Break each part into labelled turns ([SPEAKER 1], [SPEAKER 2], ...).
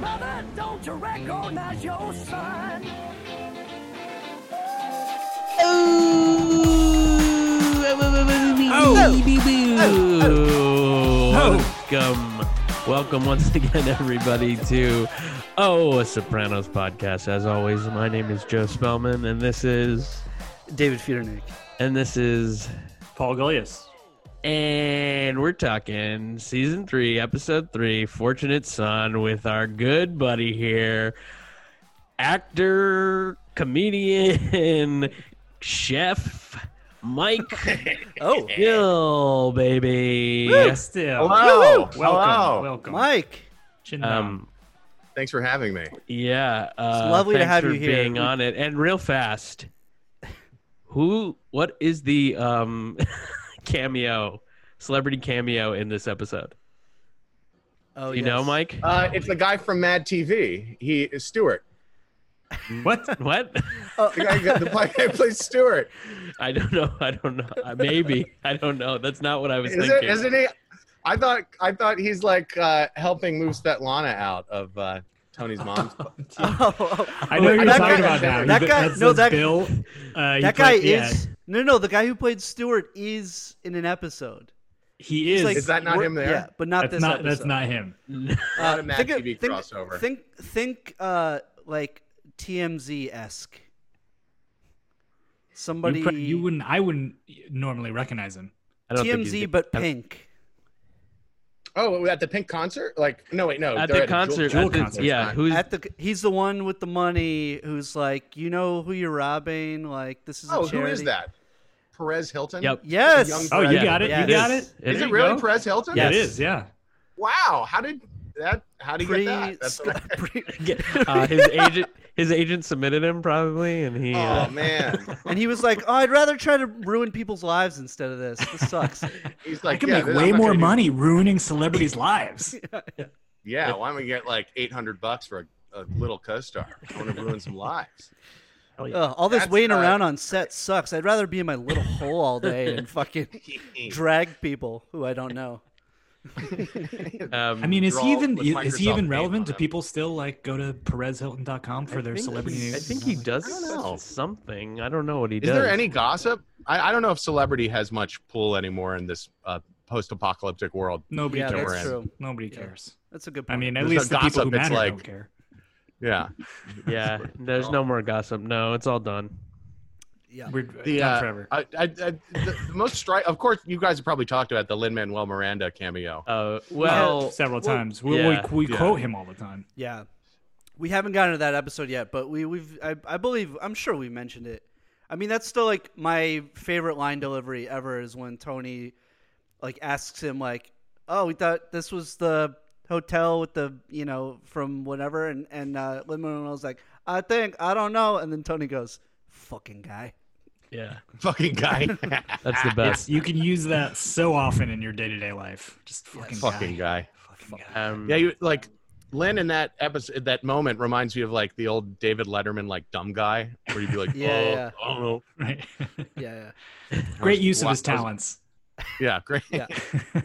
[SPEAKER 1] Mother, don't you recognize your son?
[SPEAKER 2] Welcome, welcome once again, everybody, to Oh, a Sopranos podcast. As always, my name is Joe Spellman, and this is
[SPEAKER 3] David Feudernick.
[SPEAKER 2] and this is
[SPEAKER 4] Paul Gullius.
[SPEAKER 2] and we're talking season three, episode three, Fortunate Son, with our good buddy here, actor, comedian, chef, Mike
[SPEAKER 3] Oh,
[SPEAKER 2] Hill, baby.
[SPEAKER 4] Still.
[SPEAKER 5] Hello.
[SPEAKER 4] Welcome.
[SPEAKER 5] Hello.
[SPEAKER 4] Welcome.
[SPEAKER 3] Mike.
[SPEAKER 4] Chin down.
[SPEAKER 2] Um,
[SPEAKER 5] Thanks for having me.
[SPEAKER 2] Yeah, uh,
[SPEAKER 3] lovely to
[SPEAKER 2] thanks
[SPEAKER 3] have
[SPEAKER 2] for
[SPEAKER 3] you here.
[SPEAKER 2] Being on it and real fast. Who? What is the um cameo, celebrity cameo in this episode?
[SPEAKER 3] Oh,
[SPEAKER 2] you
[SPEAKER 3] yes.
[SPEAKER 2] know, Mike.
[SPEAKER 5] Uh, it's the guy from Mad TV. He is Stewart.
[SPEAKER 4] what?
[SPEAKER 2] what?
[SPEAKER 5] The guy, the guy plays Stewart.
[SPEAKER 2] I don't know. I don't know. Uh, Maybe I don't know. That's not what I was
[SPEAKER 5] Is
[SPEAKER 2] thinking.
[SPEAKER 5] it, isn't he? I thought I thought he's like uh, helping move Svetlana out of uh, Tony's mom's.
[SPEAKER 3] Oh, oh.
[SPEAKER 4] I know who you're
[SPEAKER 3] That
[SPEAKER 4] talking
[SPEAKER 3] guy-
[SPEAKER 4] about now.
[SPEAKER 3] that
[SPEAKER 4] He-
[SPEAKER 3] guy-
[SPEAKER 4] That's,
[SPEAKER 3] no,
[SPEAKER 4] that's
[SPEAKER 3] that-
[SPEAKER 4] Bill. Uh, he
[SPEAKER 3] that guy
[SPEAKER 4] played- yeah,
[SPEAKER 3] is no, no. The guy who played Stewart is in an episode.
[SPEAKER 4] He
[SPEAKER 3] He's
[SPEAKER 4] is.
[SPEAKER 3] like-
[SPEAKER 5] is that not
[SPEAKER 3] we're-
[SPEAKER 5] him there?
[SPEAKER 3] Yeah, but not
[SPEAKER 4] that's
[SPEAKER 3] this
[SPEAKER 4] not.
[SPEAKER 3] episode.
[SPEAKER 4] That's not him.
[SPEAKER 5] Not a Mad
[SPEAKER 3] think of-
[SPEAKER 5] TV
[SPEAKER 3] think,
[SPEAKER 5] crossover.
[SPEAKER 3] Think, think, uh, like TMZ esque. Somebody
[SPEAKER 4] You, pro- you wouldn't. I wouldn't normally recognize him.
[SPEAKER 2] I don't think he's
[SPEAKER 3] TMZ,
[SPEAKER 2] good.
[SPEAKER 3] but
[SPEAKER 2] I-
[SPEAKER 3] pink.
[SPEAKER 5] oh, at the Pink concert? Like no, wait, no.
[SPEAKER 2] At
[SPEAKER 5] they're
[SPEAKER 2] the concert,
[SPEAKER 5] Oh, Jewel-
[SPEAKER 2] at the-
[SPEAKER 5] Jewel concert.
[SPEAKER 2] yeah, who's
[SPEAKER 3] At the he's the one with the money who's like, you know who you're robbing. Like this is
[SPEAKER 5] Oh,
[SPEAKER 3] a charity.
[SPEAKER 5] who is that? Perez Hilton.
[SPEAKER 2] Yep.
[SPEAKER 3] Yes.
[SPEAKER 5] Young
[SPEAKER 4] Oh, you
[SPEAKER 5] Right.
[SPEAKER 4] got it.
[SPEAKER 3] Yes.
[SPEAKER 4] You got it.
[SPEAKER 5] Is
[SPEAKER 2] There
[SPEAKER 5] it
[SPEAKER 2] you
[SPEAKER 5] really
[SPEAKER 2] go.
[SPEAKER 5] Perez Hilton?
[SPEAKER 2] Yes.
[SPEAKER 4] It is. Yeah.
[SPEAKER 5] Wow. How did that? How did you
[SPEAKER 3] Pre-
[SPEAKER 5] get that? That's what I-
[SPEAKER 3] pre-
[SPEAKER 2] Uh, his agent. His agent submitted him probably, and he. uh,
[SPEAKER 5] Oh man.
[SPEAKER 3] and he was like, oh, I'd rather try to ruin people's lives instead of this. This sucks.
[SPEAKER 5] He's like,
[SPEAKER 4] I can
[SPEAKER 5] yeah,
[SPEAKER 4] make
[SPEAKER 5] I'm
[SPEAKER 4] way
[SPEAKER 5] not
[SPEAKER 4] more
[SPEAKER 5] gonna do-
[SPEAKER 4] money ruining celebrities' lives.
[SPEAKER 5] Yeah, why don't we get like 800 bucks for a, a little co-star? I want to ruin some lives.
[SPEAKER 3] Ugh, all this
[SPEAKER 5] That's
[SPEAKER 3] waiting
[SPEAKER 5] not-
[SPEAKER 3] around on set sucks. I'd rather be in my little hole all day and fucking drag people who I don't know.
[SPEAKER 2] um,
[SPEAKER 4] I mean, is
[SPEAKER 5] Draw
[SPEAKER 4] he even
[SPEAKER 5] with
[SPEAKER 4] is he
[SPEAKER 5] Microsoft
[SPEAKER 4] even
[SPEAKER 5] paint
[SPEAKER 4] relevant?
[SPEAKER 5] on
[SPEAKER 4] Do
[SPEAKER 5] him.
[SPEAKER 4] people still like go to PerezHilton.com for
[SPEAKER 2] I
[SPEAKER 4] their
[SPEAKER 2] think
[SPEAKER 4] celebrity
[SPEAKER 2] he-
[SPEAKER 4] news?
[SPEAKER 2] I think he does
[SPEAKER 5] don't know.
[SPEAKER 2] something. I don't know what he
[SPEAKER 5] Is
[SPEAKER 2] does.
[SPEAKER 5] there any gossip? I, I don't know if celebrity has much pull anymore in this uh, post-apocalyptic world.
[SPEAKER 4] Nobody
[SPEAKER 3] yeah,
[SPEAKER 4] cares.
[SPEAKER 3] that's
[SPEAKER 5] around.
[SPEAKER 3] true.
[SPEAKER 4] Nobody
[SPEAKER 3] Yeah.
[SPEAKER 4] cares.
[SPEAKER 3] That's a good
[SPEAKER 4] I
[SPEAKER 3] point.
[SPEAKER 4] mean, at
[SPEAKER 5] There's
[SPEAKER 4] least
[SPEAKER 5] no
[SPEAKER 4] the people who
[SPEAKER 5] gossip, it's
[SPEAKER 4] matter
[SPEAKER 5] like-
[SPEAKER 4] don't care.
[SPEAKER 5] Yeah.
[SPEAKER 2] Yeah, there's no more gossip. No, it's all done.
[SPEAKER 3] Yeah.
[SPEAKER 4] We're
[SPEAKER 5] The,
[SPEAKER 4] not
[SPEAKER 5] uh,
[SPEAKER 4] forever.
[SPEAKER 5] I, I, I, the the most strike. Of course, you guys have probably talked about the Lin Manuel Miranda cameo.
[SPEAKER 2] Uh, well,
[SPEAKER 4] several
[SPEAKER 3] well,
[SPEAKER 4] times. We,
[SPEAKER 2] yeah,
[SPEAKER 4] we, we
[SPEAKER 5] yeah.
[SPEAKER 4] quote him all the time.
[SPEAKER 3] Yeah, we haven't gotten to that episode yet, but we we've I, I believe I'm sure we mentioned it. I mean, that's still like my favorite line delivery ever is when Tony like asks him like, "Oh, we thought this was the hotel with the you know from whatever," and and uh, Lin Manuel's like, "I think I don't know," and then Tony goes, "Fucking guy."
[SPEAKER 2] yeah,
[SPEAKER 5] Fucking guy.
[SPEAKER 2] that's the best.
[SPEAKER 4] You can use that so often in your day to day life. Just fucking
[SPEAKER 5] Fucking
[SPEAKER 4] guy.
[SPEAKER 5] guy.
[SPEAKER 4] Fucking guy.
[SPEAKER 2] Um,
[SPEAKER 5] Yeah, you like Lynn in that episode, that moment reminds me of like the old David Letterman, like dumb guy, where you'd be like,
[SPEAKER 3] Yeah,
[SPEAKER 5] oh,
[SPEAKER 3] yeah.
[SPEAKER 5] I don't know.
[SPEAKER 4] Right.
[SPEAKER 3] Yeah, yeah.
[SPEAKER 4] Great use of
[SPEAKER 5] Wow,
[SPEAKER 4] his
[SPEAKER 5] that was-
[SPEAKER 4] talents.
[SPEAKER 5] Yeah, great.
[SPEAKER 3] Yeah.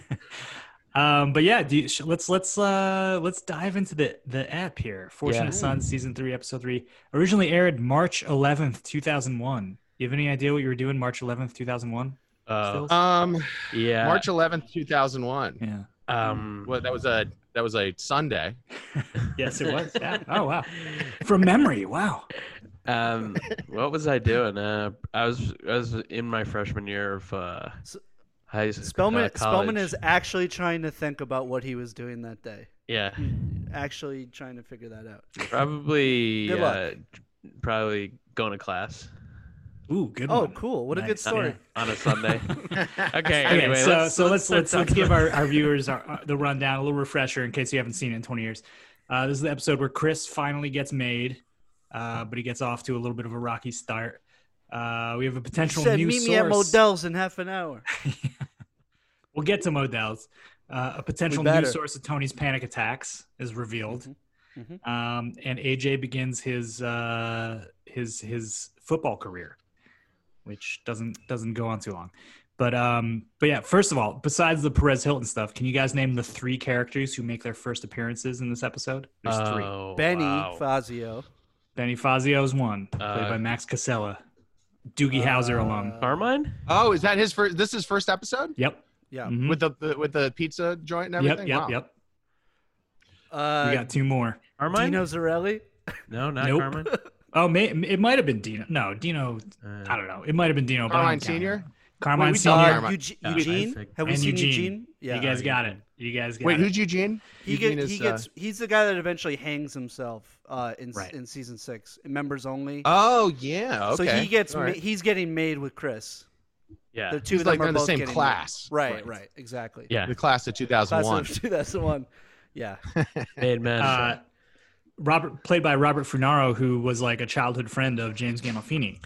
[SPEAKER 4] um, but yeah, do you, sh- let's let's uh, let's dive into the the app here. Fortunate
[SPEAKER 2] Yeah.
[SPEAKER 4] Sons, season three, episode three, originally aired March eleventh, two thousand one. You have any idea what you were doing March eleventh, two thousand one?
[SPEAKER 2] uh,
[SPEAKER 5] Um,
[SPEAKER 2] yeah.
[SPEAKER 5] March 11th, 2001.
[SPEAKER 4] Yeah.
[SPEAKER 2] um,
[SPEAKER 3] Hmm.
[SPEAKER 5] Well, that was a that was a Sunday.
[SPEAKER 4] Yes, it was. Yeah. Oh wow. From memory. Wow.
[SPEAKER 2] um, what was I doing? Uh, I was I was in my freshman year of uh,
[SPEAKER 3] S-
[SPEAKER 2] high uh, school.
[SPEAKER 3] Spellman Spellman is actually trying to think about what he was doing that day.
[SPEAKER 2] yeah,
[SPEAKER 3] Actually, trying to figure that out.
[SPEAKER 2] probably
[SPEAKER 3] Good
[SPEAKER 2] uh,
[SPEAKER 3] luck.
[SPEAKER 2] probably going to class
[SPEAKER 4] Ooh, good.
[SPEAKER 3] Oh,
[SPEAKER 4] one.
[SPEAKER 3] cool! What a good
[SPEAKER 4] Nice, yeah.
[SPEAKER 3] story.
[SPEAKER 2] on a Sunday. okay,
[SPEAKER 4] Okay,
[SPEAKER 2] anyway,
[SPEAKER 4] so
[SPEAKER 2] let's,
[SPEAKER 4] so let's let's,
[SPEAKER 2] talk
[SPEAKER 4] let's give
[SPEAKER 2] about-
[SPEAKER 4] our, our viewers our, our- the rundown, a little refresher in case you haven't seen it in 20 years. Uh, this is the episode where Chris finally gets made, uh, but he gets off to a little bit of a rocky start. Uh, we have a potential
[SPEAKER 3] said,
[SPEAKER 4] new
[SPEAKER 3] "Meet me at
[SPEAKER 4] source.
[SPEAKER 3] Modell's in half an hour."
[SPEAKER 4] We'll get to Modell's. Uh, a potential
[SPEAKER 3] better.
[SPEAKER 4] new source of Tony's panic attacks is revealed,
[SPEAKER 3] Mhm.
[SPEAKER 4] Um, and AJ begins his uh, his his football career, which doesn't doesn't go on too long. But um, but yeah, first of all, besides the Perez Hilton stuff, can you guys name the three characters who make their first appearances in this episode? There's three.
[SPEAKER 2] Oh,
[SPEAKER 3] Benny
[SPEAKER 2] wow.
[SPEAKER 3] Fazio.
[SPEAKER 4] Benny Fazio is one, played
[SPEAKER 2] Uh,
[SPEAKER 4] by Max Casella,
[SPEAKER 3] uh,
[SPEAKER 4] Doogie Howser alum.
[SPEAKER 2] Carmine.
[SPEAKER 5] Oh, is that his first? This is first episode
[SPEAKER 4] Yep.
[SPEAKER 3] Yeah.
[SPEAKER 4] Mhm.
[SPEAKER 5] with the, the with the pizza joint and
[SPEAKER 4] Yep.
[SPEAKER 5] everything.
[SPEAKER 4] Yep.
[SPEAKER 5] Wow.
[SPEAKER 4] Yep. We
[SPEAKER 3] Uh,
[SPEAKER 4] got two more.
[SPEAKER 2] Carmine?
[SPEAKER 3] Dino Zarelli.
[SPEAKER 2] no, not
[SPEAKER 4] Nope.
[SPEAKER 2] Carmine.
[SPEAKER 4] Oh, may, it might have been Dino. No, Dino.
[SPEAKER 2] Uh,
[SPEAKER 4] I don't know. It might have been Dino. but I
[SPEAKER 5] Carmine
[SPEAKER 4] don't count it.
[SPEAKER 5] Senior.
[SPEAKER 4] Carmine
[SPEAKER 5] Wait, we
[SPEAKER 4] Senior.
[SPEAKER 5] talked
[SPEAKER 3] Uh,
[SPEAKER 5] Carmine.
[SPEAKER 3] Eug-
[SPEAKER 2] Yeah, I
[SPEAKER 3] Eugene.
[SPEAKER 2] think-
[SPEAKER 3] Have we
[SPEAKER 4] And
[SPEAKER 3] seen Eugene?
[SPEAKER 4] Eugene.
[SPEAKER 3] Yeah.
[SPEAKER 4] You guys got it. You guys got
[SPEAKER 5] Wait,
[SPEAKER 4] it.
[SPEAKER 5] who's Eugene?
[SPEAKER 3] he,
[SPEAKER 5] Eugene
[SPEAKER 3] get,
[SPEAKER 5] is,
[SPEAKER 3] he
[SPEAKER 5] uh,
[SPEAKER 3] gets. He's the guy that eventually hangs himself uh, in s-
[SPEAKER 4] Right.
[SPEAKER 3] in season six. in Members only.
[SPEAKER 5] Oh yeah.
[SPEAKER 3] So
[SPEAKER 5] Okay.
[SPEAKER 3] he gets.
[SPEAKER 5] All
[SPEAKER 3] Ma-
[SPEAKER 5] right.
[SPEAKER 3] he's getting made with Chris.
[SPEAKER 2] yeah.
[SPEAKER 3] The two
[SPEAKER 5] He's
[SPEAKER 3] of them
[SPEAKER 5] like
[SPEAKER 3] are
[SPEAKER 5] they're in the
[SPEAKER 3] both
[SPEAKER 5] same
[SPEAKER 3] getting made.
[SPEAKER 5] class.
[SPEAKER 3] Right,
[SPEAKER 5] Right.
[SPEAKER 3] right. Exactly.
[SPEAKER 2] yeah.
[SPEAKER 5] The class of 2001.
[SPEAKER 3] Class of 2001. Yeah.
[SPEAKER 2] Made man.
[SPEAKER 4] uh, Robert, played by Robert Funaro, who was like a childhood friend of James Gandolfini,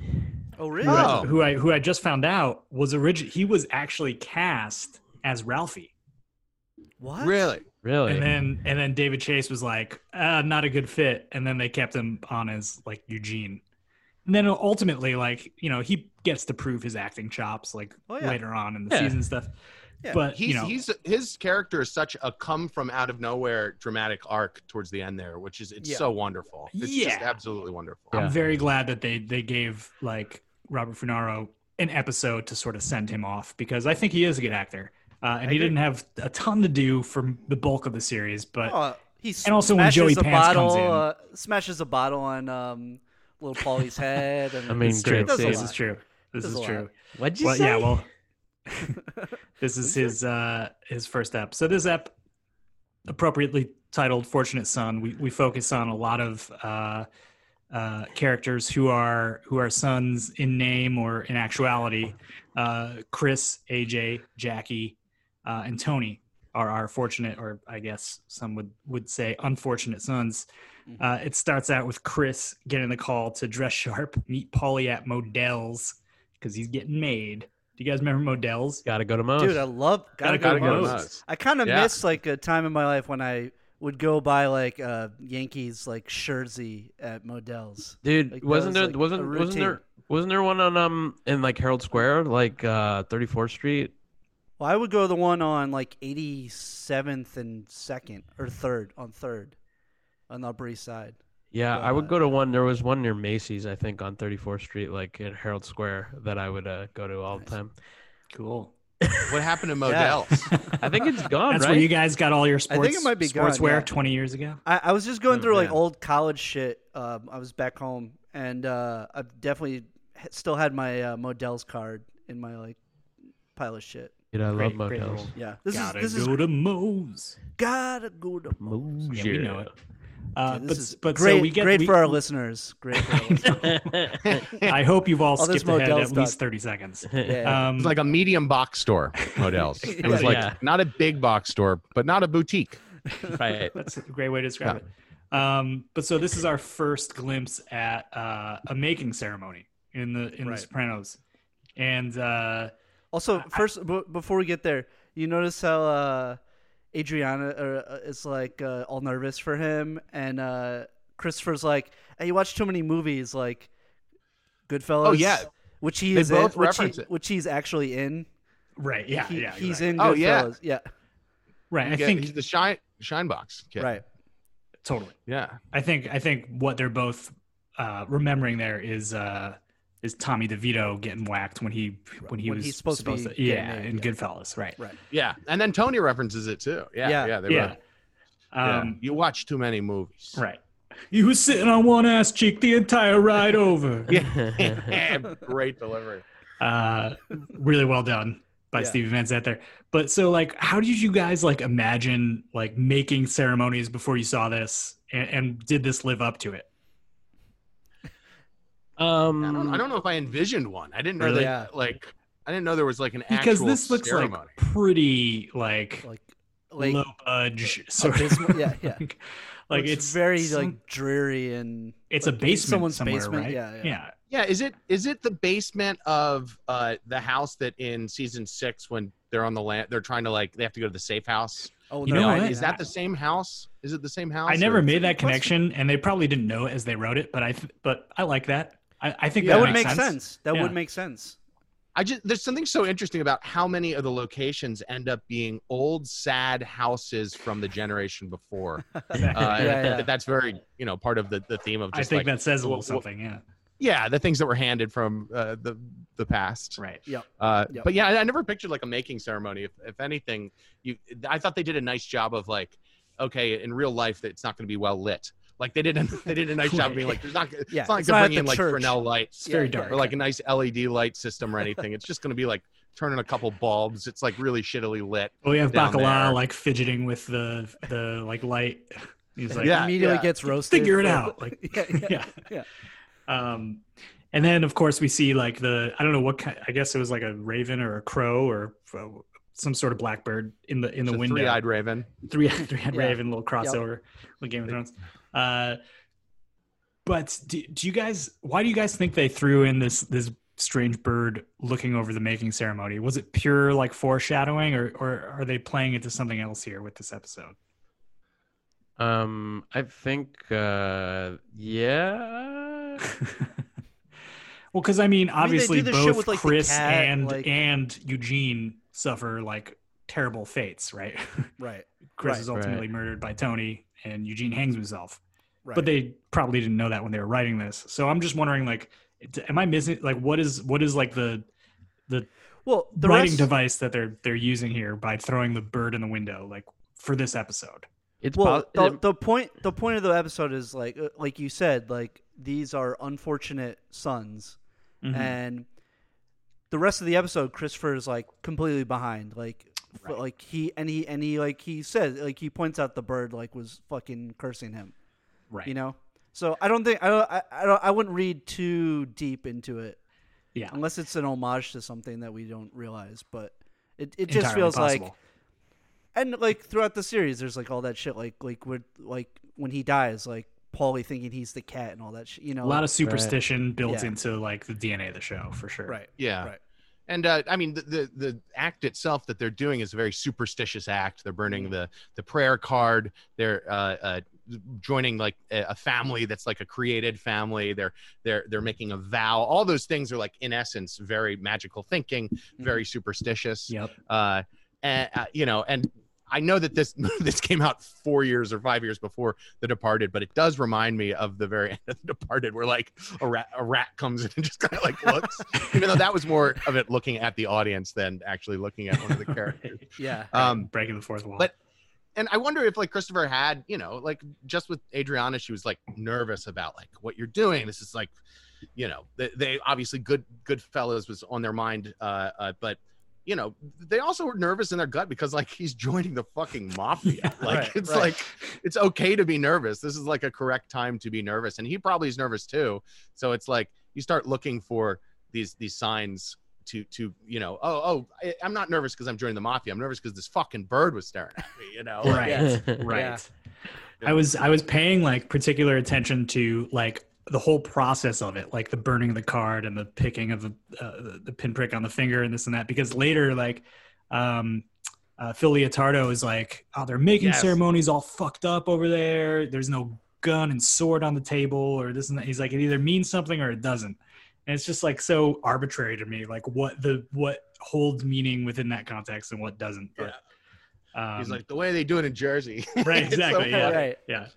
[SPEAKER 3] Oh,
[SPEAKER 4] who,
[SPEAKER 3] really?
[SPEAKER 5] Oh.
[SPEAKER 4] I, who I who I just found out was origin. He was actually cast as Ralphie,
[SPEAKER 3] What?
[SPEAKER 5] really?
[SPEAKER 2] really?
[SPEAKER 4] and then and then David Chase was like, uh, not a good fit, and then they kept him on as like Eugene, and then ultimately, like you know, he gets to prove his acting chops like
[SPEAKER 3] Oh, yeah.
[SPEAKER 4] later on in the
[SPEAKER 2] Yeah.
[SPEAKER 4] season stuff.
[SPEAKER 3] Yeah.
[SPEAKER 4] But
[SPEAKER 5] He's,
[SPEAKER 4] you know,
[SPEAKER 5] he's his character is such a come from out of nowhere dramatic arc towards the end there, which is it's
[SPEAKER 3] Yeah.
[SPEAKER 5] so wonderful. It's just
[SPEAKER 4] Yeah.
[SPEAKER 5] absolutely wonderful.
[SPEAKER 2] Yeah.
[SPEAKER 4] I'm very glad that they they gave like Robert Funaro an episode to sort of send him off because I think he is a good actor. Uh, and he
[SPEAKER 3] agree.
[SPEAKER 4] didn't have a ton to do for the bulk of the series, but
[SPEAKER 3] Oh, he s-
[SPEAKER 4] And also when Joey
[SPEAKER 3] smashes a
[SPEAKER 4] Pants
[SPEAKER 3] bottle,
[SPEAKER 4] comes in.
[SPEAKER 3] Uh, smashes a bottle on um, little Paulie's head. And
[SPEAKER 2] I mean,
[SPEAKER 4] this is true.
[SPEAKER 2] great
[SPEAKER 3] does a
[SPEAKER 4] This
[SPEAKER 3] lot.
[SPEAKER 4] is true. This
[SPEAKER 3] Does a
[SPEAKER 4] is
[SPEAKER 3] lot.
[SPEAKER 4] true.
[SPEAKER 2] What'd you
[SPEAKER 4] Well,
[SPEAKER 2] say?
[SPEAKER 4] yeah, well, this is his uh, his first ep. So this ep, appropriately titled "Fortunate Son," we we focus on a lot of uh, uh, characters who are who are sons in name or in actuality. Uh, Chris, AJ, Jackie, uh, and Tony are our fortunate, or I guess some would would say unfortunate sons.
[SPEAKER 3] Mm-hmm.
[SPEAKER 4] Uh, it starts out with Chris getting the call to dress sharp, meet Polly at Modell's because he's getting made. Do you guys remember Modell's?
[SPEAKER 2] gotta go to Mo's.
[SPEAKER 3] Dude, I love gotta,
[SPEAKER 4] Gotta
[SPEAKER 3] go,
[SPEAKER 4] Go
[SPEAKER 3] Mo's.
[SPEAKER 5] Mo's.
[SPEAKER 3] I kind of
[SPEAKER 5] Yeah.
[SPEAKER 3] miss like a time in my life when I would go buy like uh, Yankees like jersey at Modell's.
[SPEAKER 2] Dude,
[SPEAKER 3] Like, that
[SPEAKER 2] wasn't
[SPEAKER 3] was,
[SPEAKER 2] there
[SPEAKER 3] like, a
[SPEAKER 2] wasn't wasn't
[SPEAKER 3] routine.
[SPEAKER 2] there wasn't there one on um in like Herald Square, like uh 34th Street?
[SPEAKER 3] Well, I would go to the one on like 87th and second or third on third on the Upper East Side.
[SPEAKER 2] Yeah, I would
[SPEAKER 3] Uh,
[SPEAKER 2] go to one. There was one near Macy's, I think, on 34th Street, like in Herald Square, that I would uh, go to all the time.
[SPEAKER 4] Cool.
[SPEAKER 5] What happened to Modell's?
[SPEAKER 2] I think it's gone,
[SPEAKER 4] That's
[SPEAKER 2] right?
[SPEAKER 4] where you guys got all your sports.
[SPEAKER 3] think it might be gone,
[SPEAKER 4] sportswear
[SPEAKER 3] yeah.
[SPEAKER 4] twenty years ago.
[SPEAKER 3] I, I
[SPEAKER 4] Oh,
[SPEAKER 3] was just going through like
[SPEAKER 2] yeah.
[SPEAKER 3] old college shit. Um, I was back home, and uh, I've definitely h- still had my uh, Modell's card in my like pile of shit.
[SPEAKER 2] You know, I love
[SPEAKER 4] Great- great
[SPEAKER 2] motels.
[SPEAKER 4] role.
[SPEAKER 3] Yeah, this
[SPEAKER 4] gotta
[SPEAKER 3] is this
[SPEAKER 4] go
[SPEAKER 3] is
[SPEAKER 4] to Moe's.
[SPEAKER 3] gotta go to.
[SPEAKER 2] Moves
[SPEAKER 4] Yeah, we know it. Uh,
[SPEAKER 3] This
[SPEAKER 4] but
[SPEAKER 3] is
[SPEAKER 4] but
[SPEAKER 3] great,
[SPEAKER 4] so we get
[SPEAKER 3] great
[SPEAKER 4] we-
[SPEAKER 3] for our listeners. Great for our listeners.
[SPEAKER 4] I hope you've all
[SPEAKER 3] All this
[SPEAKER 4] skipped ahead at
[SPEAKER 3] Modell's
[SPEAKER 4] least
[SPEAKER 3] stuff.
[SPEAKER 4] thirty seconds.
[SPEAKER 2] Yeah.
[SPEAKER 4] Um,
[SPEAKER 5] It's like a medium box store, Modell's. It was like
[SPEAKER 2] Yeah.
[SPEAKER 5] not a big box store, but not a boutique.
[SPEAKER 2] right.
[SPEAKER 4] That's a great way to describe it. Um, but so this is our first glimpse at uh, a making ceremony in the in
[SPEAKER 3] Right.
[SPEAKER 4] the Sopranos, and uh,
[SPEAKER 3] Also, first b- before we get there, you notice how uh, Adriana uh, is like uh, all nervous for him, and uh, Christopher's like, "Hey, you watch too many movies, like Goodfellas."
[SPEAKER 5] Oh, yeah.
[SPEAKER 3] which he
[SPEAKER 5] They
[SPEAKER 3] is
[SPEAKER 5] both
[SPEAKER 3] in, which, he-
[SPEAKER 5] reference it.
[SPEAKER 3] which he's actually in.
[SPEAKER 4] right, yeah,
[SPEAKER 3] He-
[SPEAKER 4] yeah, you're
[SPEAKER 3] he's
[SPEAKER 4] right.
[SPEAKER 3] in. Goodfellas.
[SPEAKER 5] Oh, yeah.
[SPEAKER 3] yeah,
[SPEAKER 4] Right, I
[SPEAKER 5] Yeah,
[SPEAKER 4] think
[SPEAKER 5] he's the shine shine box. Kid.
[SPEAKER 3] right.
[SPEAKER 4] totally.
[SPEAKER 5] Yeah.
[SPEAKER 4] I think I think what they're both uh, remembering there is uh, is Tommy DeVito getting whacked when he when he
[SPEAKER 3] When
[SPEAKER 4] was
[SPEAKER 3] he's supposed to be getting
[SPEAKER 4] yeah
[SPEAKER 3] named,
[SPEAKER 4] in
[SPEAKER 3] yeah.
[SPEAKER 4] Goodfellas, right,
[SPEAKER 3] Right.
[SPEAKER 5] Yeah. And then Tony references it too. Yeah.
[SPEAKER 3] Yeah.
[SPEAKER 5] Yeah. they
[SPEAKER 4] yeah.
[SPEAKER 5] were- yeah.
[SPEAKER 4] Um,
[SPEAKER 5] You watch too many movies.
[SPEAKER 4] Right. You were sitting on one ass cheek the entire ride over.
[SPEAKER 5] Yeah. Great delivery.
[SPEAKER 4] uh, really well done by
[SPEAKER 3] Yeah.
[SPEAKER 4] Stevie Van Zandt there. But so like, how did you guys like imagine like making ceremonies before you saw this, and, and did this live up to it?
[SPEAKER 2] Um,
[SPEAKER 5] I don't, I don't know if I envisioned one. I didn't know
[SPEAKER 3] Really?
[SPEAKER 5] that. Like, I didn't know there was like an
[SPEAKER 4] Because
[SPEAKER 5] actual
[SPEAKER 4] this looks
[SPEAKER 5] ceremony.
[SPEAKER 4] like pretty like,
[SPEAKER 3] Like, like
[SPEAKER 4] low budge sort
[SPEAKER 3] abysmal-
[SPEAKER 4] of.
[SPEAKER 3] yeah, yeah.
[SPEAKER 4] like, like
[SPEAKER 3] looks
[SPEAKER 4] it's
[SPEAKER 3] very
[SPEAKER 4] some-
[SPEAKER 3] like dreary and
[SPEAKER 4] it's
[SPEAKER 3] like,
[SPEAKER 4] a
[SPEAKER 3] in
[SPEAKER 4] basement
[SPEAKER 3] someone's
[SPEAKER 4] somewhere,
[SPEAKER 3] basement.
[SPEAKER 4] right?
[SPEAKER 3] Yeah, yeah.
[SPEAKER 5] yeah. Is it is it the basement of uh the house that in season six when they're on the land they're trying to like they have to go to the safe house.
[SPEAKER 3] oh
[SPEAKER 4] You
[SPEAKER 3] no,
[SPEAKER 4] know
[SPEAKER 3] I-
[SPEAKER 4] what?
[SPEAKER 5] Is that the same house? Is it the same house?
[SPEAKER 4] I never
[SPEAKER 5] or-
[SPEAKER 4] made that
[SPEAKER 3] good question.
[SPEAKER 4] connection, and they probably didn't know it as they wrote it. But I th- but I like that. I, I think
[SPEAKER 5] Yeah,
[SPEAKER 3] that
[SPEAKER 4] that
[SPEAKER 3] would
[SPEAKER 4] makes
[SPEAKER 3] make sense. That
[SPEAKER 4] Yeah.
[SPEAKER 3] would make sense.
[SPEAKER 5] I just there's something so interesting about how many of the locations end up being old sad houses from the generation before. Uh, and I think
[SPEAKER 3] yeah.
[SPEAKER 5] that That's very you know part of the, the theme of
[SPEAKER 4] I
[SPEAKER 5] just
[SPEAKER 4] think
[SPEAKER 5] like
[SPEAKER 4] that says a
[SPEAKER 5] what-
[SPEAKER 4] little
[SPEAKER 5] what-
[SPEAKER 4] something. Yeah,
[SPEAKER 5] yeah the things that were handed from uh, the the past.
[SPEAKER 4] right.
[SPEAKER 5] Uh,
[SPEAKER 3] Yep.
[SPEAKER 5] But yeah, I, I never pictured like a making ceremony. If, if anything, you I thought they did a nice job of like okay in real life it's not going to be well lit. Like they did a, they did a nice job of being like there's not
[SPEAKER 3] Yeah,
[SPEAKER 5] it's not like
[SPEAKER 3] it's
[SPEAKER 5] they're
[SPEAKER 3] not at
[SPEAKER 5] bringing in
[SPEAKER 3] the
[SPEAKER 5] like
[SPEAKER 3] church.
[SPEAKER 5] Fresnel lights.
[SPEAKER 3] Yeah,
[SPEAKER 4] very
[SPEAKER 3] yeah.
[SPEAKER 4] dark.
[SPEAKER 5] or like a nice LED light system or anything. It's just going to be like turning a couple bulbs. It's like really shittily lit.
[SPEAKER 4] Well, we have
[SPEAKER 5] down
[SPEAKER 4] Bacala
[SPEAKER 5] there.
[SPEAKER 4] like fidgeting with the the like light. He's like,
[SPEAKER 5] Yeah,
[SPEAKER 3] immediately
[SPEAKER 5] yeah.
[SPEAKER 3] gets roasted.
[SPEAKER 4] figure it
[SPEAKER 3] for-
[SPEAKER 4] out. Like,
[SPEAKER 3] yeah, yeah.
[SPEAKER 4] yeah, Um, and then of course we see like the I don't know what kind. I guess it was like a raven or a crow or uh, some sort of blackbird in the in the
[SPEAKER 5] It's a
[SPEAKER 4] window.
[SPEAKER 5] three-eyed raven.
[SPEAKER 4] three three head
[SPEAKER 3] Yeah.
[SPEAKER 4] raven little crossover with Game of Thrones. Uh, but do, do you guys? Why do you guys think they threw in this this strange bird looking over the making ceremony? Was it pure like foreshadowing, or or are they playing into something else here with this episode?
[SPEAKER 2] Um, I think, uh, yeah.
[SPEAKER 4] Well, because I
[SPEAKER 3] mean,
[SPEAKER 4] mean,
[SPEAKER 3] they do
[SPEAKER 4] obviously
[SPEAKER 3] this shit
[SPEAKER 4] both
[SPEAKER 3] with, like, the
[SPEAKER 4] Chris
[SPEAKER 3] cat,
[SPEAKER 4] and
[SPEAKER 3] like-
[SPEAKER 4] and Eugene suffer like terrible fates, right?
[SPEAKER 3] Right.
[SPEAKER 4] Chris
[SPEAKER 3] Right.
[SPEAKER 4] is ultimately
[SPEAKER 2] Right.
[SPEAKER 4] murdered by Tony, and Eugene hangs himself.
[SPEAKER 3] Right.
[SPEAKER 4] but they probably didn't know that when they were writing this. So I'm just wondering, like, d- am I missing? Like, what is what is like the
[SPEAKER 3] well the
[SPEAKER 4] writing
[SPEAKER 3] rest,
[SPEAKER 4] device that they're they're using here by throwing the bird in the window, like for this episode?
[SPEAKER 2] It's
[SPEAKER 3] Well,
[SPEAKER 2] well,
[SPEAKER 3] the, the point the point of the episode is like uh, like you said like these are unfortunate sons
[SPEAKER 4] Mm-hmm.
[SPEAKER 3] and the rest of the episode Christopher is like completely behind like f-
[SPEAKER 4] Right.
[SPEAKER 3] like he and he and he like he said like he points out the bird like was fucking cursing him
[SPEAKER 4] right.
[SPEAKER 3] you know so I don't think I don't I, I don't I wouldn't read too deep into it
[SPEAKER 4] yeah.
[SPEAKER 3] unless it's an homage to something that we don't realize but it, it just
[SPEAKER 4] entirely
[SPEAKER 3] feels like
[SPEAKER 4] possible.
[SPEAKER 3] and like throughout the series, there's like all that shit, like like with like when he dies, like Paulie thinking he's the cat and all that shit. You know,
[SPEAKER 4] a lot of superstition built
[SPEAKER 3] Yeah.
[SPEAKER 4] into like the DNA of the show for sure.
[SPEAKER 3] right,
[SPEAKER 5] Yeah.
[SPEAKER 3] Right.
[SPEAKER 5] And uh, I mean, the, the the act itself that they're doing is a very superstitious act. They're burning
[SPEAKER 3] Mm.
[SPEAKER 5] the the prayer card. They're uh, uh, joining like a, a family that's like a created family. They're they're they're making a vow. All those things are like in essence very magical thinking, very superstitious.
[SPEAKER 4] Yep.
[SPEAKER 5] uh, and uh, you know, and I know that this this came out four years or five years before The Departed, but it does remind me of the very end of The Departed, where like a rat a rat comes in and just kind of like looks, even though that was more of it looking at the audience than actually looking at one of the characters.
[SPEAKER 3] yeah,
[SPEAKER 5] Um,
[SPEAKER 4] Breaking the fourth wall.
[SPEAKER 5] but- and I wonder if like Christopher had, you know, like just with Adriana, she was like nervous about like what you're doing. This is like you know they, they obviously good good fellas was on their mind uh, uh but you know they also were nervous in their gut because like he's joining the fucking mafia like
[SPEAKER 4] Right,
[SPEAKER 5] it's
[SPEAKER 4] right.
[SPEAKER 5] like it's okay to be nervous this is like a correct time to be nervous and he probably is nervous too so it's like you start looking for these these signs to to you know oh oh I, i'm not nervous because i'm joining the mafia i'm nervous because this fucking bird was staring at me you know Like,
[SPEAKER 4] Right. right
[SPEAKER 3] Yeah.
[SPEAKER 4] i was i was paying like particular attention to like the whole process of it like the burning of the card and the picking of the, uh, the pinprick on the finger and this and that because later like um uh, Phil Leotardo is like, oh, they're making
[SPEAKER 5] Yes.
[SPEAKER 4] ceremonies all fucked up over there. There's no gun and sword on the table or this and that. He's like, it either means something or it doesn't. And it's just like so arbitrary to me, like what the what holds meaning within that context and what doesn't. But, um,
[SPEAKER 5] he's like the way they do it in jersey
[SPEAKER 4] right,
[SPEAKER 5] It's
[SPEAKER 4] exactly,
[SPEAKER 5] so
[SPEAKER 4] yeah,
[SPEAKER 5] funny.
[SPEAKER 3] Right.
[SPEAKER 4] yeah.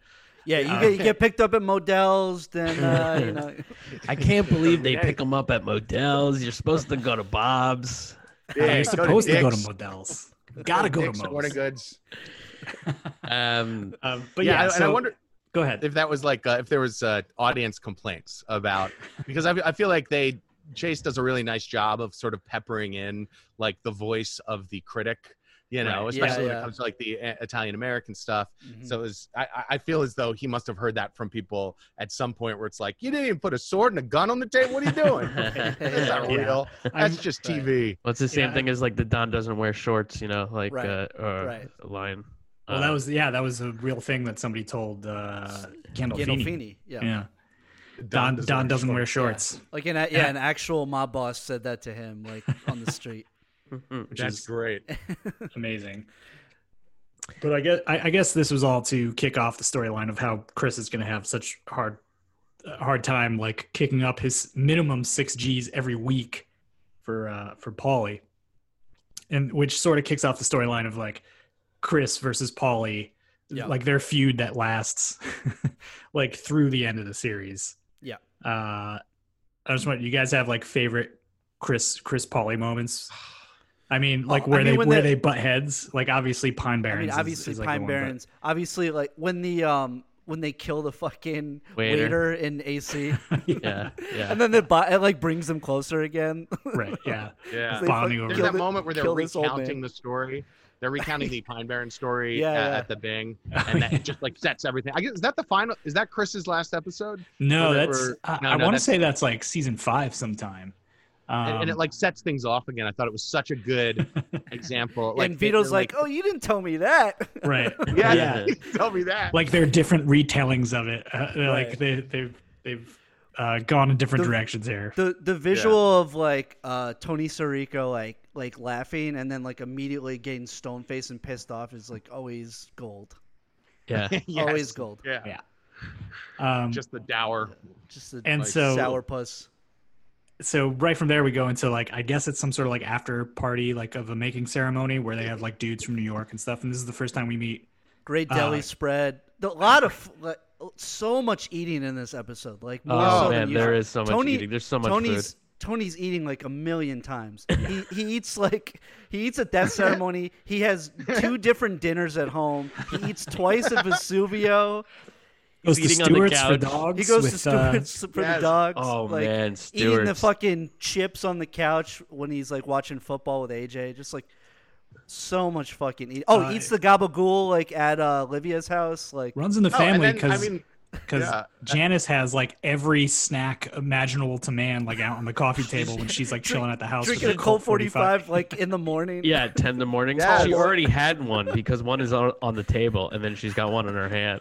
[SPEAKER 3] Yeah, you
[SPEAKER 4] Uh,
[SPEAKER 3] get you get picked up at Modell's, then uh, you know.
[SPEAKER 2] I can't believe they pick them up at motels. You're supposed to go to Bob's.
[SPEAKER 4] Yeah,
[SPEAKER 5] Yeah,
[SPEAKER 4] you're supposed to go to
[SPEAKER 5] Dick's.
[SPEAKER 4] Modell's. Gotta go
[SPEAKER 5] Dick's
[SPEAKER 4] to
[SPEAKER 5] Sporting goods
[SPEAKER 4] Modell's.
[SPEAKER 2] Um,
[SPEAKER 4] Um, but yeah,
[SPEAKER 5] and i
[SPEAKER 4] so-
[SPEAKER 5] wonder
[SPEAKER 4] Go ahead.
[SPEAKER 5] if that was like uh, if there was uh, audience complaints about because I, I feel like they chase does a really nice job of sort of peppering in like the voice of the critic you know
[SPEAKER 4] Right.
[SPEAKER 3] Yeah,
[SPEAKER 5] especially when
[SPEAKER 3] yeah.
[SPEAKER 5] it comes to like the italian american stuff
[SPEAKER 4] Mm-hmm.
[SPEAKER 3] Mhm.
[SPEAKER 5] so it was, I, I- I feel as though he must have heard that from people at some point where it's like you didn't even put a sword and a gun on the table what are you doing that's not
[SPEAKER 4] Yeah.
[SPEAKER 5] real
[SPEAKER 4] I'm-
[SPEAKER 5] that's just tv
[SPEAKER 2] Well, it's the same
[SPEAKER 4] Yeah,
[SPEAKER 2] thing as like the Don doesn't wear shorts, you know, like
[SPEAKER 3] Right,
[SPEAKER 2] uh, or
[SPEAKER 3] right.
[SPEAKER 2] a line.
[SPEAKER 4] well,
[SPEAKER 2] Uh,
[SPEAKER 4] Oh, that was yeah, that was a real thing that somebody told uh, Gandolfini.
[SPEAKER 3] mm-hmm. Gandolfini, yeah.
[SPEAKER 4] Yeah, Don Don doesn't wear shorts.
[SPEAKER 3] Like an yeah, an actual mob boss said that to him, like on the street.
[SPEAKER 4] which
[SPEAKER 5] that's
[SPEAKER 4] is-
[SPEAKER 5] great
[SPEAKER 4] amazing. But I guess I, I guess this was all to kick off the storyline of how Chris is going to have such hard uh, hard time like kicking up his minimum six G's every week for uh, for Paulie, and which sort of kicks off the storyline of like Chris versus Paulie,
[SPEAKER 3] Yeah.
[SPEAKER 4] like their feud that lasts like through the end of the series.
[SPEAKER 3] Yeah.
[SPEAKER 4] Uh, I just want you guys have like favorite Chris Chris Pauly moments. I mean, like
[SPEAKER 3] Oh, I
[SPEAKER 4] where
[SPEAKER 3] mean,
[SPEAKER 4] they
[SPEAKER 3] when
[SPEAKER 4] where
[SPEAKER 3] the-
[SPEAKER 4] they butt heads. Like obviously Pine
[SPEAKER 3] I
[SPEAKER 4] Barrens.
[SPEAKER 3] mean,
[SPEAKER 4] is-
[SPEAKER 3] obviously
[SPEAKER 4] is, like, the
[SPEAKER 3] Pine
[SPEAKER 4] one, but-
[SPEAKER 3] Barrens. Obviously, like when the um when they kill the fucking
[SPEAKER 2] Waiter.
[SPEAKER 3] waiter, in AC,
[SPEAKER 2] yeah, yeah.
[SPEAKER 3] and then the bo- it like brings them closer again.
[SPEAKER 4] right. Yeah.
[SPEAKER 5] yeah
[SPEAKER 3] They
[SPEAKER 4] Bonding
[SPEAKER 3] fuck-
[SPEAKER 4] over
[SPEAKER 5] There's
[SPEAKER 3] kill
[SPEAKER 5] that
[SPEAKER 3] the-
[SPEAKER 5] moment where they're
[SPEAKER 3] kill this old man.
[SPEAKER 5] recounting the story. They're recounting the Pine Barren story
[SPEAKER 3] Yeah,
[SPEAKER 5] a-
[SPEAKER 3] yeah.
[SPEAKER 5] at the Bing,
[SPEAKER 4] Oh,
[SPEAKER 5] and that it just like sets everything. I guess is that the final? Is that Chris's last episode?
[SPEAKER 4] No,
[SPEAKER 5] Or-
[SPEAKER 4] that's.
[SPEAKER 5] or-
[SPEAKER 4] I,
[SPEAKER 5] no,
[SPEAKER 4] I
[SPEAKER 5] no,
[SPEAKER 4] want to
[SPEAKER 5] that's-
[SPEAKER 4] say that's like season five sometime. Um,
[SPEAKER 5] And, and it like sets things off again. I thought it was such a good example. Like,
[SPEAKER 3] and Vito's
[SPEAKER 5] they're
[SPEAKER 3] like, "Oh, you didn't tell me that."
[SPEAKER 4] right.
[SPEAKER 5] yeah,
[SPEAKER 4] yeah.
[SPEAKER 5] tell me that.
[SPEAKER 4] Like they're different retellings of it. Uh, they're Like
[SPEAKER 3] Right.
[SPEAKER 4] they they've they've uh, gone in different
[SPEAKER 3] The-
[SPEAKER 4] directions here.
[SPEAKER 3] the the visual of like uh, Tony Sirico like like laughing and then like immediately getting stone faced and pissed off is like always gold.
[SPEAKER 2] yeah.
[SPEAKER 5] Yes.
[SPEAKER 3] Always gold.
[SPEAKER 5] yeah.
[SPEAKER 4] Yeah. um,
[SPEAKER 5] just the dour.
[SPEAKER 3] Just a
[SPEAKER 4] And
[SPEAKER 3] like,
[SPEAKER 4] so-
[SPEAKER 3] sourpuss.
[SPEAKER 4] so right from there we go into like I guess it's some sort of like after party like of a making ceremony where they have like dudes from New York and stuff and this is the first time we meet
[SPEAKER 3] Great
[SPEAKER 2] Oh,
[SPEAKER 3] deli
[SPEAKER 4] Uh,
[SPEAKER 3] spread. The, a lot of like, so much eating in this episode. Like more
[SPEAKER 2] Oh,
[SPEAKER 3] so
[SPEAKER 2] man,
[SPEAKER 3] than
[SPEAKER 2] there
[SPEAKER 3] usual.
[SPEAKER 2] is so much
[SPEAKER 3] Tony,
[SPEAKER 2] eating. There's so much
[SPEAKER 3] Tony's Tony's eating like a million times. He he eats like he eats a death ceremony. He has two different dinners at home. He eats twice at Vesuvio.
[SPEAKER 4] goes
[SPEAKER 2] eating on the
[SPEAKER 4] for
[SPEAKER 2] couch.
[SPEAKER 4] dogs
[SPEAKER 3] He goes to
[SPEAKER 4] with, uh,
[SPEAKER 3] Stewart's for
[SPEAKER 5] Yes.
[SPEAKER 3] the dogs.
[SPEAKER 2] Oh
[SPEAKER 3] like,
[SPEAKER 2] man,
[SPEAKER 3] Eating the
[SPEAKER 2] Stewart's.
[SPEAKER 3] fucking chips on the couch when he's like watching football with AJ, just like so much fucking. Eat- oh,
[SPEAKER 4] Uh,
[SPEAKER 3] eats the gabagool like at uh, Livia's house, like
[SPEAKER 4] runs in the
[SPEAKER 5] Oh, and
[SPEAKER 4] family
[SPEAKER 5] then, I
[SPEAKER 4] because
[SPEAKER 5] mean, yeah.
[SPEAKER 4] Janice has like every snack imaginable to man like out on the coffee table when she's like chilling at the house with
[SPEAKER 3] drinking
[SPEAKER 4] her
[SPEAKER 3] a Colt forty five like in the morning.
[SPEAKER 2] Yeah, at ten in the morning.
[SPEAKER 5] Yes.
[SPEAKER 2] She already had one because one is on, on the table, and then she's got one in her hand.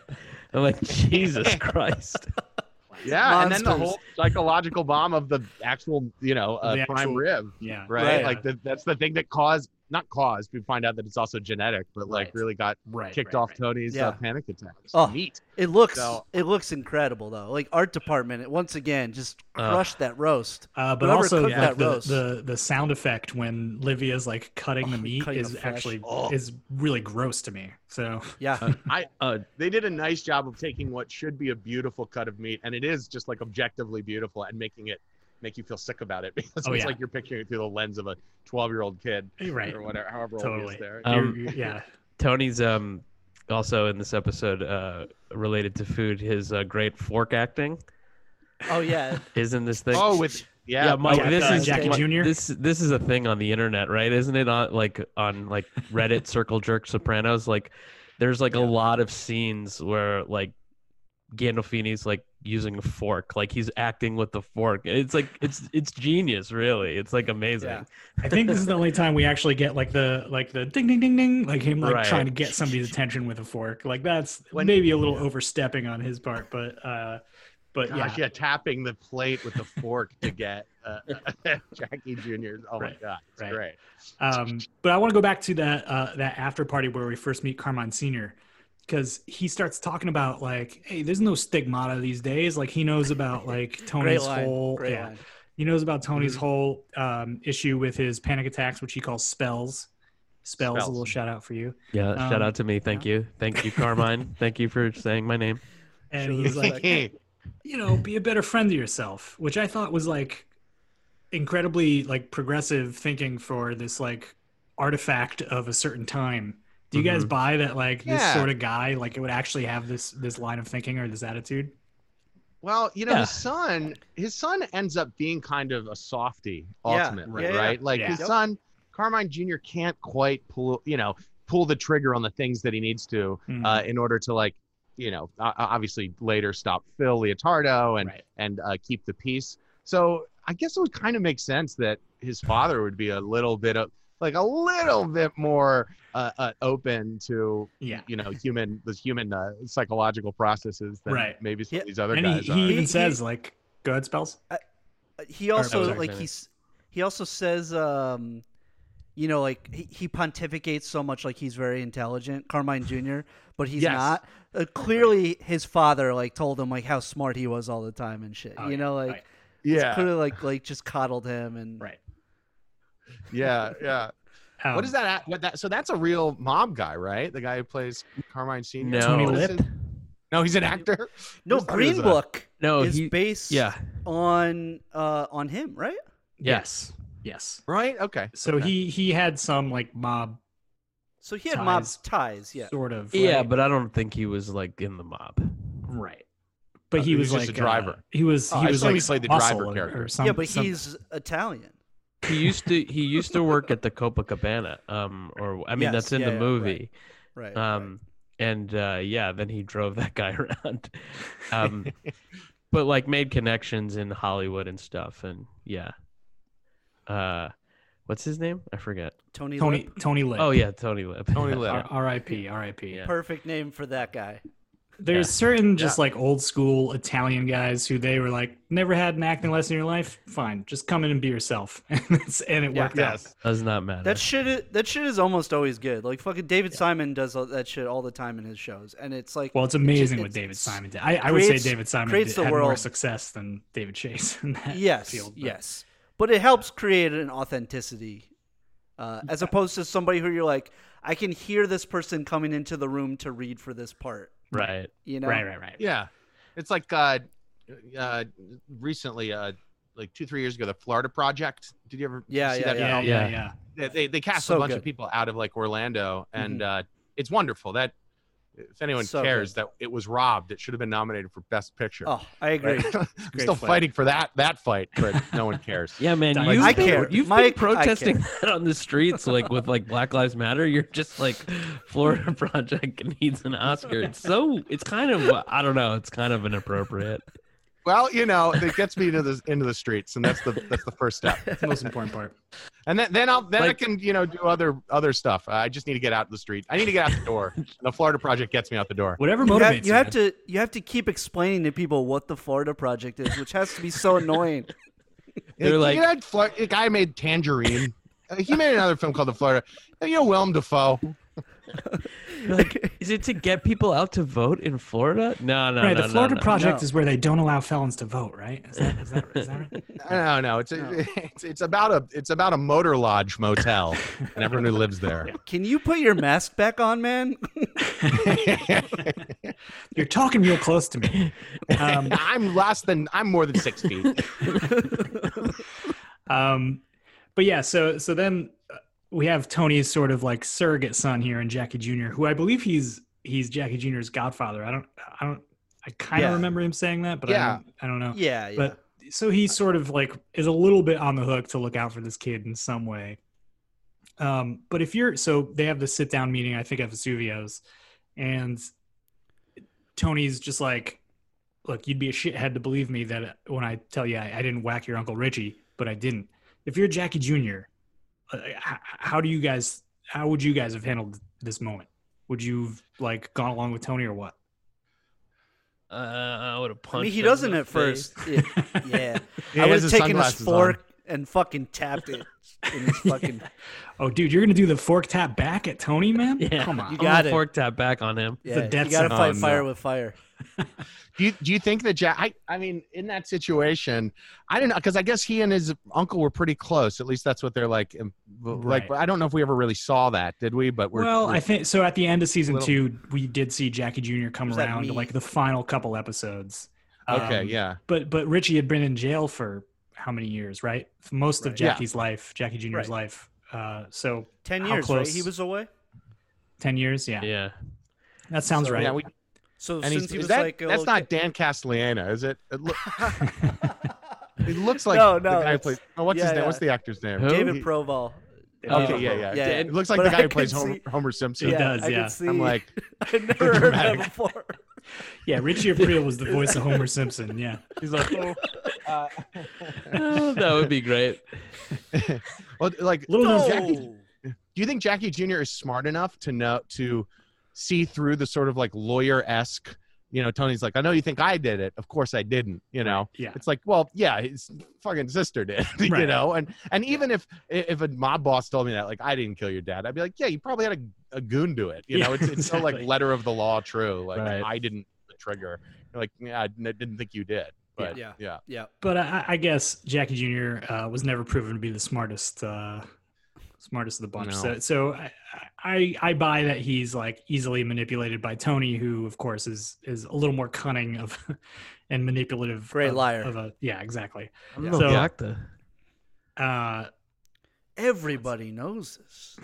[SPEAKER 2] I'm like, Jesus Christ!
[SPEAKER 5] yeah, and then the
[SPEAKER 3] Monsters.
[SPEAKER 5] whole psychological bomb of the actual, you know, uh,
[SPEAKER 4] The
[SPEAKER 5] prime
[SPEAKER 4] actual-
[SPEAKER 5] rib.
[SPEAKER 4] yeah
[SPEAKER 5] right?
[SPEAKER 3] Right.
[SPEAKER 5] Like the, that's the thing that caused, not caused. We find out that it's also genetic, but like
[SPEAKER 4] Right.
[SPEAKER 5] really got
[SPEAKER 4] right
[SPEAKER 5] kicked
[SPEAKER 4] right,
[SPEAKER 5] off
[SPEAKER 4] right.
[SPEAKER 5] Tony's
[SPEAKER 3] Yeah.
[SPEAKER 5] uh, panic attacks.
[SPEAKER 3] Oh.
[SPEAKER 5] Neat.
[SPEAKER 3] It looks
[SPEAKER 5] So-
[SPEAKER 3] it looks incredible though. Like art department, once again, just
[SPEAKER 5] Uh.
[SPEAKER 2] Ugh.
[SPEAKER 3] crushed that roast.
[SPEAKER 4] uh, but
[SPEAKER 3] Whoever
[SPEAKER 4] also
[SPEAKER 3] cooked
[SPEAKER 4] like,
[SPEAKER 3] that
[SPEAKER 4] the,
[SPEAKER 3] roast. Oh,
[SPEAKER 4] the the sound effect when Livia's like cutting the meat
[SPEAKER 3] cutting
[SPEAKER 4] is
[SPEAKER 3] the flesh. Oh.
[SPEAKER 4] actually is really gross to me so
[SPEAKER 3] Yeah,
[SPEAKER 2] Uh,
[SPEAKER 5] They did a nice job of taking what should be a beautiful cut of meat, and it is just like objectively beautiful, and making it make you feel sick about it because
[SPEAKER 4] Oh,
[SPEAKER 5] it's
[SPEAKER 4] yeah.
[SPEAKER 5] like you're picturing it through the lens of a 12 year old kid
[SPEAKER 4] right
[SPEAKER 5] or whatever, however old he
[SPEAKER 4] totally Uh,
[SPEAKER 5] is there.
[SPEAKER 2] Um,
[SPEAKER 4] You're- you're- yeah
[SPEAKER 2] Tony's um also in this episode uh related to food. His uh, great fork acting.
[SPEAKER 3] Oh yeah.
[SPEAKER 2] Isn't this thing?
[SPEAKER 5] Oh, with yeah,
[SPEAKER 2] yeah, Mike.
[SPEAKER 4] Jack-
[SPEAKER 2] this
[SPEAKER 4] uh,
[SPEAKER 2] is
[SPEAKER 4] Jackie
[SPEAKER 2] Mike,
[SPEAKER 4] Jr.?
[SPEAKER 2] This this is a thing on the internet, right? Isn't it on like on like Reddit circle jerk Sopranos? Like, there's like a lot of scenes where like Gandolfini's like using a fork, like he's acting with the fork. It's like it's it's genius, really. It's like amazing.
[SPEAKER 3] Yeah.
[SPEAKER 4] I think this is the only time we actually get like the like the ding ding ding ding like him like
[SPEAKER 2] Right.
[SPEAKER 4] trying to get somebody's attention with a fork. Like that's
[SPEAKER 5] When-
[SPEAKER 4] maybe a little overstepping on his part, but uh but
[SPEAKER 5] gosh,
[SPEAKER 4] yeah.
[SPEAKER 5] yeah, tapping the plate with the fork to get uh, Jackie Jr. Oh
[SPEAKER 4] Right,
[SPEAKER 5] my god, it's
[SPEAKER 4] right.
[SPEAKER 5] great.
[SPEAKER 4] Um but I want to go back to that uh that after party where we first meet Carmine Senior because he starts talking about like hey there's no stigmata these days like he knows about like
[SPEAKER 3] Great
[SPEAKER 4] Tony's
[SPEAKER 3] line.
[SPEAKER 4] whole
[SPEAKER 3] Great
[SPEAKER 4] yeah
[SPEAKER 3] line. Mm-hmm.
[SPEAKER 4] he knows about Tony's whole um issue with his panic attacks which he calls spells spells,
[SPEAKER 5] Spells.
[SPEAKER 4] a little shout out for you
[SPEAKER 2] Yeah, shout
[SPEAKER 4] Um,
[SPEAKER 2] out to me. Thank you. Thank you, Carmine. Thank you for saying my name.
[SPEAKER 4] and
[SPEAKER 3] Sure.
[SPEAKER 4] he's like you know, be a better friend to yourself, which I thought was like incredibly like progressive thinking for this like artifact of a certain time. Do you
[SPEAKER 5] Mm-hmm.
[SPEAKER 4] guys buy that like this
[SPEAKER 5] Yeah.
[SPEAKER 4] sort of guy like it would actually have this this line of thinking or this attitude?
[SPEAKER 5] Well, you know,
[SPEAKER 2] Yeah.
[SPEAKER 5] his son, his son ends up being kind of a softy
[SPEAKER 3] Yeah,
[SPEAKER 5] ultimately,
[SPEAKER 3] yeah, yeah.
[SPEAKER 5] right? Like
[SPEAKER 4] Yeah.
[SPEAKER 5] his
[SPEAKER 3] Yep.
[SPEAKER 5] son, Carmine Jr. can't quite pull, you know, pull the trigger on the things that he needs to
[SPEAKER 4] Mm.
[SPEAKER 5] uh, in order to like, you know, o- o- obviously later stop Phil Leotardo and
[SPEAKER 4] Right.
[SPEAKER 5] and uh, keep the peace. So I guess it would kind of make sense that his father would be a little bit of like a little bit more uh, uh, open to
[SPEAKER 4] Yeah.
[SPEAKER 5] you know human the human uh, psychological processes than
[SPEAKER 4] Right.
[SPEAKER 5] maybe some
[SPEAKER 3] Yeah.
[SPEAKER 5] of these other
[SPEAKER 4] And he,
[SPEAKER 5] guys
[SPEAKER 4] he
[SPEAKER 5] are.
[SPEAKER 4] even
[SPEAKER 3] He-
[SPEAKER 4] says
[SPEAKER 3] he-
[SPEAKER 4] like go ahead spells.
[SPEAKER 3] Uh, He
[SPEAKER 2] I'm
[SPEAKER 3] also
[SPEAKER 2] sorry,
[SPEAKER 3] like
[SPEAKER 2] Sammy.
[SPEAKER 3] he's he also says um you know like he, he pontificates so much like he's very intelligent Carmine Jr. but he's
[SPEAKER 5] Yes.
[SPEAKER 3] not uh, clearly his father like told him like how smart he was all the time and shit
[SPEAKER 4] Oh,
[SPEAKER 3] you
[SPEAKER 4] yeah,
[SPEAKER 3] know like
[SPEAKER 4] right.
[SPEAKER 5] yeah
[SPEAKER 3] clearly like like just coddled him and
[SPEAKER 4] Right.
[SPEAKER 5] yeah, yeah.
[SPEAKER 4] Um,
[SPEAKER 5] what is that? What that? So that's a real mob guy, right? The guy who plays Carmine Senior.
[SPEAKER 2] No. Tony
[SPEAKER 4] Lip?
[SPEAKER 5] No, he's an actor.
[SPEAKER 3] no
[SPEAKER 5] I thought he
[SPEAKER 3] Green
[SPEAKER 5] was a-
[SPEAKER 3] Book
[SPEAKER 2] No,
[SPEAKER 3] is
[SPEAKER 2] he.
[SPEAKER 3] based
[SPEAKER 2] Yeah.
[SPEAKER 3] on uh on him right
[SPEAKER 4] Yes. Yes.
[SPEAKER 5] Right? Okay.
[SPEAKER 4] So
[SPEAKER 5] Okay.
[SPEAKER 4] he he had some like mob
[SPEAKER 3] so he had mob
[SPEAKER 4] Ties.
[SPEAKER 3] ties yeah
[SPEAKER 4] sort of
[SPEAKER 2] Yeah,
[SPEAKER 4] right?
[SPEAKER 2] but I don't think he was like in the mob.
[SPEAKER 4] right. But
[SPEAKER 5] Uh,
[SPEAKER 4] he
[SPEAKER 5] he
[SPEAKER 4] was
[SPEAKER 5] was just
[SPEAKER 4] like
[SPEAKER 5] a driver.
[SPEAKER 4] uh, he was
[SPEAKER 3] Oh,
[SPEAKER 4] he
[SPEAKER 3] I
[SPEAKER 4] was
[SPEAKER 3] thought
[SPEAKER 4] like
[SPEAKER 3] he
[SPEAKER 5] played the
[SPEAKER 4] muscle
[SPEAKER 5] driver
[SPEAKER 4] or-
[SPEAKER 5] character.
[SPEAKER 4] or some-
[SPEAKER 3] yeah but
[SPEAKER 4] some-
[SPEAKER 3] he's Italian
[SPEAKER 2] he used to he used to work at the Copacabana. Um, or I mean
[SPEAKER 3] Yes,
[SPEAKER 2] that's in
[SPEAKER 3] yeah,
[SPEAKER 2] the
[SPEAKER 3] yeah,
[SPEAKER 2] movie.
[SPEAKER 3] right
[SPEAKER 2] Um, and uh, yeah, then he drove that guy around. Um, but like made connections in Hollywood and stuff. And yeah, uh, what's his name? I forget.
[SPEAKER 3] Tony
[SPEAKER 4] Tony
[SPEAKER 3] Lip.
[SPEAKER 4] Tony Lip.
[SPEAKER 2] Oh yeah, Tony Lip.
[SPEAKER 5] Tony Lip.
[SPEAKER 4] R- R.I.P. R.I.P.
[SPEAKER 2] Yeah.
[SPEAKER 3] perfect name for that guy
[SPEAKER 4] There's certain just like old school Italian guys who they were like never had an acting lesson in your life. Fine, just come in and be yourself, and, it's, and it
[SPEAKER 3] Yeah.
[SPEAKER 4] worked out.
[SPEAKER 5] yes.
[SPEAKER 2] Does not matter.
[SPEAKER 3] That shit, i- that shit is almost always good. Like fucking David Simon does all- that shit all the time in his shows, and it's like,
[SPEAKER 4] Well, it's amazing
[SPEAKER 3] It's-
[SPEAKER 4] what David
[SPEAKER 3] it's-
[SPEAKER 4] Simon did. I, I would say
[SPEAKER 3] creates-
[SPEAKER 4] David Simon
[SPEAKER 3] creates
[SPEAKER 4] did,
[SPEAKER 3] the
[SPEAKER 4] had more
[SPEAKER 3] world.
[SPEAKER 4] success than David Chase in that
[SPEAKER 3] yes,
[SPEAKER 4] field. but-
[SPEAKER 3] yes, but it helps create an authenticity, uh, as opposed to somebody who you're like, I can hear this person coming into the room to read for this part.
[SPEAKER 2] right.
[SPEAKER 3] You know,
[SPEAKER 4] Right, right, right.
[SPEAKER 5] Yeah. It's like uh, uh, recently, uh, like two, three years ago, the Florida Project. Did you ever
[SPEAKER 3] Yeah,
[SPEAKER 5] see
[SPEAKER 3] yeah,
[SPEAKER 5] that?
[SPEAKER 3] yeah.
[SPEAKER 4] Yeah,
[SPEAKER 5] film?
[SPEAKER 4] yeah,
[SPEAKER 2] Yeah.
[SPEAKER 4] yeah.
[SPEAKER 5] They- They, they cast
[SPEAKER 3] So
[SPEAKER 5] a bunch
[SPEAKER 3] good. Mm-hmm.
[SPEAKER 5] of people out of like Orlando, and uh, it's wonderful. That if anyone
[SPEAKER 3] So
[SPEAKER 5] cares, that it was robbed. It should have been nominated for Best Picture.
[SPEAKER 3] Oh, I agree.
[SPEAKER 5] Right? I'm
[SPEAKER 4] great
[SPEAKER 5] still
[SPEAKER 4] fight.
[SPEAKER 5] fighting for that that fight, but no one cares.
[SPEAKER 2] Yeah, man.
[SPEAKER 4] Like,
[SPEAKER 2] You've
[SPEAKER 4] I
[SPEAKER 2] been,
[SPEAKER 3] care.
[SPEAKER 2] You've
[SPEAKER 3] Mike, I
[SPEAKER 2] been protesting
[SPEAKER 3] care.
[SPEAKER 2] that on the streets, like with like Black Lives Matter. You're just like Florida Project needs an Oscar. It's so. It's kind of. I don't know. It's kind of inappropriate.
[SPEAKER 5] Well, you know, it gets me to the into the streets, and that's the that's the first step.
[SPEAKER 4] It's the most important part.
[SPEAKER 5] And then then I'll then
[SPEAKER 2] Like-
[SPEAKER 5] I can you know do other other stuff. I just need to get out the street. I need to get out the door. and the Florida Project gets me out the door.
[SPEAKER 4] Whatever
[SPEAKER 3] You
[SPEAKER 4] motivates
[SPEAKER 3] have, you have
[SPEAKER 4] man.
[SPEAKER 3] to you have to keep explaining to people what the Florida Project is, which has to be so annoying.
[SPEAKER 2] They're
[SPEAKER 5] You
[SPEAKER 2] like-
[SPEAKER 5] had Flo- the guy made Tangerine. Uh, he made another film called The Florida. You know, Willem Dafoe.
[SPEAKER 2] Like, is it to get people out to vote in Florida? No, no,
[SPEAKER 4] right,
[SPEAKER 2] no,
[SPEAKER 4] the
[SPEAKER 2] no,
[SPEAKER 4] Florida
[SPEAKER 2] no.
[SPEAKER 4] Project
[SPEAKER 3] No.
[SPEAKER 4] is where they don't allow felons to vote. Right? Is that is that, is that right?
[SPEAKER 5] No, no, it's,
[SPEAKER 3] No.
[SPEAKER 5] it's it's about a it's about a motor lodge motel and everyone who lives there.
[SPEAKER 3] Can you put your mask back on, man?
[SPEAKER 4] You're talking real close to me. Um,
[SPEAKER 5] I'm less than I'm more than six feet.
[SPEAKER 4] um but yeah so so then uh, we have tony's sort of like surrogate son here and jackie jr who i believe he's he's jackie jr's godfather i don't i don't I kind of
[SPEAKER 3] Yeah.
[SPEAKER 4] remember him saying that, but I,
[SPEAKER 5] Yeah.
[SPEAKER 4] don't, I don't know.
[SPEAKER 3] Yeah, yeah.
[SPEAKER 4] But so he sort of like is a little bit on the hook to look out for this kid in some way. Um, but if you're so they have the sit down meeting, I think at Vesuvio's, and Tony's just like, Look, you'd be a shithead to believe me that when I tell you I, I didn't whack your Uncle Richie, but I didn't. If you're Jackie Jr., uh, h- how do you guys, how would you guys have handled this moment? Would you've like gone along with Tony or what?
[SPEAKER 2] Uh, I would have punched.
[SPEAKER 3] I mean, he
[SPEAKER 2] him in
[SPEAKER 3] doesn't
[SPEAKER 2] the
[SPEAKER 3] at
[SPEAKER 2] face.
[SPEAKER 3] first. Yeah, yeah.
[SPEAKER 5] He
[SPEAKER 3] I would have
[SPEAKER 5] has
[SPEAKER 3] taken his
[SPEAKER 5] his sunglasses on.
[SPEAKER 3] fork and fucking tapped it in his fucking.
[SPEAKER 4] Oh, dude, you're gonna do the fork tap back at Tony, man?
[SPEAKER 2] Yeah,
[SPEAKER 4] Come on.
[SPEAKER 3] You
[SPEAKER 2] you
[SPEAKER 3] got
[SPEAKER 2] got
[SPEAKER 3] it.
[SPEAKER 2] a fork tap back on him.
[SPEAKER 3] Yeah,
[SPEAKER 4] a death
[SPEAKER 3] you gotta
[SPEAKER 4] sentence.
[SPEAKER 3] fight
[SPEAKER 4] Oh,
[SPEAKER 3] fire
[SPEAKER 4] no.
[SPEAKER 3] with fire.
[SPEAKER 5] Do you do you think that Jack? I I mean, in that situation, I don't know because I guess he and his uncle were pretty close. At least that's what they're like. um, Like
[SPEAKER 4] Right.
[SPEAKER 5] I don't know if we ever really saw that, did we? But we're
[SPEAKER 4] well,
[SPEAKER 5] we're-
[SPEAKER 4] I think so. At the end of season
[SPEAKER 5] Little-
[SPEAKER 4] two, we did see Jackie Jr. come
[SPEAKER 3] Was that
[SPEAKER 4] around to
[SPEAKER 3] me?
[SPEAKER 4] like the final couple episodes.
[SPEAKER 5] okay,
[SPEAKER 4] Um,
[SPEAKER 5] yeah,
[SPEAKER 4] But but Richie had been in jail for how many years, right? Most of
[SPEAKER 3] Right.
[SPEAKER 5] Yeah.
[SPEAKER 4] Jackie's life, Jackie Jr.'s
[SPEAKER 3] Right.
[SPEAKER 4] life. Uh, so
[SPEAKER 3] Ten
[SPEAKER 4] How
[SPEAKER 3] years, right?
[SPEAKER 4] close?
[SPEAKER 3] He was away.
[SPEAKER 4] ten years, yeah.
[SPEAKER 2] Yeah,
[SPEAKER 4] That sounds
[SPEAKER 3] So-
[SPEAKER 4] right.
[SPEAKER 5] yeah. We,
[SPEAKER 3] So
[SPEAKER 5] and
[SPEAKER 3] since
[SPEAKER 5] he's,
[SPEAKER 3] he
[SPEAKER 5] is
[SPEAKER 3] was
[SPEAKER 5] that,
[SPEAKER 3] like oh, a
[SPEAKER 5] that's
[SPEAKER 3] little kid-
[SPEAKER 5] not Dan Castellana, is it? It, look, it looks like
[SPEAKER 3] No, no,
[SPEAKER 5] the guy who
[SPEAKER 3] it's-
[SPEAKER 5] plays. Oh, what's
[SPEAKER 3] yeah,
[SPEAKER 5] his name?
[SPEAKER 3] yeah.
[SPEAKER 5] What's the actor's name?
[SPEAKER 2] Who?
[SPEAKER 3] David
[SPEAKER 5] He-
[SPEAKER 3] Proval.
[SPEAKER 5] Okay, yeah, yeah,
[SPEAKER 3] yeah.
[SPEAKER 5] It looks like
[SPEAKER 3] But
[SPEAKER 5] the
[SPEAKER 3] I
[SPEAKER 5] guy who
[SPEAKER 3] could
[SPEAKER 5] plays Homer,
[SPEAKER 3] see-
[SPEAKER 5] Homer Simpson.
[SPEAKER 3] yeah,
[SPEAKER 4] does,
[SPEAKER 3] I
[SPEAKER 4] yeah.
[SPEAKER 3] Could see,
[SPEAKER 5] I'm like,
[SPEAKER 3] I never heard that
[SPEAKER 5] dramatic.
[SPEAKER 3] before.
[SPEAKER 4] yeah, Richie April was the voice of Homer Simpson. Yeah,
[SPEAKER 5] he's like, oh, uh,
[SPEAKER 2] Oh, that would be great.
[SPEAKER 5] well, like
[SPEAKER 4] little known
[SPEAKER 5] Jackie-
[SPEAKER 3] No.
[SPEAKER 5] do you think Jackie Jr. is smart enough to know to see through the sort of like lawyer esque? You know, Tony's like, I know you think I did it. Of course I didn't. You know,
[SPEAKER 4] yeah.
[SPEAKER 5] it's like, well, yeah, his fucking sister did. You
[SPEAKER 4] Right.
[SPEAKER 5] know, and and even if if a mob boss told me that, like, I didn't kill your dad, I'd be like, yeah, you probably had a, a goon do it. You
[SPEAKER 4] Yeah,
[SPEAKER 5] know, it's it's so
[SPEAKER 4] exactly.
[SPEAKER 5] like letter of the law true. Like
[SPEAKER 4] Right.
[SPEAKER 5] I didn't pull the trigger. You're like, yeah, I didn't- didn't think you did. But
[SPEAKER 3] Yeah.
[SPEAKER 5] yeah, yeah.
[SPEAKER 3] Yeah.
[SPEAKER 4] but I, I guess Jackie Jr. Uh, was never proven to be the smartest, uh, smartest of the bunch.
[SPEAKER 5] No.
[SPEAKER 4] So, so I, I, I buy that he's like easily manipulated by Tony, who of course is is a little more cunning of and manipulative.
[SPEAKER 3] Great
[SPEAKER 4] of-
[SPEAKER 3] liar.
[SPEAKER 4] Of a, yeah, exactly.
[SPEAKER 2] I'm
[SPEAKER 3] Yeah.
[SPEAKER 2] no
[SPEAKER 4] So-
[SPEAKER 2] doctor.
[SPEAKER 4] Uh,
[SPEAKER 3] Everybody knows this.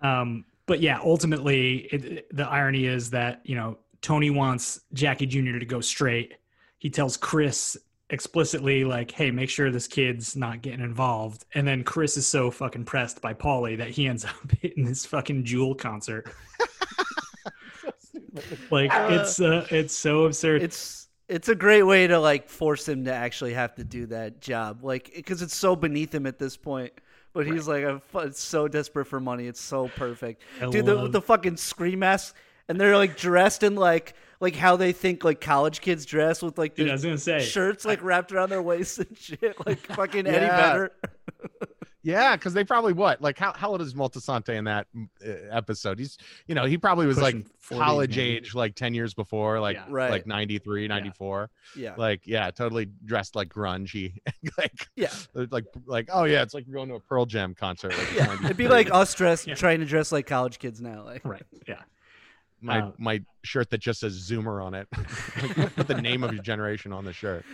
[SPEAKER 4] um, but yeah, ultimately, it, it- the irony is that you know Tony wants Jackie Jr. to go straight. He tells Chris explicitly, like, "Hey, make sure this kid's not getting involved." And then Chris is so fucking pressed by Paulie that he ends up hitting this fucking Jewel concert. like it's uh, it's so absurd.
[SPEAKER 3] It's it's a great way to like force him to actually have to do that job, like because it's so beneath him at this point. But he's like, I'm fu- it's so desperate for money. It's so perfect,
[SPEAKER 4] I
[SPEAKER 3] dude. The,
[SPEAKER 4] love-
[SPEAKER 3] the fucking scream mask, and they're like dressed in like like how they think like college kids dress with like
[SPEAKER 4] Dude, I was
[SPEAKER 3] the
[SPEAKER 4] gonna say
[SPEAKER 3] shirts like wrapped around their waists and shit, like fucking Eddie
[SPEAKER 5] Yeah.
[SPEAKER 3] Vedder.
[SPEAKER 5] Yeah, because they probably what? Like, how, how old is Multisante in that uh, episode? He's, you know, he probably was
[SPEAKER 4] Pushing
[SPEAKER 5] like
[SPEAKER 4] 40s,
[SPEAKER 5] college
[SPEAKER 4] maybe.
[SPEAKER 5] age, like 10 years before, like,
[SPEAKER 4] Yeah.
[SPEAKER 3] Right.
[SPEAKER 5] like 93, 94.
[SPEAKER 3] Yeah,
[SPEAKER 5] Like, yeah, totally dressed like grungy. like,
[SPEAKER 3] yeah,
[SPEAKER 5] like, like, oh, yeah, it's like you're going to a Pearl Jam concert. Like
[SPEAKER 3] yeah. It'd be like us dressed,
[SPEAKER 4] Yeah.
[SPEAKER 3] trying to dress like college kids now, like.
[SPEAKER 4] right. Yeah.
[SPEAKER 5] my,
[SPEAKER 4] uh,
[SPEAKER 5] my shirt that just says Zoomer on it. Put the name of your generation on the shirt.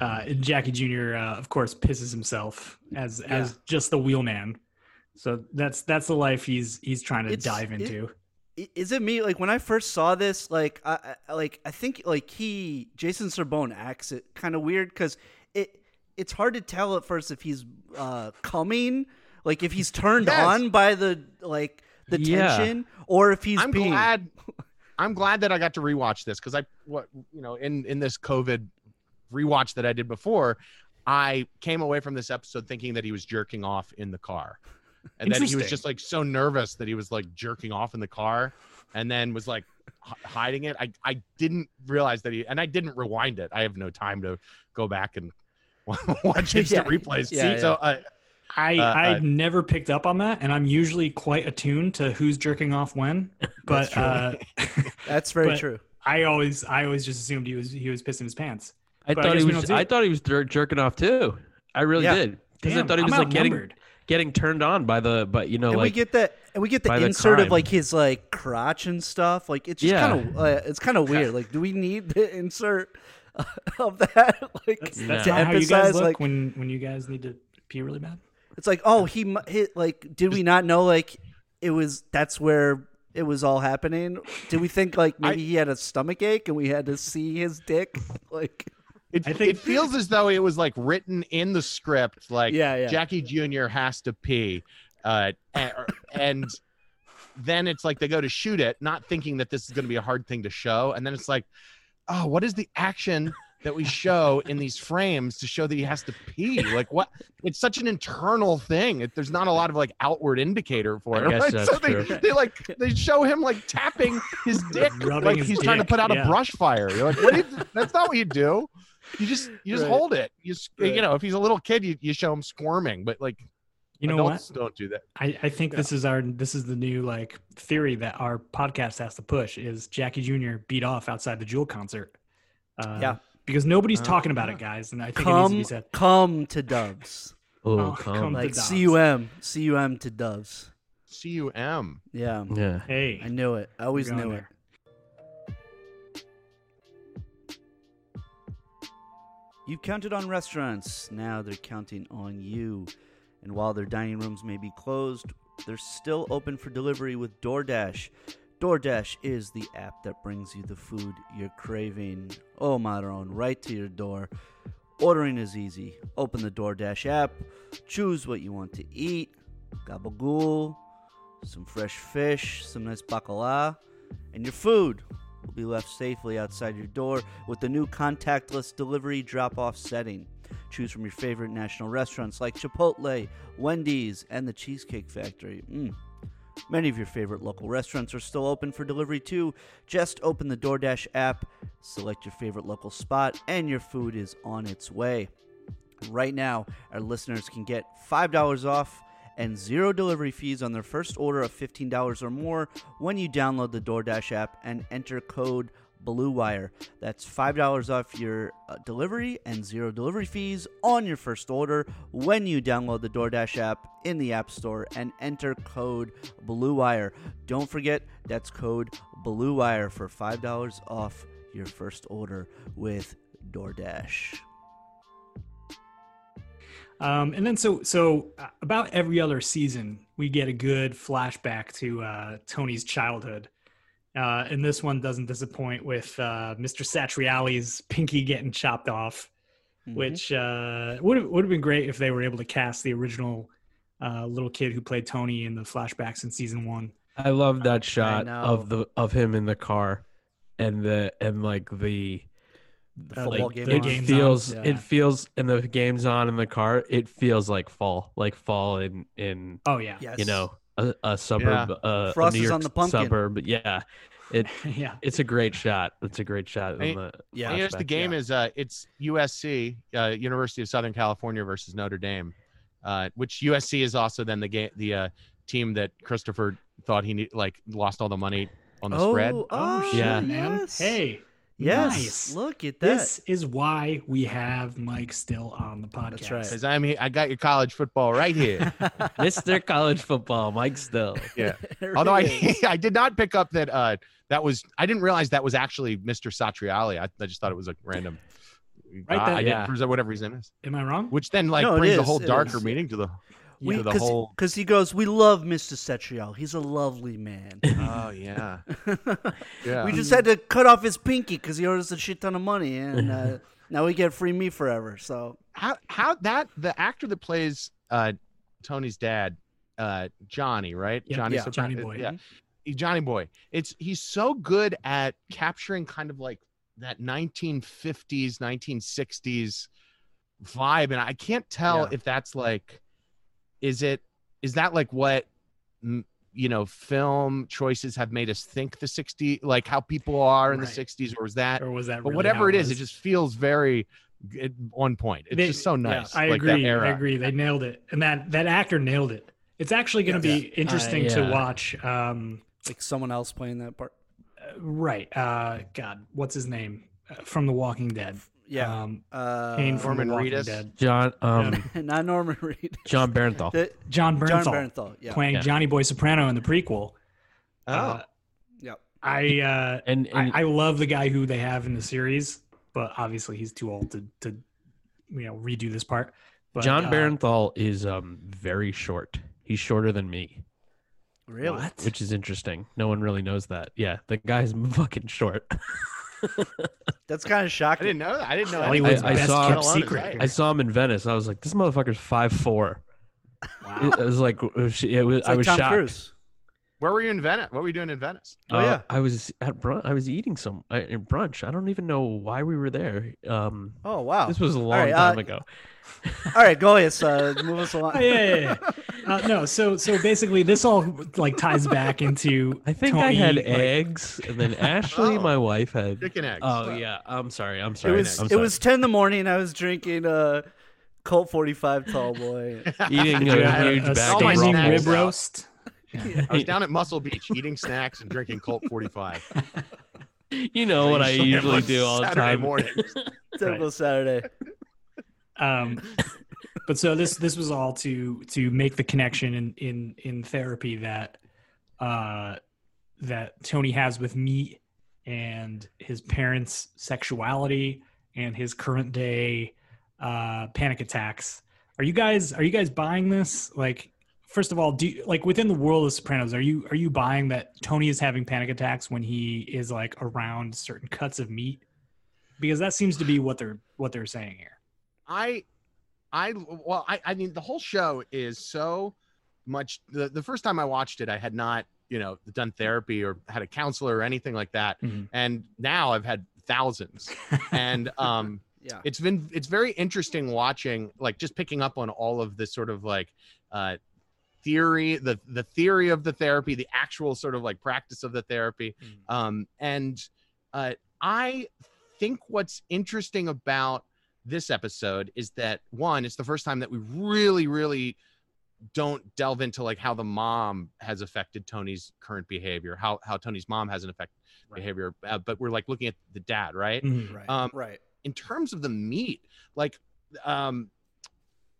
[SPEAKER 4] uh, and Jackie Jr. Uh, of course pisses himself as as just the wheelman. So that's that's the life he's he's trying to
[SPEAKER 3] It's-
[SPEAKER 4] dive
[SPEAKER 3] it-
[SPEAKER 4] into.
[SPEAKER 3] I- is it me like when i first saw this like i, I like i think like he jason Serbone acts it kind of weird because it it's hard to tell at first if he's uh coming like if he's turned
[SPEAKER 5] Yes.
[SPEAKER 3] on by the like the
[SPEAKER 2] Yeah.
[SPEAKER 3] tension or if he's
[SPEAKER 5] I'm
[SPEAKER 3] being
[SPEAKER 5] glad. I'm glad that I got to rewatch this because I what you know in in this COVID rewatch that I did before, I came away from this episode thinking that he was jerking off in the car, and then he was
[SPEAKER 4] Interesting.
[SPEAKER 5] just like so nervous that he was like jerking off in the car, and then was like h- hiding it. I I didn't realize that he and I didn't rewind it. I have no time to go back and watch instant
[SPEAKER 3] Yeah.
[SPEAKER 5] replays.
[SPEAKER 3] Yeah,
[SPEAKER 5] See, so uh,
[SPEAKER 4] I
[SPEAKER 5] Uh,
[SPEAKER 4] I
[SPEAKER 5] I-
[SPEAKER 4] never picked up on that, and I'm usually quite attuned to who's jerking off when. But uh,
[SPEAKER 3] that's very
[SPEAKER 4] but-
[SPEAKER 3] true
[SPEAKER 4] I always I always just assumed he was he was pissing his pants.
[SPEAKER 2] I
[SPEAKER 4] But I
[SPEAKER 2] thought
[SPEAKER 4] guess
[SPEAKER 2] he
[SPEAKER 4] we
[SPEAKER 2] was.
[SPEAKER 4] don't see
[SPEAKER 2] I
[SPEAKER 4] it.
[SPEAKER 2] thought he was jer- jerking off too. I really
[SPEAKER 3] Yeah.
[SPEAKER 2] did because I
[SPEAKER 4] Damn,
[SPEAKER 2] thought he was
[SPEAKER 4] I'm
[SPEAKER 2] like getting
[SPEAKER 4] outnumbered.
[SPEAKER 2] getting turned on by the. But you know,
[SPEAKER 3] and we
[SPEAKER 2] like
[SPEAKER 3] get that and we get the
[SPEAKER 2] by the
[SPEAKER 3] insert of
[SPEAKER 2] crime.
[SPEAKER 3] like his like crotch and stuff like it's just
[SPEAKER 2] Yeah.
[SPEAKER 3] kind of uh, it's kind of weird like do we need the insert of that like
[SPEAKER 4] That's, that's
[SPEAKER 3] to
[SPEAKER 4] not how you
[SPEAKER 3] emphasize
[SPEAKER 4] guys look
[SPEAKER 3] like
[SPEAKER 4] when when you guys need to pee really bad.
[SPEAKER 3] It's like, oh, he mu- hit like. Did we not know like it was? That's where it was all happening? Did we think like maybe he had a stomach ache and we had to see his dick? Like
[SPEAKER 5] It,
[SPEAKER 4] I think-
[SPEAKER 5] it feels as though it was like written in the script, like
[SPEAKER 3] Yeah, yeah.
[SPEAKER 5] Jackie Jr. has to pee, uh, and, and then it's like they go to shoot it, not thinking that this is going to be a hard thing to show, and then it's like, oh, what is the action that we show in these frames to show that he has to pee? Like what? It's such an internal thing. It, there's not a lot of like outward indicator for
[SPEAKER 2] I
[SPEAKER 5] it.
[SPEAKER 2] guess
[SPEAKER 5] right?
[SPEAKER 2] that's
[SPEAKER 5] so they,
[SPEAKER 2] true.
[SPEAKER 5] they like they show him like tapping his dick,
[SPEAKER 4] Rubbing
[SPEAKER 5] like
[SPEAKER 4] his
[SPEAKER 5] he's trying to
[SPEAKER 4] dick,
[SPEAKER 5] put out
[SPEAKER 4] yeah.
[SPEAKER 5] a brush fire. You're like, what? do you, that's not what you do you just you just
[SPEAKER 3] Right.
[SPEAKER 5] hold it. You s
[SPEAKER 3] Right.
[SPEAKER 5] you know if he's a little kid, you, you show him squirming, but like
[SPEAKER 4] You know
[SPEAKER 5] adults
[SPEAKER 4] what?
[SPEAKER 5] don't do that.
[SPEAKER 4] I, I think this is our this is the new like theory that our podcast has to push is Jackie Jr. beat off outside the Jewel concert. Uh,
[SPEAKER 3] Yeah.
[SPEAKER 4] because nobody's talking about it, guys, and I think it needs to
[SPEAKER 3] come
[SPEAKER 4] be said.
[SPEAKER 3] come to doves.
[SPEAKER 2] Oh,
[SPEAKER 4] Oh,
[SPEAKER 2] come.
[SPEAKER 4] come
[SPEAKER 3] Like
[SPEAKER 4] doves.
[SPEAKER 3] C U M. C U M to doves.
[SPEAKER 5] C U M.
[SPEAKER 3] Yeah.
[SPEAKER 2] Yeah.
[SPEAKER 4] Hey,
[SPEAKER 3] I knew it. I always
[SPEAKER 4] We're going
[SPEAKER 3] knew it.
[SPEAKER 4] there.
[SPEAKER 3] You counted on restaurants. Now they're counting on you. And while their dining rooms may be closed, they're still open for delivery with DoorDash. DoorDash is the app that brings you the food you're craving. Oh, Maron, right to your door. Ordering is easy. Open the DoorDash app, choose what you want to eat, gabagool, some fresh fish, some nice bacala, and your food will be left safely outside your door with the new contactless delivery drop off setting. Choose from your favorite national restaurants like Chipotle, Wendy's, and the Cheesecake Factory. Mm. Many of your favorite local restaurants are still open for delivery too. Just open the DoorDash app, select your favorite local spot, and your food is on its way. Right now, our listeners can get $5 off and zero delivery fees on their first order of $15 or more when you download the DoorDash app and enter code BLUEWIRE. That's $5 off your uh, delivery and zero delivery fees on your first order when you download the DoorDash app in the App Store and enter code BLUEWIRE. Don't forget, that's code BLUEWIRE for $5 off your first order with DoorDash.
[SPEAKER 4] Um, and then so so uh, about every other season, we get a good flashback to uh, Tony's childhood, uh, and this one doesn't disappoint with uh, Mr. Satriali's pinky getting chopped off,
[SPEAKER 3] Mm-hmm.
[SPEAKER 4] which uh, would have would have been great if they were able to cast the original uh, little kid who played Tony in the flashbacks in season one.
[SPEAKER 2] I love that shot
[SPEAKER 3] know.
[SPEAKER 2] of the of him in the car, and the and like the
[SPEAKER 3] The
[SPEAKER 4] Uh,
[SPEAKER 3] football
[SPEAKER 4] like,
[SPEAKER 3] game
[SPEAKER 4] the
[SPEAKER 3] on.
[SPEAKER 2] it
[SPEAKER 4] game's
[SPEAKER 2] feels
[SPEAKER 3] on. Yeah.
[SPEAKER 2] it feels and the game's on in the car. It feels like fall, like fall in in
[SPEAKER 4] Oh yeah,
[SPEAKER 3] Yes.
[SPEAKER 2] you know a, a suburb, uh, a
[SPEAKER 3] Frost
[SPEAKER 2] New
[SPEAKER 3] is
[SPEAKER 2] York
[SPEAKER 3] on the pumpkin.
[SPEAKER 2] suburb. Yeah, it
[SPEAKER 4] yeah.
[SPEAKER 2] it's a great shot. It's a great shot. in
[SPEAKER 5] Hey,
[SPEAKER 2] the
[SPEAKER 3] Yeah.
[SPEAKER 5] I guess the
[SPEAKER 2] flashback,
[SPEAKER 5] game
[SPEAKER 2] yeah.
[SPEAKER 5] is uh it's USC, uh, University of Southern California versus Notre Dame, uh, which USC is also then the game the uh, team that Christopher thought he need, like lost all the money on the spread.
[SPEAKER 3] oh,
[SPEAKER 2] shit, Yeah.
[SPEAKER 4] man.
[SPEAKER 3] Yes.
[SPEAKER 4] Hey,
[SPEAKER 3] Yes.
[SPEAKER 4] nice.
[SPEAKER 3] Look at that.
[SPEAKER 4] this is why we have Mike still on the podcast.
[SPEAKER 3] right.
[SPEAKER 5] Because I'm here, I got your college football right here.
[SPEAKER 2] Mr. College Football, Mike Still.
[SPEAKER 5] yeah.
[SPEAKER 3] There
[SPEAKER 5] Although
[SPEAKER 3] it
[SPEAKER 5] I,
[SPEAKER 3] is.
[SPEAKER 5] I did not pick up that uh that was I didn't realize that was actually Mr. Satriani. I, I just thought it was like random.
[SPEAKER 4] Right,
[SPEAKER 5] I-
[SPEAKER 4] that-
[SPEAKER 5] I
[SPEAKER 2] yeah.
[SPEAKER 5] didn't present whatever his name is.
[SPEAKER 4] Am I wrong?
[SPEAKER 5] which then like
[SPEAKER 3] No, it
[SPEAKER 5] brings a
[SPEAKER 3] is,
[SPEAKER 5] whole
[SPEAKER 3] it
[SPEAKER 5] darker
[SPEAKER 3] is.
[SPEAKER 5] meaning to the
[SPEAKER 3] We-
[SPEAKER 5] to the
[SPEAKER 3] cause,
[SPEAKER 5] whole.
[SPEAKER 3] Because he goes, we love Mr. Cetrial. He's a lovely man.
[SPEAKER 5] Oh yeah, yeah.
[SPEAKER 3] we just had to cut off his pinky because he owed us a shit ton of money, and uh, now we get free meat forever. So
[SPEAKER 5] how how that the actor that plays uh Tony's dad, uh Johnny, right?
[SPEAKER 4] Yeah,
[SPEAKER 5] Johnny,
[SPEAKER 3] yeah,
[SPEAKER 5] Sopra-
[SPEAKER 4] Johnny Boy.
[SPEAKER 5] Yeah, he- Johnny Boy. It's he's so good at capturing kind of like that 1950s, 1960s vibe, and I can't tell
[SPEAKER 3] Yeah.
[SPEAKER 5] if that's like, is it is that like what mm, you know film choices have made us think the 60s like how people are in
[SPEAKER 4] Right.
[SPEAKER 5] the 60s or was that
[SPEAKER 4] or was that?
[SPEAKER 5] but
[SPEAKER 4] really
[SPEAKER 5] whatever
[SPEAKER 4] how
[SPEAKER 5] it is, it
[SPEAKER 4] was?
[SPEAKER 5] just feels very it, on point. It's
[SPEAKER 4] They-
[SPEAKER 5] just so nice.
[SPEAKER 4] Yeah, I
[SPEAKER 5] like that
[SPEAKER 4] agree.
[SPEAKER 5] era.
[SPEAKER 4] I agree. They nailed it, and that that actor nailed it. It's actually going to
[SPEAKER 3] Yes.
[SPEAKER 4] be interesting
[SPEAKER 2] Uh, yeah.
[SPEAKER 4] to watch. Um,
[SPEAKER 3] like someone else playing that part.
[SPEAKER 4] uh, right. Uh, God, what's his name Uh, from The Walking Dead?
[SPEAKER 3] Yeah.
[SPEAKER 4] Um,
[SPEAKER 3] Uh,
[SPEAKER 4] Kane from
[SPEAKER 5] Norman
[SPEAKER 4] The Walking
[SPEAKER 5] Reedus.
[SPEAKER 4] Dead.
[SPEAKER 2] John um
[SPEAKER 3] not Norman Reed.
[SPEAKER 2] John Barenthal.
[SPEAKER 3] The-
[SPEAKER 4] John
[SPEAKER 3] John
[SPEAKER 4] Bernthal,
[SPEAKER 3] Bernthal. Yeah.
[SPEAKER 4] playing
[SPEAKER 2] Yeah.
[SPEAKER 4] Johnny Boy Soprano in the prequel.
[SPEAKER 5] Oh,
[SPEAKER 4] Uh,
[SPEAKER 3] Yeah.
[SPEAKER 4] I, uh,
[SPEAKER 2] and, and
[SPEAKER 4] I I love the guy who they have in the series, but obviously he's too old to to you know redo this part. But,
[SPEAKER 2] John
[SPEAKER 4] uh,
[SPEAKER 2] Barenthal is um very short. He's shorter than me.
[SPEAKER 3] Really?
[SPEAKER 4] What?
[SPEAKER 2] which is interesting. No one really knows that. Yeah, the guy's fucking short.
[SPEAKER 3] That's kind of
[SPEAKER 5] I
[SPEAKER 3] shocking.
[SPEAKER 5] didn't know. That. I didn't know. anything
[SPEAKER 4] Hollywood's
[SPEAKER 5] about
[SPEAKER 2] I
[SPEAKER 4] best
[SPEAKER 5] that.
[SPEAKER 2] saw-
[SPEAKER 5] How
[SPEAKER 4] kept
[SPEAKER 5] long is
[SPEAKER 4] secret.
[SPEAKER 5] that?
[SPEAKER 2] I saw him in Venice. I was like, this motherfucker's five four.
[SPEAKER 4] Wow.
[SPEAKER 2] It was like, it was- it was-
[SPEAKER 3] It's
[SPEAKER 2] I
[SPEAKER 3] like
[SPEAKER 2] was
[SPEAKER 3] Tom
[SPEAKER 2] shocked.
[SPEAKER 3] Cruise.
[SPEAKER 5] Where were you in Venice? What were you doing in Venice?
[SPEAKER 3] Oh,
[SPEAKER 2] Uh,
[SPEAKER 3] yeah.
[SPEAKER 2] I was at brunch. I was eating some uh, in brunch. I don't even know why we were there. Um,
[SPEAKER 3] Oh wow.
[SPEAKER 2] this was a long
[SPEAKER 3] right,
[SPEAKER 2] time
[SPEAKER 3] uh,
[SPEAKER 2] ago.
[SPEAKER 3] All right, Goliath, uh, move us along.
[SPEAKER 4] Oh, yeah, yeah, yeah. Uh, no, so so basically, this all like ties back into.
[SPEAKER 2] I think I
[SPEAKER 4] Tony,
[SPEAKER 2] had
[SPEAKER 4] like-
[SPEAKER 2] eggs, and then Ashley,
[SPEAKER 5] Oh.
[SPEAKER 2] my wife, had.
[SPEAKER 5] Chicken eggs.
[SPEAKER 2] Oh yeah, I'm sorry. I'm
[SPEAKER 3] It
[SPEAKER 2] sorry.
[SPEAKER 3] was
[SPEAKER 2] I'm
[SPEAKER 3] it
[SPEAKER 2] sorry.
[SPEAKER 3] was ten in the morning. I was drinking uh, Colt forty five Tall Boy.
[SPEAKER 2] eating
[SPEAKER 4] I
[SPEAKER 2] a
[SPEAKER 4] had
[SPEAKER 2] huge
[SPEAKER 4] a
[SPEAKER 2] bag
[SPEAKER 5] my
[SPEAKER 2] of
[SPEAKER 4] steaming
[SPEAKER 2] rumble.
[SPEAKER 5] snacks.
[SPEAKER 4] rib roast.
[SPEAKER 5] I was down at Muscle Beach eating snacks and drinking Colt 45.
[SPEAKER 2] You know what I
[SPEAKER 5] Usually
[SPEAKER 2] usually
[SPEAKER 5] on
[SPEAKER 2] do all the
[SPEAKER 5] Saturday
[SPEAKER 2] time.
[SPEAKER 5] morning.
[SPEAKER 3] Typical
[SPEAKER 4] Right.
[SPEAKER 3] Saturday.
[SPEAKER 4] um, but so this this was all to to make the connection in in in therapy that uh that Tony has with me and his parents' sexuality and his current day uh panic attacks. Are you guys are you guys buying this? Like first of all, do you, like within the world of Sopranos, are you are you buying that Tony is having panic attacks when he is like around certain cuts of meat? Because that seems to be what they're what they're saying here.
[SPEAKER 5] I, I, well, I, I mean, the whole show is so much. The, the first time I watched it, I had not, you know, done therapy or had a counselor or anything like that.
[SPEAKER 2] Mm-hmm.
[SPEAKER 4] Mhm.
[SPEAKER 5] And now I've had thousands. and, um,
[SPEAKER 3] Yeah.
[SPEAKER 5] it's been it's very interesting watching like just picking up on all of this sort of like uh theory the the theory of the therapy the actual sort of like practice of the therapy um and uh i think what's interesting about this episode is that one it's the first time that we really really don't delve into like how the mom has affected tony's current behavior how how tony's mom has an affect behavior uh, but we're like looking at the dad right
[SPEAKER 4] Mhm.
[SPEAKER 3] Mm-hmm, Right.
[SPEAKER 5] um
[SPEAKER 3] right.
[SPEAKER 5] in terms of the meat, like um,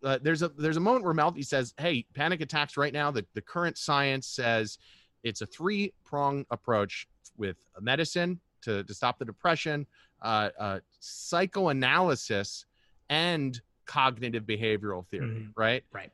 [SPEAKER 5] uh, there's a there's a moment where Maltby says, "Hey, panic attacks right now. The the current science says it's a three prong approach with medicine to to stop the depression, uh, uh, psychoanalysis, and cognitive behavioral theory.
[SPEAKER 4] Mhm.
[SPEAKER 5] Right?
[SPEAKER 4] Right.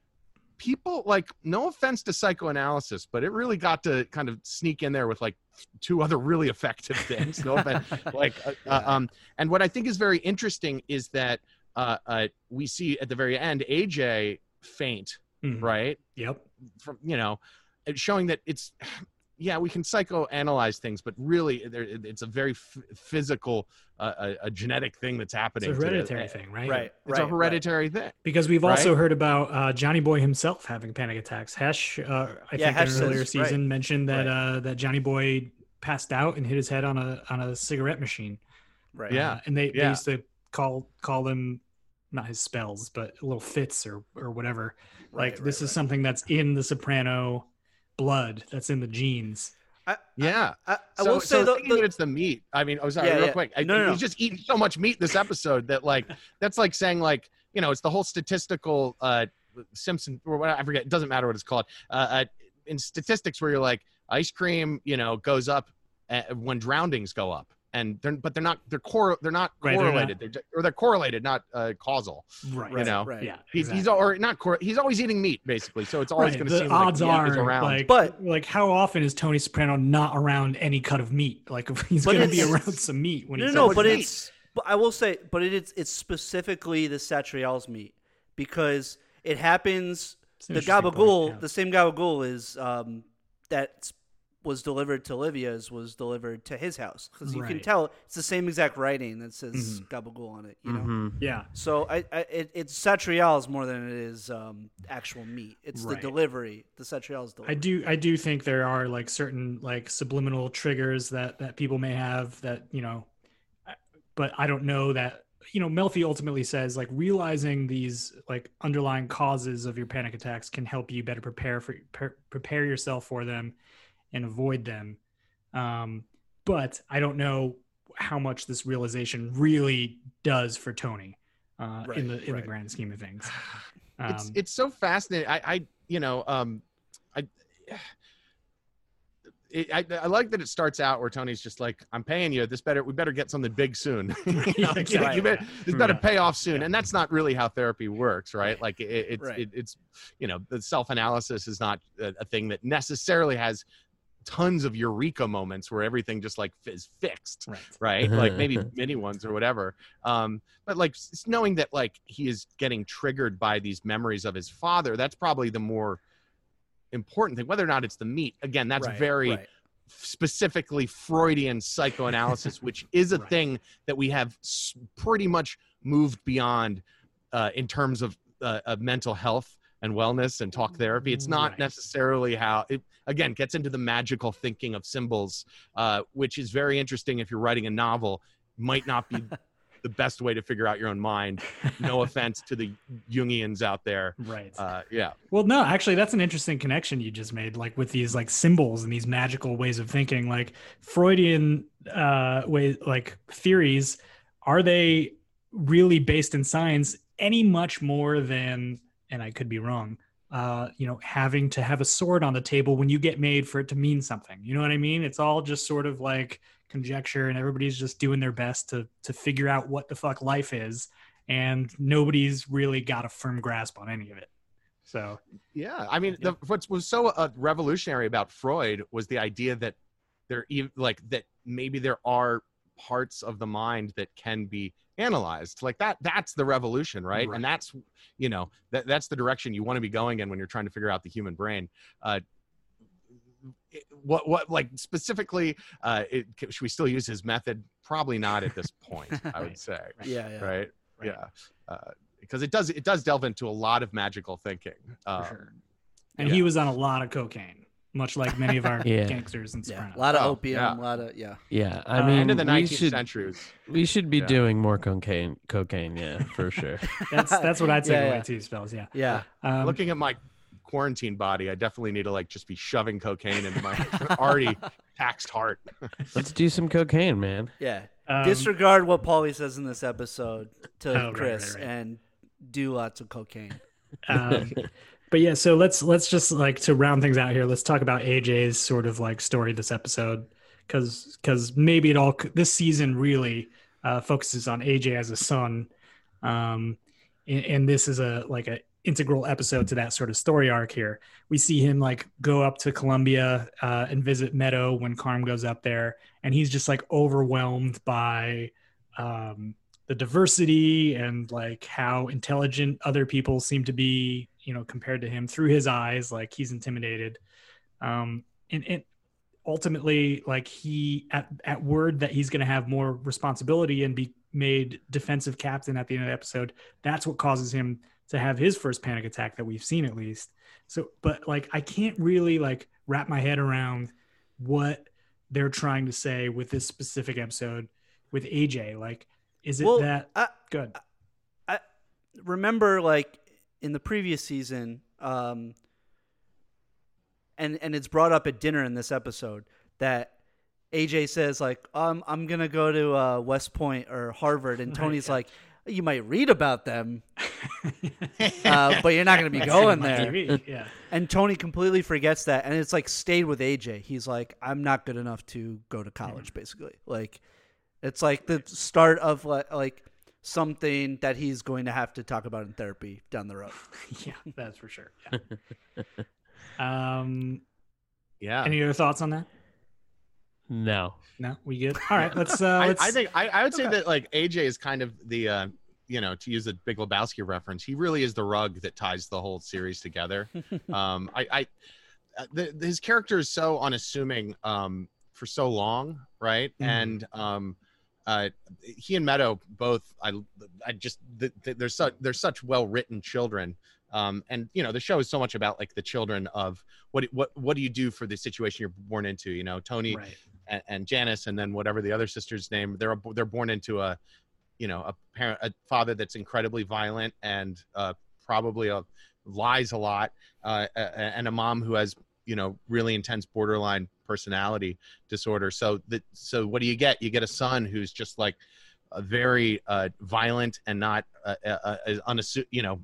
[SPEAKER 5] People like no offense to psychoanalysis, but it really got to kind of sneak in there with like two other really effective things. No offense, like uh, uh, um and what i think is very interesting is that uh, uh we see at the very end aj faint
[SPEAKER 4] Mhm.
[SPEAKER 3] Mm-hmm.
[SPEAKER 5] right
[SPEAKER 4] Yep.
[SPEAKER 5] from you know it's showing that it's yeah we can psychoanalyze things but really there, it- it's a very f- physical uh, a, a genetic thing that's
[SPEAKER 4] It's
[SPEAKER 5] happening
[SPEAKER 4] a
[SPEAKER 5] to the-
[SPEAKER 4] hereditary thing, right?
[SPEAKER 3] Right.
[SPEAKER 5] it's
[SPEAKER 3] right,
[SPEAKER 5] a hereditary thing
[SPEAKER 4] Because we've
[SPEAKER 5] Right.
[SPEAKER 4] also heard about uh, Johnny Boy himself having panic attacks. Hesh, uh, I
[SPEAKER 3] Yeah,
[SPEAKER 4] think
[SPEAKER 3] Hesh
[SPEAKER 4] in an earlier
[SPEAKER 3] says- right.
[SPEAKER 4] season mentioned that uh, that Johnny Boy passed out and hit his head on a on a cigarette machine.
[SPEAKER 3] Right.
[SPEAKER 5] Yeah.
[SPEAKER 4] Uh, and they, they
[SPEAKER 5] yeah.
[SPEAKER 4] used to call call them not his spells, but little fits or or whatever.
[SPEAKER 3] Right,
[SPEAKER 4] like
[SPEAKER 3] right,
[SPEAKER 4] this
[SPEAKER 3] right.
[SPEAKER 4] is something that's in the Soprano blood, that's in the genes.
[SPEAKER 5] yeah
[SPEAKER 3] I, I
[SPEAKER 5] so,
[SPEAKER 3] will say
[SPEAKER 5] so
[SPEAKER 3] though,
[SPEAKER 5] thinking
[SPEAKER 3] the-
[SPEAKER 5] that it's the meat. I mean, oh, sorry,
[SPEAKER 3] Yeah,
[SPEAKER 5] real
[SPEAKER 3] yeah.
[SPEAKER 5] quick. I,
[SPEAKER 3] No, no,
[SPEAKER 5] He's
[SPEAKER 3] no.
[SPEAKER 5] just eating so much meat this episode that like that's like saying like you know it's the whole statistical uh Simpson or what I forget. It doesn't matter what it's called. Uh, uh in statistics where you're like ice cream, you know, goes up uh, when drownings go up, and they're but they're not they're cor they're not
[SPEAKER 4] Right, they're not-
[SPEAKER 5] correlated. They're, ju- or they're correlated, not uh, causal.
[SPEAKER 4] Right.
[SPEAKER 3] right,
[SPEAKER 5] know,
[SPEAKER 3] right.
[SPEAKER 4] Yeah.
[SPEAKER 5] He,
[SPEAKER 4] exactly.
[SPEAKER 5] He's al- or not cor- he's always eating meat basically, so it's always
[SPEAKER 4] Right,
[SPEAKER 5] going to
[SPEAKER 4] the
[SPEAKER 5] seem
[SPEAKER 4] odds
[SPEAKER 5] like meat
[SPEAKER 4] are
[SPEAKER 5] is around.
[SPEAKER 4] like
[SPEAKER 3] But-
[SPEAKER 4] like how often is Tony Soprano not around any cut of meat? Like he's
[SPEAKER 3] But
[SPEAKER 4] going to be
[SPEAKER 3] it's-
[SPEAKER 4] around some meat when
[SPEAKER 3] no,
[SPEAKER 4] he's
[SPEAKER 3] no,
[SPEAKER 4] out.
[SPEAKER 3] no,
[SPEAKER 5] with
[SPEAKER 3] but
[SPEAKER 5] meat.
[SPEAKER 3] it's. But I will say, but it is. It's specifically the Satrial's meat because it happens.
[SPEAKER 4] It's an
[SPEAKER 3] The
[SPEAKER 4] interesting point,
[SPEAKER 3] gabagool,
[SPEAKER 4] yeah.
[SPEAKER 3] the same gabagool is um, that was delivered to Livia's was delivered to his house because you can
[SPEAKER 4] Right. Mm-hmm.
[SPEAKER 3] tell it's the same exact writing that says gabagool on it. You know.
[SPEAKER 2] Mhm.
[SPEAKER 4] yeah,
[SPEAKER 3] So I, I it, it's satrials more than it is um, actual meat. It's
[SPEAKER 4] Right.
[SPEAKER 3] the delivery. The satrials delivery.
[SPEAKER 4] I do. I do think there are like certain like subliminal triggers that that people may have that you know, I- but I don't know that you know. Melfi ultimately says like realizing these like underlying causes of your panic attacks can help you better prepare for pre- prepare yourself for them and avoid them. Um, but I don't know how much this realization really does for Tony uh,
[SPEAKER 3] Right,
[SPEAKER 4] in the in
[SPEAKER 3] right.
[SPEAKER 4] the grand scheme of things.
[SPEAKER 5] it's
[SPEAKER 4] Um,
[SPEAKER 5] it's so fascinating. I, I you know um I it, I, I like that it starts out where Tony's just like, "I'm paying you. This better. We better get something big soon. You
[SPEAKER 4] exactly.
[SPEAKER 5] better- this better pay off soon." And that's not really how therapy works, right? Like it, it's
[SPEAKER 3] Right.
[SPEAKER 5] it, it's you know the self analysis is not a, a thing that necessarily has tons of eureka moments where everything just like f- is fixed
[SPEAKER 4] Right.
[SPEAKER 5] right like maybe mini ones or whatever um but like s- s- knowing that like he is getting triggered by these memories of his father that's probably the more important thing whether or not it's the meat again that's
[SPEAKER 4] Right,
[SPEAKER 5] very
[SPEAKER 3] right.
[SPEAKER 5] specifically freudian psychoanalysis which is a
[SPEAKER 4] Right.
[SPEAKER 5] thing that we have s- pretty much moved beyond uh, in terms of, uh, of mental health and wellness and talk therapy it's not
[SPEAKER 4] Right.
[SPEAKER 5] necessarily how it again gets into the magical thinking of symbols uh, which is very interesting if you're writing a novel might not be the best way to figure out your own mind no offense to the jungians out there
[SPEAKER 4] Right.
[SPEAKER 5] uh, yeah
[SPEAKER 4] Well, no, actually, that's an interesting connection you just made, like with these like symbols and these magical ways of thinking, like Freudian uh, way, like theories. Are they really based in science any much more than? And I could be wrong. Uh, you know, having to have a sword on the table when you get made for it to mean something. You know what I mean? It's all just sort of like conjecture, and everybody's just doing their best to to figure out what the fuck life is, and nobody's really got a firm grasp on any of it. So
[SPEAKER 5] Yeah, I mean,
[SPEAKER 4] Yeah.
[SPEAKER 5] The, what was so uh, revolutionary about Freud was the idea that there, ev- like that, maybe there are parts of the mind that can be analyzed. Like that, that's the revolution, right?
[SPEAKER 4] Right.
[SPEAKER 5] And that's, you know, that that's the direction you want to be going in when you're trying to figure out the human brain. Uh, it- what what like specifically? Uh, it, should we still use his method? Probably not at this point. I would
[SPEAKER 4] Right.
[SPEAKER 5] say,
[SPEAKER 3] Yeah, yeah.
[SPEAKER 5] right?
[SPEAKER 4] Right.
[SPEAKER 5] Yeah, because it does it does delve into a lot of magical thinking. Uh,
[SPEAKER 4] for sure. And he was on a lot of cocaine, much like many of our
[SPEAKER 2] Yeah.
[SPEAKER 4] gangsters in
[SPEAKER 3] Yeah,
[SPEAKER 4] Sopranos.
[SPEAKER 3] a lot of
[SPEAKER 5] Oh,
[SPEAKER 3] opium,
[SPEAKER 5] yeah.
[SPEAKER 3] a lot of yeah.
[SPEAKER 2] Yeah, I
[SPEAKER 4] Uh,
[SPEAKER 2] mean,
[SPEAKER 5] end of the
[SPEAKER 2] Um, we
[SPEAKER 5] 19th
[SPEAKER 2] should
[SPEAKER 5] century was
[SPEAKER 2] we should be
[SPEAKER 5] Yeah.
[SPEAKER 2] doing more cocaine, cocaine, yeah, for sure.
[SPEAKER 4] That's that's what I'd say
[SPEAKER 3] Yeah,
[SPEAKER 4] away
[SPEAKER 3] yeah.
[SPEAKER 4] too, spells. Yeah.
[SPEAKER 3] Yeah.
[SPEAKER 4] Um,
[SPEAKER 5] looking at my quarantine body i definitely need to like just be shoving cocaine into my already taxed heart
[SPEAKER 2] Let's do some cocaine, man.
[SPEAKER 3] Yeah.
[SPEAKER 4] um,
[SPEAKER 3] Disregard what Paulie says in this episode
[SPEAKER 4] Oh, right,
[SPEAKER 3] to
[SPEAKER 4] right,
[SPEAKER 3] Chris
[SPEAKER 4] right.
[SPEAKER 3] and do lots of cocaine.
[SPEAKER 4] um, but yeah, so let's let's just like to round things out here. Let's talk about AJ's sort of like story this episode, because because maybe it all this season really uh, focuses on AJ as a son, um, and, and this is a like a integral episode to that sort of story arc here. We see him like go up to Columbia uh, and visit Meadow when Carm goes up there, and he's just like overwhelmed by. Um, the diversity and like how intelligent other people seem to be, you know, compared to him through his eyes, like he's intimidated. Um, and, and ultimately, like he at, at word that he's going to have more responsibility and be made defensive captain at the end of the episode, that's what causes him to have his first panic attack that we've seen at least. So, but like, I can't really like wrap my head around what they're trying to say with this specific episode with AJ. Like, is it
[SPEAKER 3] Well,
[SPEAKER 4] that
[SPEAKER 3] I-
[SPEAKER 4] good?
[SPEAKER 3] remember like in the previous season um and and it's brought up at dinner in this episode that AJ says like um I'm going to go to uh West Point or Harvard and Tony's like you might read about them uh, but you're not going to be going there
[SPEAKER 4] Yeah.
[SPEAKER 3] and Tony completely forgets that and it's like stayed with AJ he's like I'm not good enough to go to college basically like it's like the start of like, like something that he's going to have to talk about in therapy down the road
[SPEAKER 4] Yeah, that's for sure. Yeah. um,
[SPEAKER 5] yeah
[SPEAKER 4] any other thoughts on that?
[SPEAKER 2] No,
[SPEAKER 4] No, we good. All right, let's. Uh,
[SPEAKER 5] I,
[SPEAKER 4] let's
[SPEAKER 5] I think I, I would say
[SPEAKER 4] Okay.
[SPEAKER 5] that like aj is kind of the uh you know to use the big lebowski reference he really is the rug that ties the whole series together um i i uh, the, the- his character is so unassuming um for so long right
[SPEAKER 4] Mhm.
[SPEAKER 5] and um uh he and meadow both i i just th- th- they're such they're such well written children um and you know the show is so much about like the children of what what what do you do for the situation you're born into you know tony
[SPEAKER 4] Right.
[SPEAKER 5] and, and Janice, and then whatever the other sister's name. They're they're born into a, you know, a parent, a father that's incredibly violent and uh, probably a, lies a lot, uh, a- a- and a mom who has you know really intense borderline personality disorder. So that so what do you get? You get a son who's just like a very uh, violent and not uh, uh, uh, unassu- you know.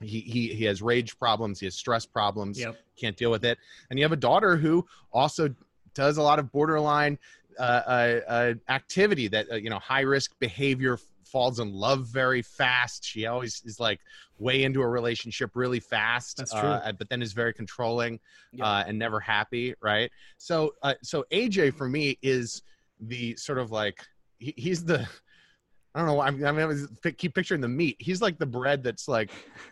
[SPEAKER 5] He, he he has rage problems. He has stress problems
[SPEAKER 4] Yep.
[SPEAKER 5] can't deal with it. And you have a daughter who also does a lot of borderline uh, uh, uh, activity that uh, you know high risk behavior falls in love very fast. She always is like way into a relationship really fast.
[SPEAKER 4] That's true.
[SPEAKER 5] uh, but then is very controlling
[SPEAKER 3] Yeah.
[SPEAKER 5] uh, and never happy, right? So, uh, so AJ for me is the sort of like he, he's the. I don't know. why I'm, I'm always pi- keep picturing the meat. He's like the bread that's like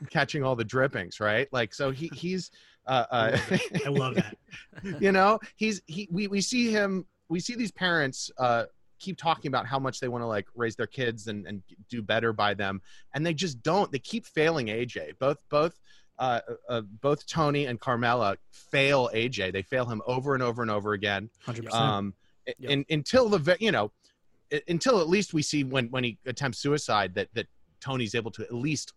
[SPEAKER 5] catching all the drippings, right? Like so he he's uh, uh,
[SPEAKER 4] I love that.
[SPEAKER 5] you know he's he we, we see him we see these parents uh keep talking about how much they want to like raise their kids and and do better by them and they just don't they keep failing aj both both uh, uh both tony and carmela fail aj they fail him over and over and over again
[SPEAKER 4] Hundred percent.
[SPEAKER 5] um a-
[SPEAKER 3] Yep.
[SPEAKER 5] and until the ve- you know i- until at least we see when when he attempts suicide that that tony's able to at least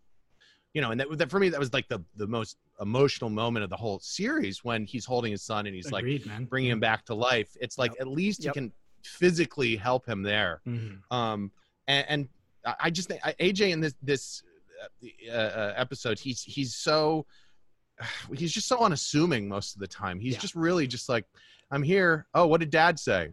[SPEAKER 5] you know and that, that for me that was like the the most emotional moment of the whole series when he's holding his son and he's like
[SPEAKER 4] Agreed, man.
[SPEAKER 5] bringing him back to life. It's like at least
[SPEAKER 3] Yep.
[SPEAKER 5] you can physically help him there.
[SPEAKER 4] Mhm.
[SPEAKER 5] Um, and, and I- I just think I- AJ in this this uh, uh, episode, he's he's so he's just so unassuming most of the time. He's
[SPEAKER 4] Yeah.
[SPEAKER 5] just really just like, I'm here. Oh, what did Dad say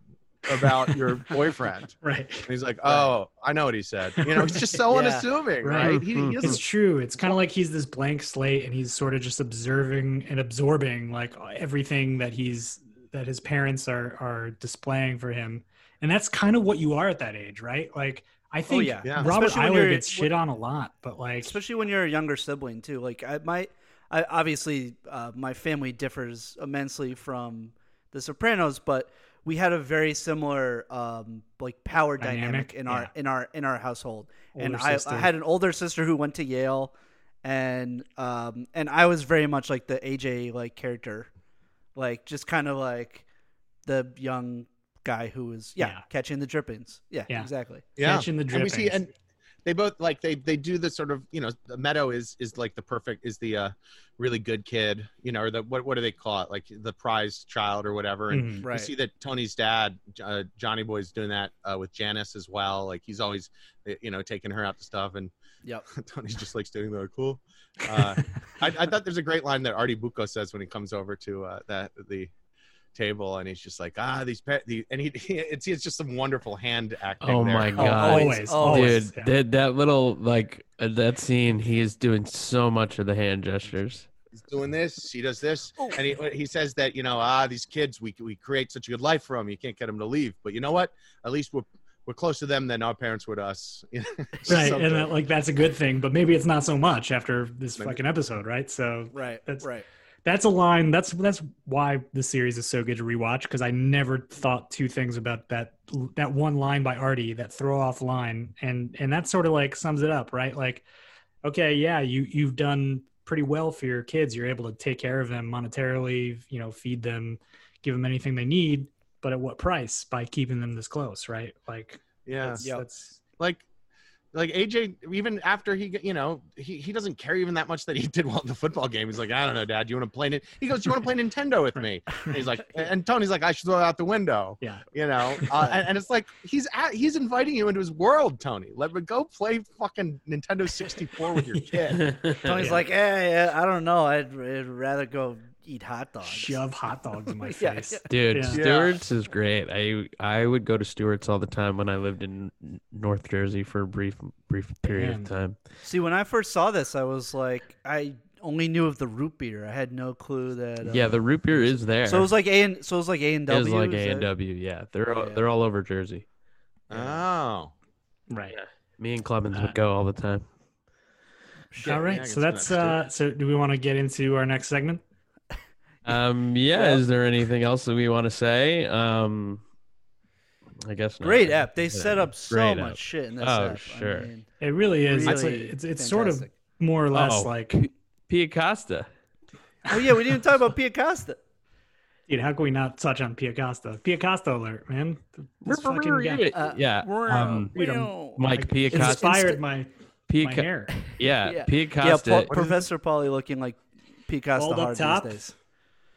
[SPEAKER 5] about your boyfriend?
[SPEAKER 4] Right.
[SPEAKER 5] And he's like, oh, I know what he said. You know, he's just so
[SPEAKER 3] Yeah.
[SPEAKER 5] unassuming,
[SPEAKER 4] Right.
[SPEAKER 5] right? He, he
[SPEAKER 4] It's
[SPEAKER 5] doesn't,
[SPEAKER 4] true. It's kind of like he's this blank slate, and he's sort of just observing and absorbing like everything that he's that his parents are are displaying for him, and that's kind of what you are at that age, right? Like I think
[SPEAKER 3] Oh, yeah.
[SPEAKER 5] Yeah.
[SPEAKER 4] Robert
[SPEAKER 3] Especially when
[SPEAKER 4] Eiler
[SPEAKER 3] you're-
[SPEAKER 4] gets shit on a lot, but like
[SPEAKER 3] especially when you're a younger sibling too. Like I my I obviously uh, my family differs immensely from The Sopranos, but we had a very similar um, like power dynamic,
[SPEAKER 4] Dynamic,
[SPEAKER 3] in our in our in our household. and
[SPEAKER 4] Older
[SPEAKER 3] I,
[SPEAKER 4] sister.
[SPEAKER 3] I had an older sister who went to Yale, and um, and I was very much like the AJ like character, like just kind of like the young guy who was yeah,
[SPEAKER 4] Yeah.
[SPEAKER 3] catching the drippings. Yeah,
[SPEAKER 4] Yeah.
[SPEAKER 3] exactly.
[SPEAKER 5] yeah.
[SPEAKER 4] catching the
[SPEAKER 5] and we
[SPEAKER 4] drippings.
[SPEAKER 5] see and they both like they they do the sort of you know the meadow is is like the perfect is the uh really good kid you know or the what what do they call it like the prized child or whatever and
[SPEAKER 4] Mhm.
[SPEAKER 5] you see that tony's dad uh, johnny boy's doing that uh, with janice as well like he's always you know taking her out to stuff and
[SPEAKER 3] Yep.
[SPEAKER 5] tony's just like standing there cool
[SPEAKER 3] Mm-hmm.
[SPEAKER 5] uh, I, I thought there's a great line that artie bucco says when he comes over to uh that the table and he's just like ah these pet the, and he, it's, it's just some wonderful hand acting
[SPEAKER 2] Oh
[SPEAKER 5] there.
[SPEAKER 2] my
[SPEAKER 4] Oh,
[SPEAKER 2] god,
[SPEAKER 4] always,
[SPEAKER 3] Always,
[SPEAKER 4] always,
[SPEAKER 2] dude!
[SPEAKER 4] yeah.
[SPEAKER 2] That that little like uh, that scene, he is doing so much of the hand gestures.
[SPEAKER 5] he's doing this, he does this,
[SPEAKER 3] Oh.
[SPEAKER 5] and he uh, he says that you know ah these kids we we create such a good life for them, you can't get them to leave, but you know what? At least we're we're close to them than our parents were to us. You know,
[SPEAKER 4] right
[SPEAKER 5] something.
[SPEAKER 4] and that, like that's a good thing but maybe it's not so much after this
[SPEAKER 5] Maybe-
[SPEAKER 4] fucking episode right so
[SPEAKER 3] Right.
[SPEAKER 4] That's-
[SPEAKER 3] right.
[SPEAKER 4] that's a line that's that's why the series is so good to rewatch because i never thought two things about that that one line by artie that throw off line and and that sort of like sums it up right like okay yeah you you've done pretty well for your kids you're able to take care of them monetarily you know feed them give them anything they need but at what price by keeping them this close right like
[SPEAKER 5] yeah,
[SPEAKER 4] that's,
[SPEAKER 3] Yeah.
[SPEAKER 4] that's
[SPEAKER 5] like. Like AJ, even after he, you know, he, he doesn't care even that much that he did well in the football game. He's like, I don't know, Dad, you want to play? Ni-? He goes, you want to play Nintendo with me? And he's like, and Tony's like, I should throw it out the window.
[SPEAKER 4] Yeah.
[SPEAKER 5] you know, uh, and, and it's like he's at, he's inviting you into his world, Tony. Let me go play fucking Nintendo sixty four with your kid.
[SPEAKER 3] Tony's
[SPEAKER 4] Yeah.
[SPEAKER 3] like, eh, yeah, I don't know. I'd, I'd rather go eat hot dogs.
[SPEAKER 4] shove hot dogs in my
[SPEAKER 3] Yeah,
[SPEAKER 4] face.
[SPEAKER 3] yeah.
[SPEAKER 2] Dude,
[SPEAKER 4] Yeah.
[SPEAKER 2] Stewart's is great. I I would go to Stewart's all the time when I lived in N- North Jersey for a brief brief period
[SPEAKER 4] Damn.
[SPEAKER 2] of time.
[SPEAKER 3] See, when I first saw this, I was like, I only knew of the root beer. I had no clue that. Uh,
[SPEAKER 2] Yeah, the root beer is there.
[SPEAKER 3] So it was like A and so it was like A and
[SPEAKER 2] It is
[SPEAKER 3] W.
[SPEAKER 2] like
[SPEAKER 3] is
[SPEAKER 2] A
[SPEAKER 3] that-
[SPEAKER 2] and W. Yeah, they're all,
[SPEAKER 3] Yeah.
[SPEAKER 2] they're all over Jersey.
[SPEAKER 5] Oh.
[SPEAKER 4] Right.
[SPEAKER 2] Me and Clemens
[SPEAKER 4] Uh,
[SPEAKER 2] would go all the time.
[SPEAKER 5] Yeah,
[SPEAKER 4] All
[SPEAKER 5] yeah, I
[SPEAKER 4] right. So
[SPEAKER 5] guess
[SPEAKER 4] that's
[SPEAKER 5] not.
[SPEAKER 4] uh so do we want to get into our next segment?
[SPEAKER 2] Um, yeah.
[SPEAKER 3] Yeah.
[SPEAKER 2] Is there anything else that we want to say? Um, I guess not.
[SPEAKER 3] Great app. They
[SPEAKER 2] Yeah,
[SPEAKER 3] set up so
[SPEAKER 2] great
[SPEAKER 3] much
[SPEAKER 2] app.
[SPEAKER 3] shit in this
[SPEAKER 2] Oh,
[SPEAKER 3] app.
[SPEAKER 2] sure.
[SPEAKER 3] I mean,
[SPEAKER 4] It really is. It's-
[SPEAKER 3] really
[SPEAKER 4] it's it's sort of
[SPEAKER 3] fantastic.
[SPEAKER 4] more or less
[SPEAKER 2] Uh-oh.
[SPEAKER 4] like
[SPEAKER 2] Pia Costa.
[SPEAKER 3] Oh yeah, we didn't even talk about Pia Costa.
[SPEAKER 4] dude, how can we not touch on Pia Costa? Pia Costa alert, man. This fucking guy
[SPEAKER 3] Uh,
[SPEAKER 2] yeah. Um,
[SPEAKER 4] we don't-
[SPEAKER 3] meow.
[SPEAKER 2] Mike Pia Costa.
[SPEAKER 4] inspired my
[SPEAKER 2] Pia
[SPEAKER 4] my
[SPEAKER 2] Co-
[SPEAKER 4] hair.
[SPEAKER 3] Oh,
[SPEAKER 2] yeah,
[SPEAKER 3] Yeah.
[SPEAKER 2] Pia
[SPEAKER 3] Yeah,
[SPEAKER 2] Costa.
[SPEAKER 3] Paul, Professor Polly looking like Pia Costa
[SPEAKER 4] Bald up
[SPEAKER 3] hard
[SPEAKER 4] top.
[SPEAKER 3] these days.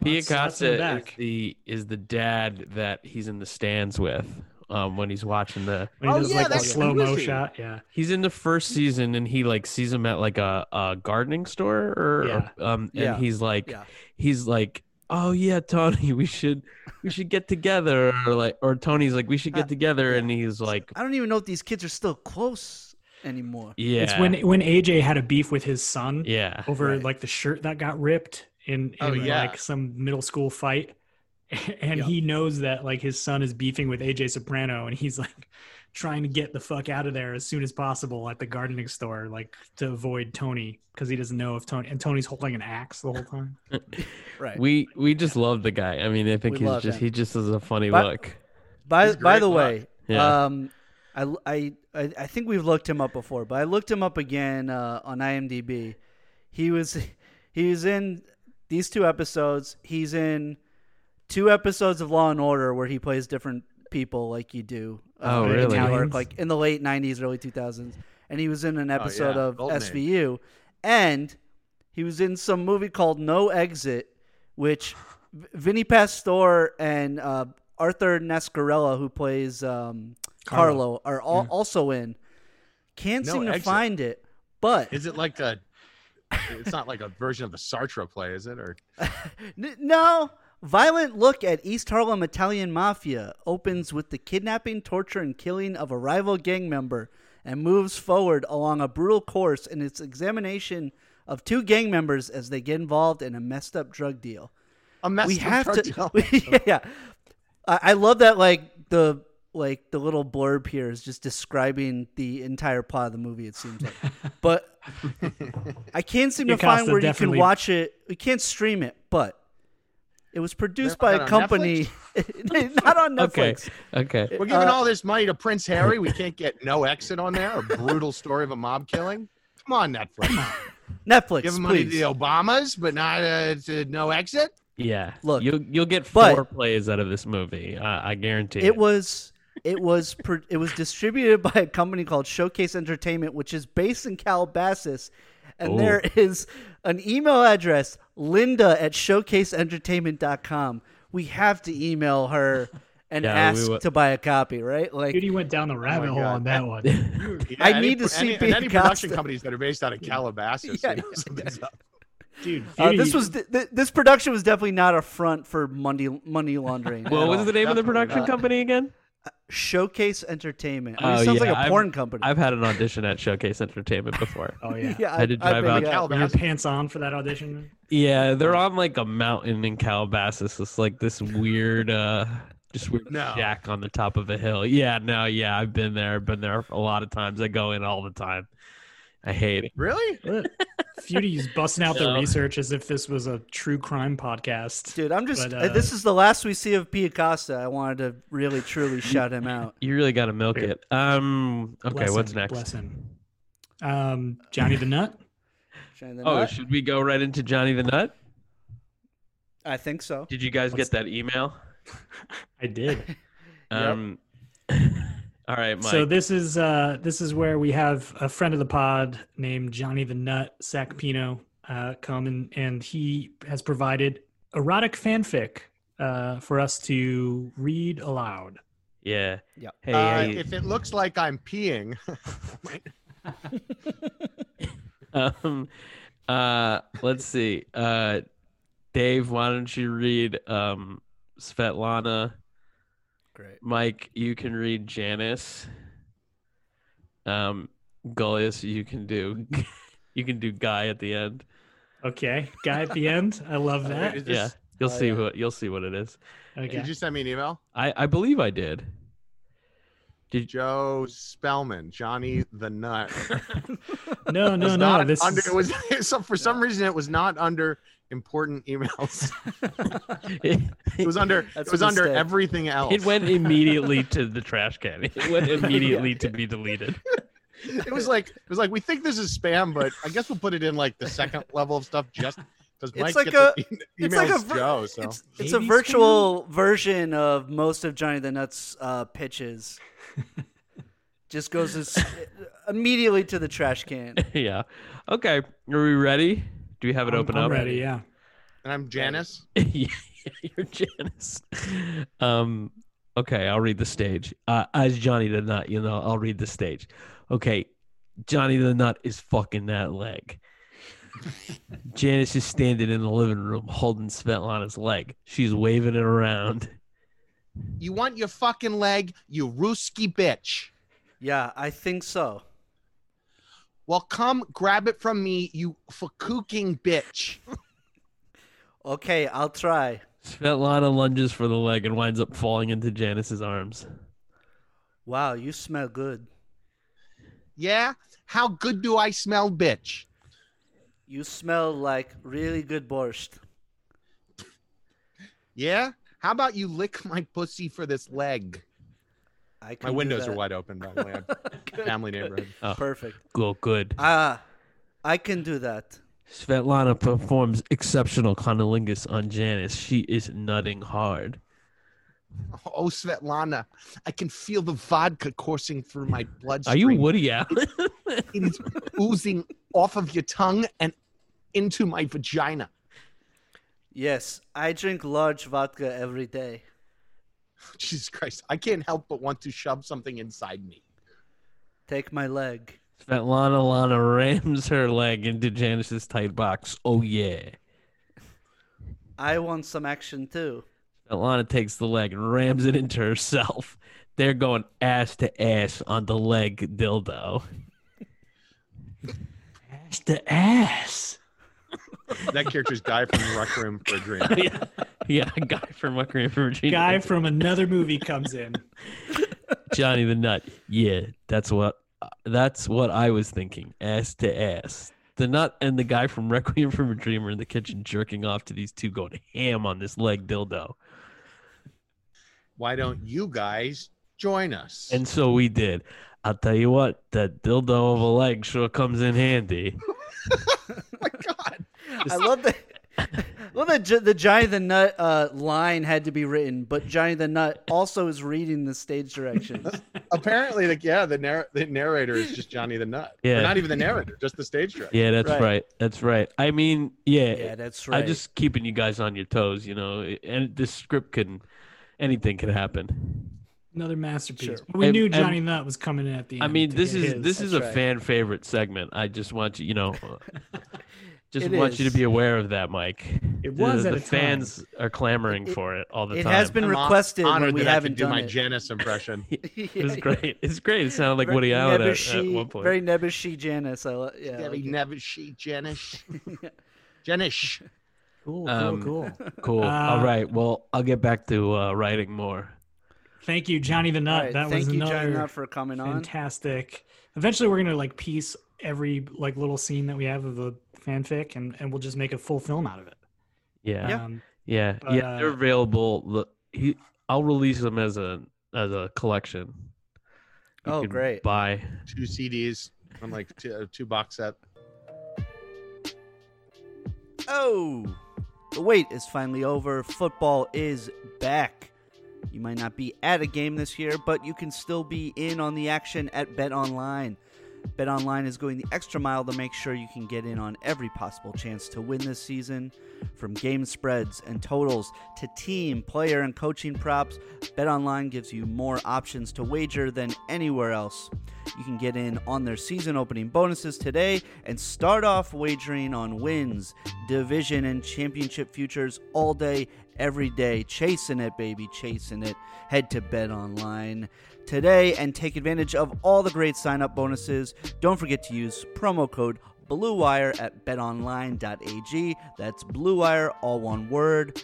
[SPEAKER 2] Pia
[SPEAKER 4] Lots- lots
[SPEAKER 2] Costa
[SPEAKER 4] in the
[SPEAKER 2] is
[SPEAKER 4] back.
[SPEAKER 2] the is the dad that he's in the stands with um, when he's watching the.
[SPEAKER 4] When he
[SPEAKER 5] Oh,
[SPEAKER 4] does
[SPEAKER 5] yeah,
[SPEAKER 4] like the
[SPEAKER 5] that's-
[SPEAKER 4] slow
[SPEAKER 5] who
[SPEAKER 4] mo
[SPEAKER 5] is he?
[SPEAKER 4] shot. Yeah.
[SPEAKER 2] He's in the first season and he like sees him at like a, a gardening store or, or,
[SPEAKER 4] Yeah.
[SPEAKER 2] um and
[SPEAKER 3] Yeah.
[SPEAKER 2] he's like
[SPEAKER 3] Yeah.
[SPEAKER 2] he's like oh yeah, Tony, we should we should get together, or like, or Tony's like, we should
[SPEAKER 3] Uh,
[SPEAKER 2] get together, and he's like,
[SPEAKER 3] I don't even know if these kids are still close anymore.
[SPEAKER 2] yeah,
[SPEAKER 4] It's when when AJ had a beef with his son
[SPEAKER 2] yeah,
[SPEAKER 4] over
[SPEAKER 3] Right.
[SPEAKER 4] like the shirt that got ripped in, in
[SPEAKER 5] Oh, yeah.
[SPEAKER 4] like some middle school fight. And
[SPEAKER 3] Yeah.
[SPEAKER 4] he knows that like his son is beefing with AJ Soprano and he's like trying to get the fuck out of there as soon as possible at the gardening store, like to avoid Tony because he doesn't know if Tony and Tony's holding an axe the whole time.
[SPEAKER 3] Right.
[SPEAKER 2] we we just love the guy. I mean, I think
[SPEAKER 3] We
[SPEAKER 2] he's
[SPEAKER 3] love
[SPEAKER 2] just
[SPEAKER 3] him.
[SPEAKER 2] he just has a funny
[SPEAKER 3] But-
[SPEAKER 2] look.
[SPEAKER 3] By
[SPEAKER 5] He's a
[SPEAKER 3] by
[SPEAKER 5] great
[SPEAKER 3] the
[SPEAKER 5] guy.
[SPEAKER 3] way,
[SPEAKER 2] Yeah.
[SPEAKER 3] um, I, I I I think we've looked him up before, but I looked him up again uh, on IMDb. He was he was in these two episodes. He's in two episodes of Law and Order where he plays different people, like you do. uh,
[SPEAKER 2] Oh,
[SPEAKER 3] in
[SPEAKER 2] really?
[SPEAKER 3] New York,
[SPEAKER 4] Italians?
[SPEAKER 3] like in the late '90s, early 2000s, and he was in an episode
[SPEAKER 5] Oh, yeah.
[SPEAKER 3] of
[SPEAKER 5] Golden age.
[SPEAKER 3] SVU, and he was in some movie called No Exit, which V- Vinny Pastore and uh, Arthur Nascarella, who plays um, Carlo, are all, also in. Can't
[SPEAKER 5] Mm. No
[SPEAKER 3] seem to
[SPEAKER 5] Exit.
[SPEAKER 3] find it, but
[SPEAKER 5] Is it like a? It's not like a version of the Sartre play, is it? Or
[SPEAKER 3] N- no. Violent look at East Harlem Italian mafia opens with the kidnapping, torture, and killing of a rival gang member and moves forward along a brutal course in its examination of two gang members as they get involved in a messed up drug deal.
[SPEAKER 5] a mess.
[SPEAKER 3] we have to. we- yeah, I, I love that. Like the like the little blurb here is just describing the entire plot of the movie. It seems like, but I can't seem to
[SPEAKER 4] It cost
[SPEAKER 3] find
[SPEAKER 4] them
[SPEAKER 3] where you can
[SPEAKER 4] definitely-
[SPEAKER 3] watch it. We can't stream it, but it was produced
[SPEAKER 5] They're
[SPEAKER 3] by
[SPEAKER 5] not
[SPEAKER 3] a
[SPEAKER 5] on
[SPEAKER 3] company, not on
[SPEAKER 2] Okay,
[SPEAKER 3] Netflix.
[SPEAKER 2] okay.
[SPEAKER 5] We're giving
[SPEAKER 3] Uh,
[SPEAKER 5] all this money to Prince Harry. We can't get no exit on there. A brutal story of a mob killing. Come on, Netflix.
[SPEAKER 3] Netflix,
[SPEAKER 5] Give
[SPEAKER 3] please.
[SPEAKER 5] money to the Obamas, but not uh, to no exit.
[SPEAKER 2] Yeah.
[SPEAKER 3] Look,
[SPEAKER 2] you'll you'll get
[SPEAKER 3] but-
[SPEAKER 2] four plays out of this movie. I, I guarantee
[SPEAKER 3] It was it was pro- it was distributed by a company called Showcase Entertainment, which is based in Calabasas, and
[SPEAKER 2] Ooh.
[SPEAKER 3] there is an email address Linda at showcaseentertainment.com. We have to email her and
[SPEAKER 2] Yeah, we
[SPEAKER 3] ask
[SPEAKER 2] will-
[SPEAKER 3] to buy a copy, right? Like
[SPEAKER 4] Dude, he went down the rabbit hole
[SPEAKER 5] God.
[SPEAKER 4] on that one.
[SPEAKER 5] Yeah,
[SPEAKER 3] I
[SPEAKER 5] any
[SPEAKER 3] need to
[SPEAKER 5] pro-
[SPEAKER 3] see
[SPEAKER 5] any,
[SPEAKER 3] Big
[SPEAKER 5] and any production
[SPEAKER 3] Costa.
[SPEAKER 5] companies that are based out of Calabasas.
[SPEAKER 3] Yeah,
[SPEAKER 5] you know, something's up.
[SPEAKER 4] Dude,
[SPEAKER 3] uh,
[SPEAKER 4] Beauty-
[SPEAKER 3] this was th- th- this production was definitely not a front for money money laundering.
[SPEAKER 2] What
[SPEAKER 3] at
[SPEAKER 2] was
[SPEAKER 3] all.
[SPEAKER 2] the name of the
[SPEAKER 5] Definitely
[SPEAKER 2] production
[SPEAKER 5] not.
[SPEAKER 2] company again?
[SPEAKER 3] Showcase Entertainment? I mean,
[SPEAKER 2] Oh,
[SPEAKER 3] it sounds
[SPEAKER 2] yeah,
[SPEAKER 3] like a
[SPEAKER 2] I've-
[SPEAKER 3] porn company.
[SPEAKER 2] I've had an audition at Showcase Entertainment before.
[SPEAKER 4] oh yeah.
[SPEAKER 3] yeah,
[SPEAKER 2] I did drive
[SPEAKER 3] I've been
[SPEAKER 2] out
[SPEAKER 3] to
[SPEAKER 2] to
[SPEAKER 4] Were your pants on for that audition?
[SPEAKER 2] yeah, they're on like a mountain in Calabasas. It's like this weird, uh, just weird
[SPEAKER 5] No.
[SPEAKER 2] shack on the top of a hill. Yeah, no, yeah, I've been there. Been there a lot of times. I go in all the time. I hate it.
[SPEAKER 5] Really?
[SPEAKER 4] Feudy's busting out the
[SPEAKER 2] No.
[SPEAKER 4] research as if this was a true crime podcast.
[SPEAKER 3] Dude, I'm just.
[SPEAKER 4] But,
[SPEAKER 3] uh,
[SPEAKER 4] uh,
[SPEAKER 3] this is the last we see of Pia Costa. I wanted to really, truly shout him out.
[SPEAKER 2] You really got to milk it. Um. Okay,
[SPEAKER 4] Bless
[SPEAKER 2] what's
[SPEAKER 4] him,
[SPEAKER 2] next?
[SPEAKER 4] Bless him. Um, Johnny the Nut.
[SPEAKER 3] Shine the
[SPEAKER 2] Oh,
[SPEAKER 3] Nut.
[SPEAKER 2] should we go right into Johnny the Nut?
[SPEAKER 3] I think so.
[SPEAKER 2] Did you guys
[SPEAKER 4] What's-
[SPEAKER 2] get that email?
[SPEAKER 4] I did.
[SPEAKER 2] Um. all right, Mike.
[SPEAKER 4] so this is uh, this is where we have a friend of the pod named Johnny the Nut Sacpino uh, come and and he has provided erotic fanfic uh, for us to read aloud.
[SPEAKER 2] yeah.
[SPEAKER 3] Yep.
[SPEAKER 2] Hey,
[SPEAKER 5] Uh,
[SPEAKER 2] hey,
[SPEAKER 5] if it looks like I'm peeing,
[SPEAKER 2] um uh let's see uh dave why don't you read um svetlana
[SPEAKER 3] Great.
[SPEAKER 2] mike you can read janice um gullius you can do you can do guy at the end
[SPEAKER 4] Okay, guy at the end. I
[SPEAKER 2] Uh,
[SPEAKER 4] love that.
[SPEAKER 5] is this-
[SPEAKER 2] yeah you'll
[SPEAKER 3] oh,
[SPEAKER 2] see
[SPEAKER 3] yeah.
[SPEAKER 2] what you'll see what it is
[SPEAKER 4] Okay.
[SPEAKER 5] did you send me an email?
[SPEAKER 2] i i believe i did
[SPEAKER 5] Joe Spellman, Johnny the Nut.
[SPEAKER 4] No,
[SPEAKER 5] It
[SPEAKER 4] no,
[SPEAKER 5] was
[SPEAKER 4] no.
[SPEAKER 5] not
[SPEAKER 4] This
[SPEAKER 5] under,
[SPEAKER 4] is,
[SPEAKER 5] it was so for some reason it was not under important emails. It was under
[SPEAKER 3] That's
[SPEAKER 5] it
[SPEAKER 3] a
[SPEAKER 5] was under
[SPEAKER 3] mistake.
[SPEAKER 5] everything else.
[SPEAKER 2] it went immediately to the trash can it went immediately to be deleted
[SPEAKER 5] it was like it was like we think this is spam, but I guess we'll put it in like the second level of stuff just because
[SPEAKER 3] It's
[SPEAKER 5] Mike
[SPEAKER 3] like
[SPEAKER 5] gets a,
[SPEAKER 3] a-
[SPEAKER 5] e-
[SPEAKER 3] it's
[SPEAKER 5] emails
[SPEAKER 3] like a ver-
[SPEAKER 5] Joe. So
[SPEAKER 3] It's it's a
[SPEAKER 4] Maybe
[SPEAKER 3] virtual version of most of Johnny the Nuts uh, pitches. just goes as, uh, immediately to the trash can.
[SPEAKER 2] yeah okay are we ready do we have it
[SPEAKER 4] I'm-
[SPEAKER 2] open
[SPEAKER 4] I'm
[SPEAKER 2] up
[SPEAKER 4] ready. Yeah.
[SPEAKER 5] and I'm Janice.
[SPEAKER 2] Yeah, you're Janice. Um, okay, I'll read the stage. Uh, as Johnny the Nut, you know, I'll read the stage. Okay, Johnny the Nut is fucking that leg. Janice is standing in the living room holding Svetlana's leg. She's waving it around.
[SPEAKER 5] You want your fucking leg, you Ruski bitch.
[SPEAKER 3] Yeah, I think so.
[SPEAKER 5] Well, come grab it from me, you fucking bitch.
[SPEAKER 3] Okay, I'll try.
[SPEAKER 2] Svetlana lunges for the leg and winds up falling into Janice's arms.
[SPEAKER 3] Wow, you smell good.
[SPEAKER 5] Yeah? How good do I smell, bitch?
[SPEAKER 3] You smell like really good borscht.
[SPEAKER 5] Yeah? How about you lick my pussy for this leg?
[SPEAKER 3] I can
[SPEAKER 5] My
[SPEAKER 3] do
[SPEAKER 5] windows are
[SPEAKER 3] that.
[SPEAKER 5] wide open, by the way. I'm family neighborhood.
[SPEAKER 2] Oh.
[SPEAKER 3] Perfect.
[SPEAKER 2] Go good.
[SPEAKER 3] Ah, I can do that.
[SPEAKER 2] Svetlana performs exceptional conolingus on Janice. She is nutting hard.
[SPEAKER 5] Oh, Svetlana, I can feel the vodka coursing through my bloodstream.
[SPEAKER 2] Are you Woody Allen?
[SPEAKER 5] It is oozing off of your tongue and into my vagina.
[SPEAKER 3] Yes, I drink large vodka every day.
[SPEAKER 5] Jesus Christ, I can't help but want to shove something inside me.
[SPEAKER 3] Take my leg.
[SPEAKER 2] Svetlana Lana rams her leg into Janice's tight box. Oh yeah.
[SPEAKER 3] I want some action too.
[SPEAKER 2] Svetlana takes the leg and rams it into herself. They're going ass to ass on the leg dildo. ass to ass.
[SPEAKER 5] That character's guy from the Rec Room for a Dream.
[SPEAKER 2] yeah, yeah, a guy from Muckery from Virginia.
[SPEAKER 4] Guy from another movie comes in.
[SPEAKER 2] Johnny the Nut. Yeah, that's what that's what I was thinking. Ass to ass. The nut and the guy from Requiem from a Dream are in the kitchen jerking off to these two going ham on this leg dildo.
[SPEAKER 5] Why don't you guys join us?
[SPEAKER 2] And so we did. I'll tell you what, that dildo of a leg sure comes in handy.
[SPEAKER 3] I love that. Well, the Gi- the Johnny the Nut uh, line had to be written, but Johnny the Nut also is reading the stage directions.
[SPEAKER 5] apparently, like yeah, the, narr- the narrator is just Johnny the Nut.
[SPEAKER 2] Yeah.
[SPEAKER 5] Or not even the narrator, just the stage director.
[SPEAKER 2] Yeah, that's
[SPEAKER 3] Right.
[SPEAKER 2] right. That's right. I mean, yeah,
[SPEAKER 3] yeah, that's right.
[SPEAKER 2] I'm just keeping you guys on your toes, you know. And this script can anything could happen.
[SPEAKER 4] Another masterpiece.
[SPEAKER 3] Sure.
[SPEAKER 4] We
[SPEAKER 2] And-
[SPEAKER 4] knew
[SPEAKER 2] and-
[SPEAKER 4] Johnny Nut was coming in at the end.
[SPEAKER 2] I mean,
[SPEAKER 4] to
[SPEAKER 2] this
[SPEAKER 4] get
[SPEAKER 2] is
[SPEAKER 4] his.
[SPEAKER 2] this is a
[SPEAKER 3] That's right.
[SPEAKER 2] fan favorite segment. I just want you, you know, just
[SPEAKER 3] It
[SPEAKER 2] want you
[SPEAKER 3] is.
[SPEAKER 2] to be aware of that, Mike.
[SPEAKER 4] It was
[SPEAKER 2] the,
[SPEAKER 4] at
[SPEAKER 2] the
[SPEAKER 4] a time.
[SPEAKER 2] fans are clamoring
[SPEAKER 3] It-
[SPEAKER 2] for it all the
[SPEAKER 3] it
[SPEAKER 2] time.
[SPEAKER 3] has been
[SPEAKER 5] I'm hon-
[SPEAKER 3] requested
[SPEAKER 5] honored
[SPEAKER 3] when we
[SPEAKER 5] that I
[SPEAKER 3] haven't
[SPEAKER 5] could do
[SPEAKER 3] done
[SPEAKER 5] my
[SPEAKER 3] it.
[SPEAKER 5] Janice impression.
[SPEAKER 2] It was great. It's great. It sounded like Woody
[SPEAKER 3] Very
[SPEAKER 2] Allen at, at
[SPEAKER 3] Nebushi-
[SPEAKER 2] one point.
[SPEAKER 3] Very Nebushi Janice. I lo- yeah, I
[SPEAKER 5] Debbie
[SPEAKER 3] like it.
[SPEAKER 5] never she Janice. Janice.
[SPEAKER 4] cool, cool,
[SPEAKER 2] um,
[SPEAKER 4] cool.
[SPEAKER 2] cool.
[SPEAKER 4] Uh,
[SPEAKER 2] all right. Well, I'll get back to uh, writing more.
[SPEAKER 4] Thank you, Johnny the
[SPEAKER 3] All
[SPEAKER 4] Nut.
[SPEAKER 3] right,
[SPEAKER 4] that
[SPEAKER 3] thank
[SPEAKER 4] was
[SPEAKER 3] you,
[SPEAKER 4] another
[SPEAKER 3] Johnny Nut, for coming on.
[SPEAKER 4] fantastic. Eventually, we're gonna like piece every like little scene that we have of the fanfic, and and we'll just make a full film out of it.
[SPEAKER 2] Yeah.
[SPEAKER 3] Yeah.
[SPEAKER 4] Um,
[SPEAKER 2] Yeah,
[SPEAKER 4] But,
[SPEAKER 2] yeah, they're
[SPEAKER 4] uh,
[SPEAKER 2] available. The- He, I'll release them as a as a collection. You
[SPEAKER 3] Oh,
[SPEAKER 2] can
[SPEAKER 3] great.
[SPEAKER 2] Buy.
[SPEAKER 5] Two CDs on like two, a two box set.
[SPEAKER 3] Oh, the wait is finally over. Football is back. You might not be at a game this year, but you can still be in on the action at Bet Online. Bet Online is going the extra mile to make sure you can get in on every possible chance to win this season. From game spreads and totals to team, player, and coaching props, Bet Online gives you more options to wager than anywhere else. You can get in on their season opening bonuses today and start off wagering on wins, division, and championship futures all day, every day. Chasing it, baby, chasing it. Head to Bet Online today and take advantage of all the great sign up bonuses. Don't forget to use promo code BLUEWIRE at betonline.ag. That's BLUEWIRE, all one word.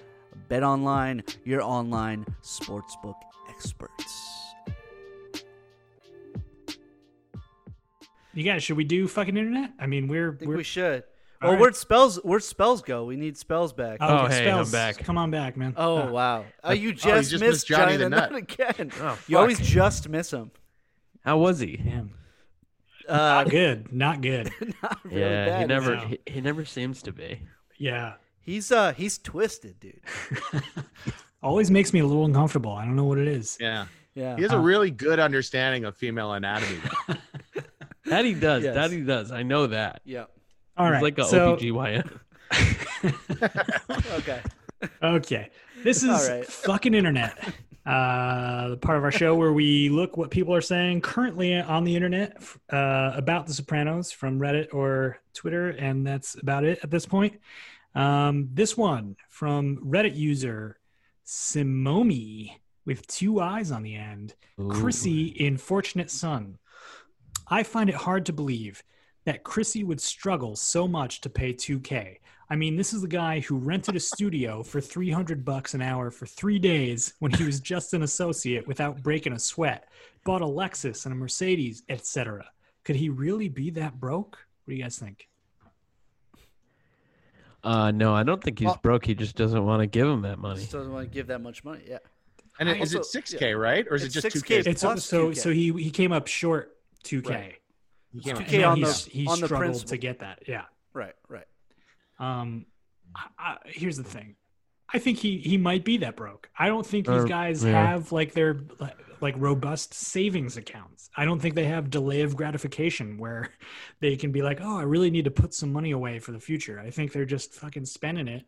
[SPEAKER 3] BetOnline, your online sportsbook experts.
[SPEAKER 4] you guys, should we do fucking internet? I mean, we're
[SPEAKER 3] think
[SPEAKER 4] we're
[SPEAKER 3] we should.
[SPEAKER 4] All
[SPEAKER 3] Well,
[SPEAKER 4] right.
[SPEAKER 3] where'd spells where'd spells go? We need spells back. Oh,
[SPEAKER 2] Oh, hey, I'm back.
[SPEAKER 4] Come on back, man. Uh,
[SPEAKER 3] wow! Oh, you just,
[SPEAKER 5] just
[SPEAKER 3] missed,
[SPEAKER 5] missed
[SPEAKER 3] Johnny,
[SPEAKER 5] Johnny
[SPEAKER 3] the
[SPEAKER 5] the
[SPEAKER 3] Nut,
[SPEAKER 5] Nut.
[SPEAKER 3] again.
[SPEAKER 2] Oh,
[SPEAKER 3] you always
[SPEAKER 2] fuck.
[SPEAKER 3] just miss him.
[SPEAKER 2] How was he?
[SPEAKER 4] damn.
[SPEAKER 3] Uh,
[SPEAKER 4] Not good. Not good.
[SPEAKER 3] not really
[SPEAKER 2] yeah,
[SPEAKER 3] bad.
[SPEAKER 2] he never
[SPEAKER 4] now.
[SPEAKER 2] he, he never seems to be.
[SPEAKER 4] Yeah.
[SPEAKER 3] He's uh he's twisted, dude.
[SPEAKER 4] Always makes me a little uncomfortable. I don't know what it is.
[SPEAKER 5] Yeah.
[SPEAKER 3] Yeah.
[SPEAKER 5] He has a really good understanding of female anatomy. though.
[SPEAKER 2] That he does.
[SPEAKER 3] Yes.
[SPEAKER 2] That he does. I know that.
[SPEAKER 3] Yeah.
[SPEAKER 4] All
[SPEAKER 2] He's
[SPEAKER 4] right.
[SPEAKER 2] like a
[SPEAKER 4] so,
[SPEAKER 2] OPGYN.
[SPEAKER 3] Okay.
[SPEAKER 4] okay. This
[SPEAKER 3] All
[SPEAKER 4] is
[SPEAKER 3] right.
[SPEAKER 4] fucking internet. uh, the part of our show where we look what people are saying currently on the internet f- uh, about The Sopranos from Reddit or Twitter, and that's about it at this point. Um, this one from Reddit user Simomi with two eyes on the end, Chrissy in Fortunate Son. I find it hard to believe that Chrissy would struggle so much to pay 2K. I mean, this is the guy who rented a studio for 300 bucks an hour for three days when he was just an associate without breaking a sweat, bought a Lexus and a Mercedes, etc. Could he really be that broke? What do you guys think?
[SPEAKER 2] Uh, no, I don't think he's
[SPEAKER 6] Well-
[SPEAKER 2] broke. He just doesn't want to give him that money.
[SPEAKER 3] Just doesn't want to give that much money. Yeah.
[SPEAKER 5] And it, is it
[SPEAKER 3] Also-
[SPEAKER 5] 6K, right? Or is
[SPEAKER 3] It's
[SPEAKER 5] it just
[SPEAKER 3] 6K.
[SPEAKER 5] 2K?
[SPEAKER 4] It's
[SPEAKER 3] Plus
[SPEAKER 4] so
[SPEAKER 3] 2K.
[SPEAKER 4] so he he came up short 2K.
[SPEAKER 3] Right.
[SPEAKER 5] You can't-
[SPEAKER 3] 2K
[SPEAKER 4] And
[SPEAKER 3] on
[SPEAKER 4] he's-
[SPEAKER 3] the
[SPEAKER 4] he
[SPEAKER 3] on the
[SPEAKER 4] struggled
[SPEAKER 3] principle.
[SPEAKER 4] to get that. Yeah.
[SPEAKER 3] Right. Right.
[SPEAKER 4] Um, I, I, here's the thing. I think he he might be that broke. I don't think these
[SPEAKER 2] Or-
[SPEAKER 4] guys
[SPEAKER 2] yeah.
[SPEAKER 4] have like their like, like robust savings accounts. I don't think they have delay of gratification where they can be like, oh, I really need to put some money away for the future. I think they're just fucking spending it.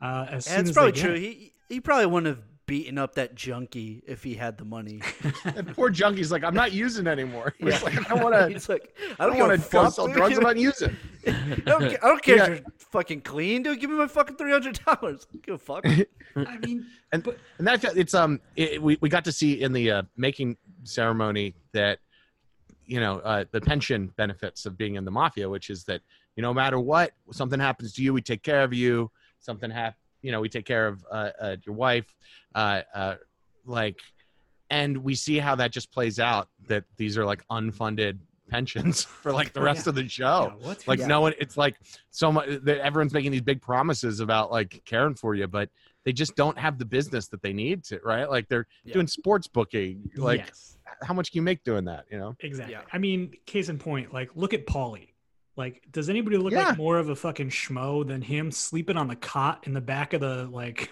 [SPEAKER 4] Uh, as soon
[SPEAKER 3] And it's
[SPEAKER 4] as
[SPEAKER 3] probably
[SPEAKER 4] they get
[SPEAKER 3] true.
[SPEAKER 4] it.
[SPEAKER 3] He he probably wouldn't have beaten up that junkie if he had the money.
[SPEAKER 5] That poor junkie's like, I'm not using anymore. He's like, I want to.
[SPEAKER 3] He's like, I
[SPEAKER 5] I
[SPEAKER 3] don't,
[SPEAKER 5] don't want
[SPEAKER 3] give
[SPEAKER 5] to
[SPEAKER 3] a
[SPEAKER 5] go
[SPEAKER 3] fuck,
[SPEAKER 5] sell
[SPEAKER 3] dude.
[SPEAKER 5] drugs.
[SPEAKER 3] Give
[SPEAKER 5] I'm
[SPEAKER 3] me-
[SPEAKER 5] not using.
[SPEAKER 3] I don't, ca- I don't care
[SPEAKER 5] Yeah.
[SPEAKER 3] if you're fucking clean, dude. Give me my fucking three hundred dollars. Give a fuck.
[SPEAKER 4] I mean,
[SPEAKER 5] and
[SPEAKER 4] But-
[SPEAKER 5] and that it's um it, we we got to see in the uh, making ceremony that you know uh, the pension benefits of being in the mafia, which is that you know, no matter what something happens to you, we take care of you. Something hap you know, we take care of uh, uh, your wife, uh, uh, like, and we see how that just plays out. That these are like unfunded pensions for like the rest
[SPEAKER 4] Oh, Yeah.
[SPEAKER 5] of the
[SPEAKER 3] Oh,
[SPEAKER 5] show.
[SPEAKER 4] yeah, what?
[SPEAKER 5] Like
[SPEAKER 3] Yeah.
[SPEAKER 5] no one, it's like so much that everyone's making these big promises about like caring for you, but they just don't have the business that they need to, right? Like they're
[SPEAKER 3] Yeah.
[SPEAKER 5] doing sports booking. Like
[SPEAKER 4] Yes.
[SPEAKER 5] how much can you make doing that? You know?
[SPEAKER 4] Exactly.
[SPEAKER 3] Yeah.
[SPEAKER 4] I mean, case in point, like look at Paulie. Like, does anybody look
[SPEAKER 5] Yeah.
[SPEAKER 4] like more of a fucking schmo than him sleeping on the cot in the back of the like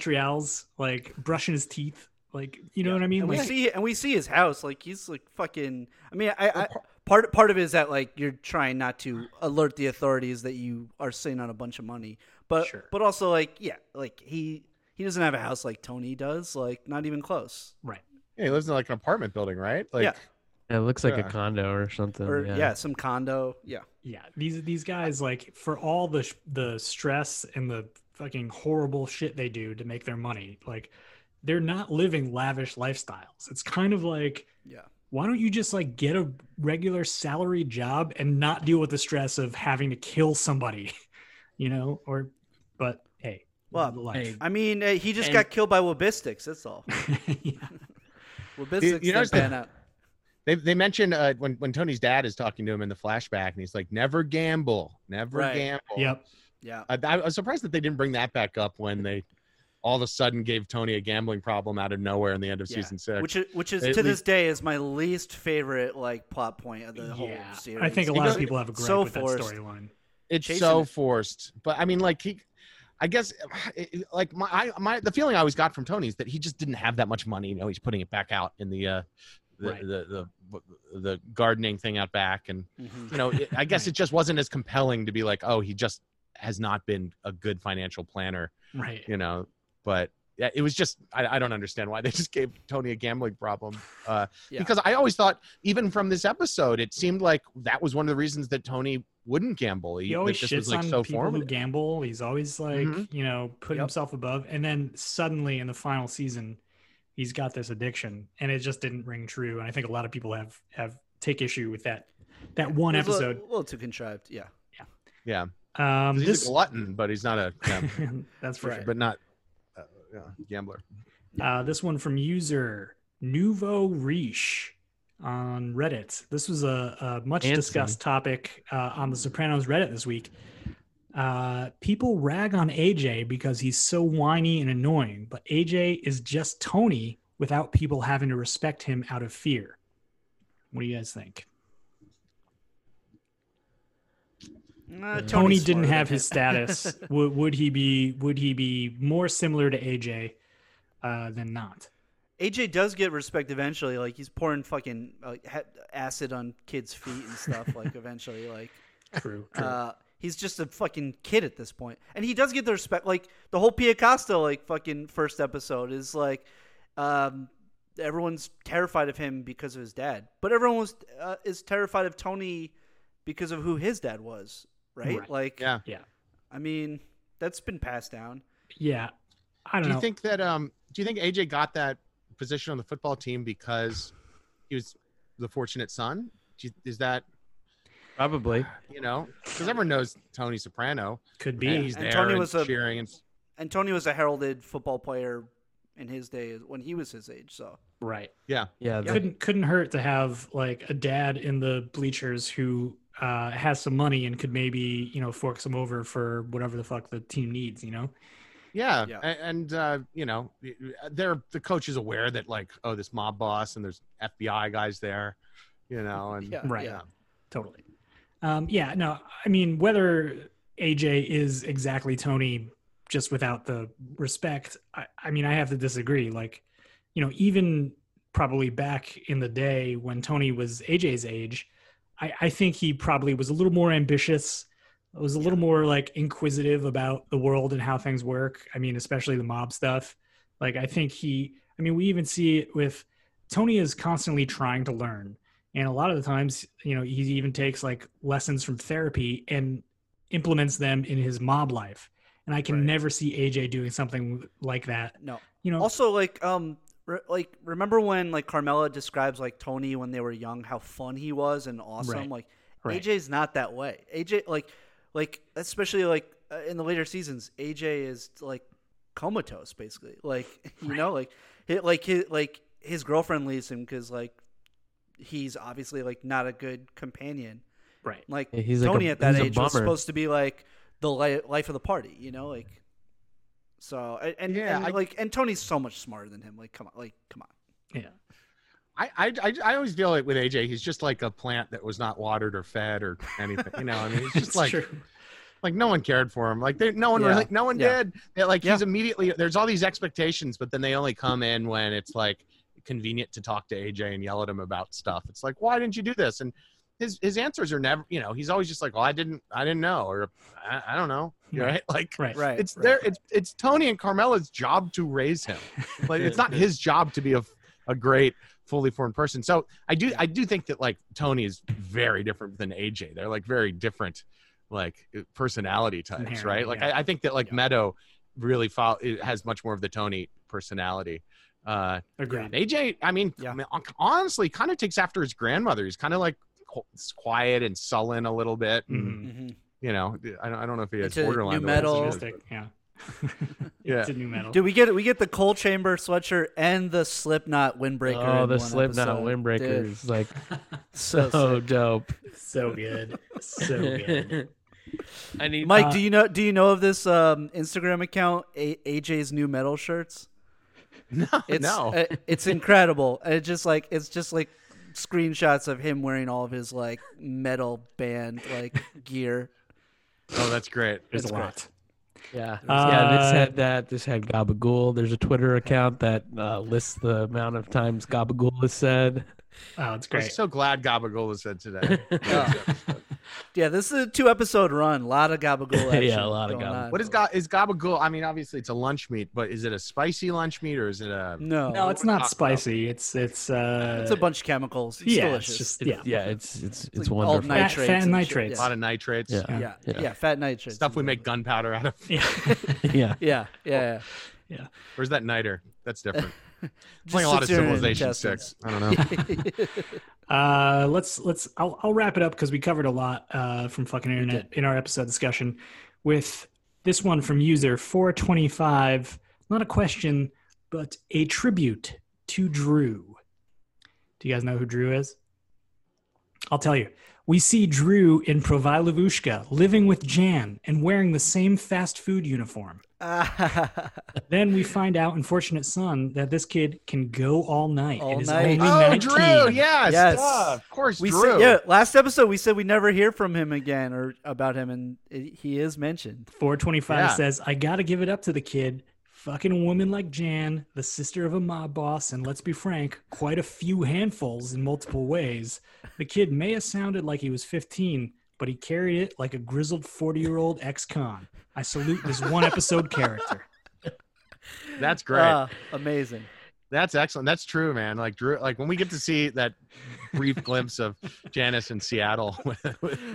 [SPEAKER 4] Satrial's, like brushing his teeth? Like, you know what I mean?
[SPEAKER 3] And we
[SPEAKER 4] Like,
[SPEAKER 3] see and we see his house. Like he's like fucking. I mean, I, I part part of it is that like you're trying not to alert the authorities that you are sitting on a bunch of money, but
[SPEAKER 4] Sure.
[SPEAKER 3] but also like yeah, like he he doesn't have a house like Tony does. Like not even close.
[SPEAKER 4] right.
[SPEAKER 5] Yeah, he lives in like an apartment building, right? Like
[SPEAKER 3] Yeah.
[SPEAKER 2] Yeah, it looks like
[SPEAKER 5] Yeah.
[SPEAKER 2] a condo or something.
[SPEAKER 3] Or
[SPEAKER 2] Oh, yeah.
[SPEAKER 3] yeah. some condo. Yeah,
[SPEAKER 4] Yeah. These these guys, like, for all the sh- the stress and the fucking horrible shit they do to make their money, like, they're not living lavish lifestyles. It's kind of like
[SPEAKER 3] yeah.
[SPEAKER 4] why don't you just like get a regular salary job and not deal with the stress of having to kill somebody you know or but hey
[SPEAKER 3] Well,
[SPEAKER 4] the life.
[SPEAKER 3] I mean, uh, he just
[SPEAKER 4] And-
[SPEAKER 3] got killed by Wabistics. That's all.
[SPEAKER 4] yeah.
[SPEAKER 3] Wabistics.
[SPEAKER 5] you
[SPEAKER 3] You
[SPEAKER 5] notice
[SPEAKER 3] ban out.
[SPEAKER 5] they they mention uh, when when Tony's dad is talking to him in the flashback, and he's like, "Never gamble, never
[SPEAKER 3] Right.
[SPEAKER 5] gamble."
[SPEAKER 4] yep
[SPEAKER 3] Yeah,
[SPEAKER 5] I, I was surprised that they didn't bring that back up when they all of a sudden gave Tony a gambling problem out of nowhere in the end of
[SPEAKER 3] Yeah.
[SPEAKER 5] season six.
[SPEAKER 3] which is which is
[SPEAKER 5] At
[SPEAKER 3] to this
[SPEAKER 5] least-
[SPEAKER 3] day is my least favorite like plot point of the whole
[SPEAKER 4] yeah
[SPEAKER 3] series.
[SPEAKER 4] i think a
[SPEAKER 5] You
[SPEAKER 4] lot
[SPEAKER 5] know,
[SPEAKER 4] of people have a gripe
[SPEAKER 3] so
[SPEAKER 4] with that
[SPEAKER 3] forced.
[SPEAKER 4] storyline
[SPEAKER 5] it's
[SPEAKER 3] chasing
[SPEAKER 5] so
[SPEAKER 3] it.
[SPEAKER 5] forced but i mean like he i guess it- like my I, my the feeling i always got from tony is that he just didn't have that much money you know he's putting it back out in the uh the,
[SPEAKER 4] Right.
[SPEAKER 5] the, the the gardening thing out back and
[SPEAKER 3] Mhm.
[SPEAKER 5] you know it, i guess
[SPEAKER 4] Right.
[SPEAKER 5] it just wasn't as compelling to be like oh he just has not been a good financial planner
[SPEAKER 4] right
[SPEAKER 5] you know but yeah, it was just I, I don't understand why they just gave Tony a gambling problem uh,
[SPEAKER 3] Yeah.
[SPEAKER 5] because I always thought even from this episode it seemed like that was one of the reasons that Tony wouldn't gamble.
[SPEAKER 4] he always shits on people who gamble he's always like
[SPEAKER 5] Mhm.
[SPEAKER 4] you know putting
[SPEAKER 3] Mm-hmm. Yep.
[SPEAKER 4] himself above and then suddenly in the final season he's got this addiction and it just didn't ring true and i think a lot of people have have take issue with that that one
[SPEAKER 3] It was a little-
[SPEAKER 4] episode
[SPEAKER 3] a little too contrived. Yeah.
[SPEAKER 5] Yeah,
[SPEAKER 4] um
[SPEAKER 5] he's
[SPEAKER 4] this
[SPEAKER 5] a glutton, but he's not a gam-
[SPEAKER 4] that's for
[SPEAKER 3] Right.
[SPEAKER 4] sure
[SPEAKER 5] but not uh, yeah, gambler.
[SPEAKER 4] Uh, this one from user Nouveau Riche on Reddit. This was a, a much
[SPEAKER 2] Fancy.
[SPEAKER 4] discussed topic uh, on the Sopranos Reddit this week. Uh, people rag on AJ because he's so whiny and annoying, but AJ is just Tony without people having to respect him out of fear. What do you guys think?
[SPEAKER 3] Nah, Tony's
[SPEAKER 4] Tony didn't
[SPEAKER 3] smarter
[SPEAKER 4] have
[SPEAKER 3] than
[SPEAKER 4] his
[SPEAKER 3] him.
[SPEAKER 4] status. would, would he be? Would he be more similar to AJ uh, than not?
[SPEAKER 3] AJ does get respect eventually. Like he's pouring fucking uh, ha- acid on kids' feet and stuff. like eventually, like
[SPEAKER 4] True. true.
[SPEAKER 3] uh, he's just a fucking kid at this point, point. and he does get the respect. Like the whole Pia Costa, like fucking first episode is like Um, everyone's terrified of him because of his dad, but everyone was uh, is terrified of Tony because of who his dad was, right?
[SPEAKER 4] Right.
[SPEAKER 3] Like,
[SPEAKER 5] Yeah.
[SPEAKER 3] I mean, that's been passed down.
[SPEAKER 4] Yeah. I don't
[SPEAKER 5] Do
[SPEAKER 4] know.
[SPEAKER 5] you think that um do you think AJ got that position on the football team because he was the fortunate son? Do you, is that
[SPEAKER 2] Probably.
[SPEAKER 5] you know because everyone knows Tony Soprano.
[SPEAKER 4] Could be.
[SPEAKER 5] and he's
[SPEAKER 4] He's
[SPEAKER 3] And
[SPEAKER 5] there
[SPEAKER 3] Tony
[SPEAKER 5] and
[SPEAKER 3] was a-
[SPEAKER 5] cheering and
[SPEAKER 3] And Tony was a heralded football player in his day when he was his age. So
[SPEAKER 4] right.
[SPEAKER 5] yeah
[SPEAKER 2] Yeah. the-
[SPEAKER 4] Couldn't couldn't hurt to have like a dad in the bleachers who uh, has some money and could maybe you know fork some over for whatever the fuck the team needs. You know.
[SPEAKER 5] yeah,
[SPEAKER 3] Yeah.
[SPEAKER 5] A- and uh, you know uh, they're the coach is aware that like oh this mob boss and there's FBI guys there, you know and
[SPEAKER 3] yeah,
[SPEAKER 4] Right.
[SPEAKER 3] Uh, yeah.
[SPEAKER 4] Totally. Um, yeah. No. I mean, whether AJ is exactly Tony, just without the respect. I, I mean, I have to disagree. Like, you know, even probably back in the day when Tony was AJ's age, I, I think he probably was a little more ambitious. Was a little more like inquisitive about the world and how things work. I mean, especially the mob stuff. Like, I think he. I mean, we even see it with Tony is constantly trying to learn, and a lot of the times, you know, he even takes like lessons from therapy and implements them in his mob life. And I can
[SPEAKER 3] Right.
[SPEAKER 4] never see AJ doing something like that.
[SPEAKER 3] No.
[SPEAKER 4] You know,
[SPEAKER 3] Also, like, um, re- like remember when like Carmela describes like Tony when they were young, how fun he was and awesome.
[SPEAKER 4] Right.
[SPEAKER 3] Like
[SPEAKER 4] Right.
[SPEAKER 3] AJ's not that way. AJ like, like especially like uh, in the later seasons, AJ is like comatose basically. Like you know, like it, like his, like his girlfriend leaves him because like he's obviously like not a good companion.
[SPEAKER 4] right.
[SPEAKER 3] Like
[SPEAKER 2] Yeah, he's like
[SPEAKER 3] Tony
[SPEAKER 2] a-
[SPEAKER 3] at that
[SPEAKER 2] he's a
[SPEAKER 3] age was
[SPEAKER 2] bummer.
[SPEAKER 3] supposed to be like the li- life of the party, you know, like. So and- and
[SPEAKER 5] Yeah,
[SPEAKER 3] and,
[SPEAKER 5] I-
[SPEAKER 3] like and Tony's so much smarter than him. Like come on, like come on.
[SPEAKER 4] Yeah.
[SPEAKER 5] I, I I I always feel like with AJ he's just like a plant that was not watered or fed or anything you know I mean he's just
[SPEAKER 4] It's
[SPEAKER 5] like
[SPEAKER 4] true.
[SPEAKER 5] like no one cared for him like they, no one
[SPEAKER 3] Yeah.
[SPEAKER 5] really no one
[SPEAKER 3] Yeah.
[SPEAKER 5] did They're like he's
[SPEAKER 3] Yeah.
[SPEAKER 5] immediately there's all these expectations but then they only come in when it's like convenient to talk to aj and yell at him about stuff it's like why didn't you do this and his his answers are never you know he's always just like well i didn't i didn't know or i, I don't know
[SPEAKER 4] Right.
[SPEAKER 5] right like
[SPEAKER 4] Right.
[SPEAKER 3] Right.
[SPEAKER 5] it's their it's it's tony and carmela's job to raise him like it's not his job to be a, a great fully formed person so i do i do think that like tony is very different than aj they're like very different like personality types
[SPEAKER 4] Inherent,
[SPEAKER 5] right like
[SPEAKER 4] yeah.
[SPEAKER 5] I, I think that like
[SPEAKER 4] Yeah.
[SPEAKER 5] meadow really fo- it has much more of the tony personality uh
[SPEAKER 4] Agreed.
[SPEAKER 5] and aj i mean,
[SPEAKER 3] Yeah.
[SPEAKER 5] I mean, hon- honestly kind of takes after his grandmother he's kind of like qu- quiet and sullen a little bit and,
[SPEAKER 4] Mhm.
[SPEAKER 5] you know i don't, I don't know if he has
[SPEAKER 3] Into
[SPEAKER 5] borderline
[SPEAKER 3] nu
[SPEAKER 5] the way this
[SPEAKER 3] metal.
[SPEAKER 5] is,
[SPEAKER 4] Optimistic, Yeah.
[SPEAKER 5] Yeah.
[SPEAKER 4] It's a new metal.
[SPEAKER 3] Dude, we get we get the cold chamber sweatshirt and the Slipknot windbreaker.
[SPEAKER 2] Oh,
[SPEAKER 3] in
[SPEAKER 2] the
[SPEAKER 3] one
[SPEAKER 2] Slipknot
[SPEAKER 3] episode.
[SPEAKER 2] windbreaker
[SPEAKER 3] Dude,
[SPEAKER 2] is like
[SPEAKER 3] so
[SPEAKER 2] so
[SPEAKER 3] sick.
[SPEAKER 2] dope.
[SPEAKER 4] so good. So good.
[SPEAKER 2] I need
[SPEAKER 3] Mike,
[SPEAKER 4] Uh,
[SPEAKER 3] do you know do you know of this um, Instagram account A- AJ's new metal shirts?
[SPEAKER 5] but-
[SPEAKER 3] It's
[SPEAKER 5] no
[SPEAKER 3] uh, it's incredible. And It just like it's just like screenshots of him wearing all of his like metal band like gear.
[SPEAKER 5] oh that's great
[SPEAKER 4] There's
[SPEAKER 3] That's
[SPEAKER 4] a
[SPEAKER 3] great.
[SPEAKER 4] lot.
[SPEAKER 2] Yeah, yeah. This
[SPEAKER 4] Uh,
[SPEAKER 2] had that. This had Gabagool. There's a Twitter account that uh, lists the amount of times Gabagool is said.
[SPEAKER 4] Oh, it's
[SPEAKER 5] I'm
[SPEAKER 4] great.
[SPEAKER 5] so glad Gabagola said today.
[SPEAKER 3] Yeah, this is a two episode run. A lot of gabagool action.
[SPEAKER 2] Yeah, a lot of
[SPEAKER 3] going
[SPEAKER 2] gabagool.
[SPEAKER 3] on.
[SPEAKER 5] what is ga- is Gabagool? I mean, obviously it's a lunch meat, but is it a spicy lunch meat or is it a?
[SPEAKER 3] No,
[SPEAKER 4] no, it's not spicy. It's it's uh
[SPEAKER 3] it's a bunch of chemicals. It's
[SPEAKER 4] yeah,
[SPEAKER 3] delicious.
[SPEAKER 4] it's just
[SPEAKER 2] It's,
[SPEAKER 4] yeah.
[SPEAKER 2] yeah. it's it's it's,
[SPEAKER 3] like all
[SPEAKER 2] wonderful.
[SPEAKER 3] night-
[SPEAKER 4] Fat,
[SPEAKER 3] Nitrates
[SPEAKER 4] fat
[SPEAKER 3] and
[SPEAKER 4] nitrates.
[SPEAKER 5] A lot of nitrates.
[SPEAKER 2] Yeah.
[SPEAKER 3] yeah, yeah,
[SPEAKER 2] yeah.
[SPEAKER 3] fat nitrates.
[SPEAKER 5] Stuff we make gunpowder out of,
[SPEAKER 4] Yeah.
[SPEAKER 2] yeah,
[SPEAKER 3] Yeah, yeah. yeah.
[SPEAKER 5] or is that niter? That's different.
[SPEAKER 3] Just
[SPEAKER 5] Playing a lot of
[SPEAKER 3] sits there and
[SPEAKER 5] Civilization
[SPEAKER 3] ingests it.
[SPEAKER 5] Six. I don't know.
[SPEAKER 4] Uh, let's let's I'll, I'll wrap it up because we covered a lot uh, from fucking internet in our episode discussion with this one from user 425 not a question but a tribute to drew do you guys know who drew is i'll tell you we see drew in provailavushka living with jan and wearing the same fast food uniform
[SPEAKER 3] Ah,
[SPEAKER 4] then we find out unfortunate son that this kid can go all night
[SPEAKER 3] All
[SPEAKER 4] and is
[SPEAKER 3] night.
[SPEAKER 4] only
[SPEAKER 5] oh,
[SPEAKER 4] 19.
[SPEAKER 5] Drew. Yes.
[SPEAKER 3] Yes.
[SPEAKER 5] duh, of course,
[SPEAKER 3] we
[SPEAKER 5] Drew.
[SPEAKER 3] said yeah. Last episode we said we never hear from him again or about him, and it, he is mentioned.
[SPEAKER 4] 425
[SPEAKER 5] Yeah.
[SPEAKER 4] says, I got to give it up to the kid. Fucking a woman like Jan, the sister of a mob boss, and let's be frank, quite a few handfuls in multiple ways. The kid may have sounded like he was 15, but he carried it like a grizzled 40 year old ex con. I salute this one episode character.
[SPEAKER 3] Uh,
[SPEAKER 5] That's great.
[SPEAKER 3] Ah, amazing.
[SPEAKER 5] That's excellent. That's true, man. Like Drew, like when we get to see that brief glimpse of Janice in Seattle, and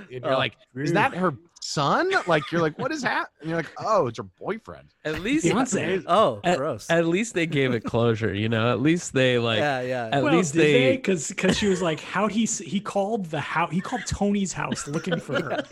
[SPEAKER 5] you're
[SPEAKER 7] Oh,
[SPEAKER 5] like, is that her son? Like you're like, what is that? And you're like, oh, it's her boyfriend.
[SPEAKER 2] At least
[SPEAKER 4] He wants it.
[SPEAKER 3] Oh,
[SPEAKER 2] Uh,
[SPEAKER 3] gross.
[SPEAKER 2] at least they gave it closure, you know. At least they like
[SPEAKER 3] yeah, yeah.
[SPEAKER 2] at
[SPEAKER 4] well,
[SPEAKER 2] least
[SPEAKER 4] did
[SPEAKER 2] they-
[SPEAKER 4] because because she was like, how he s- he called the house, he called Tony's house looking for her,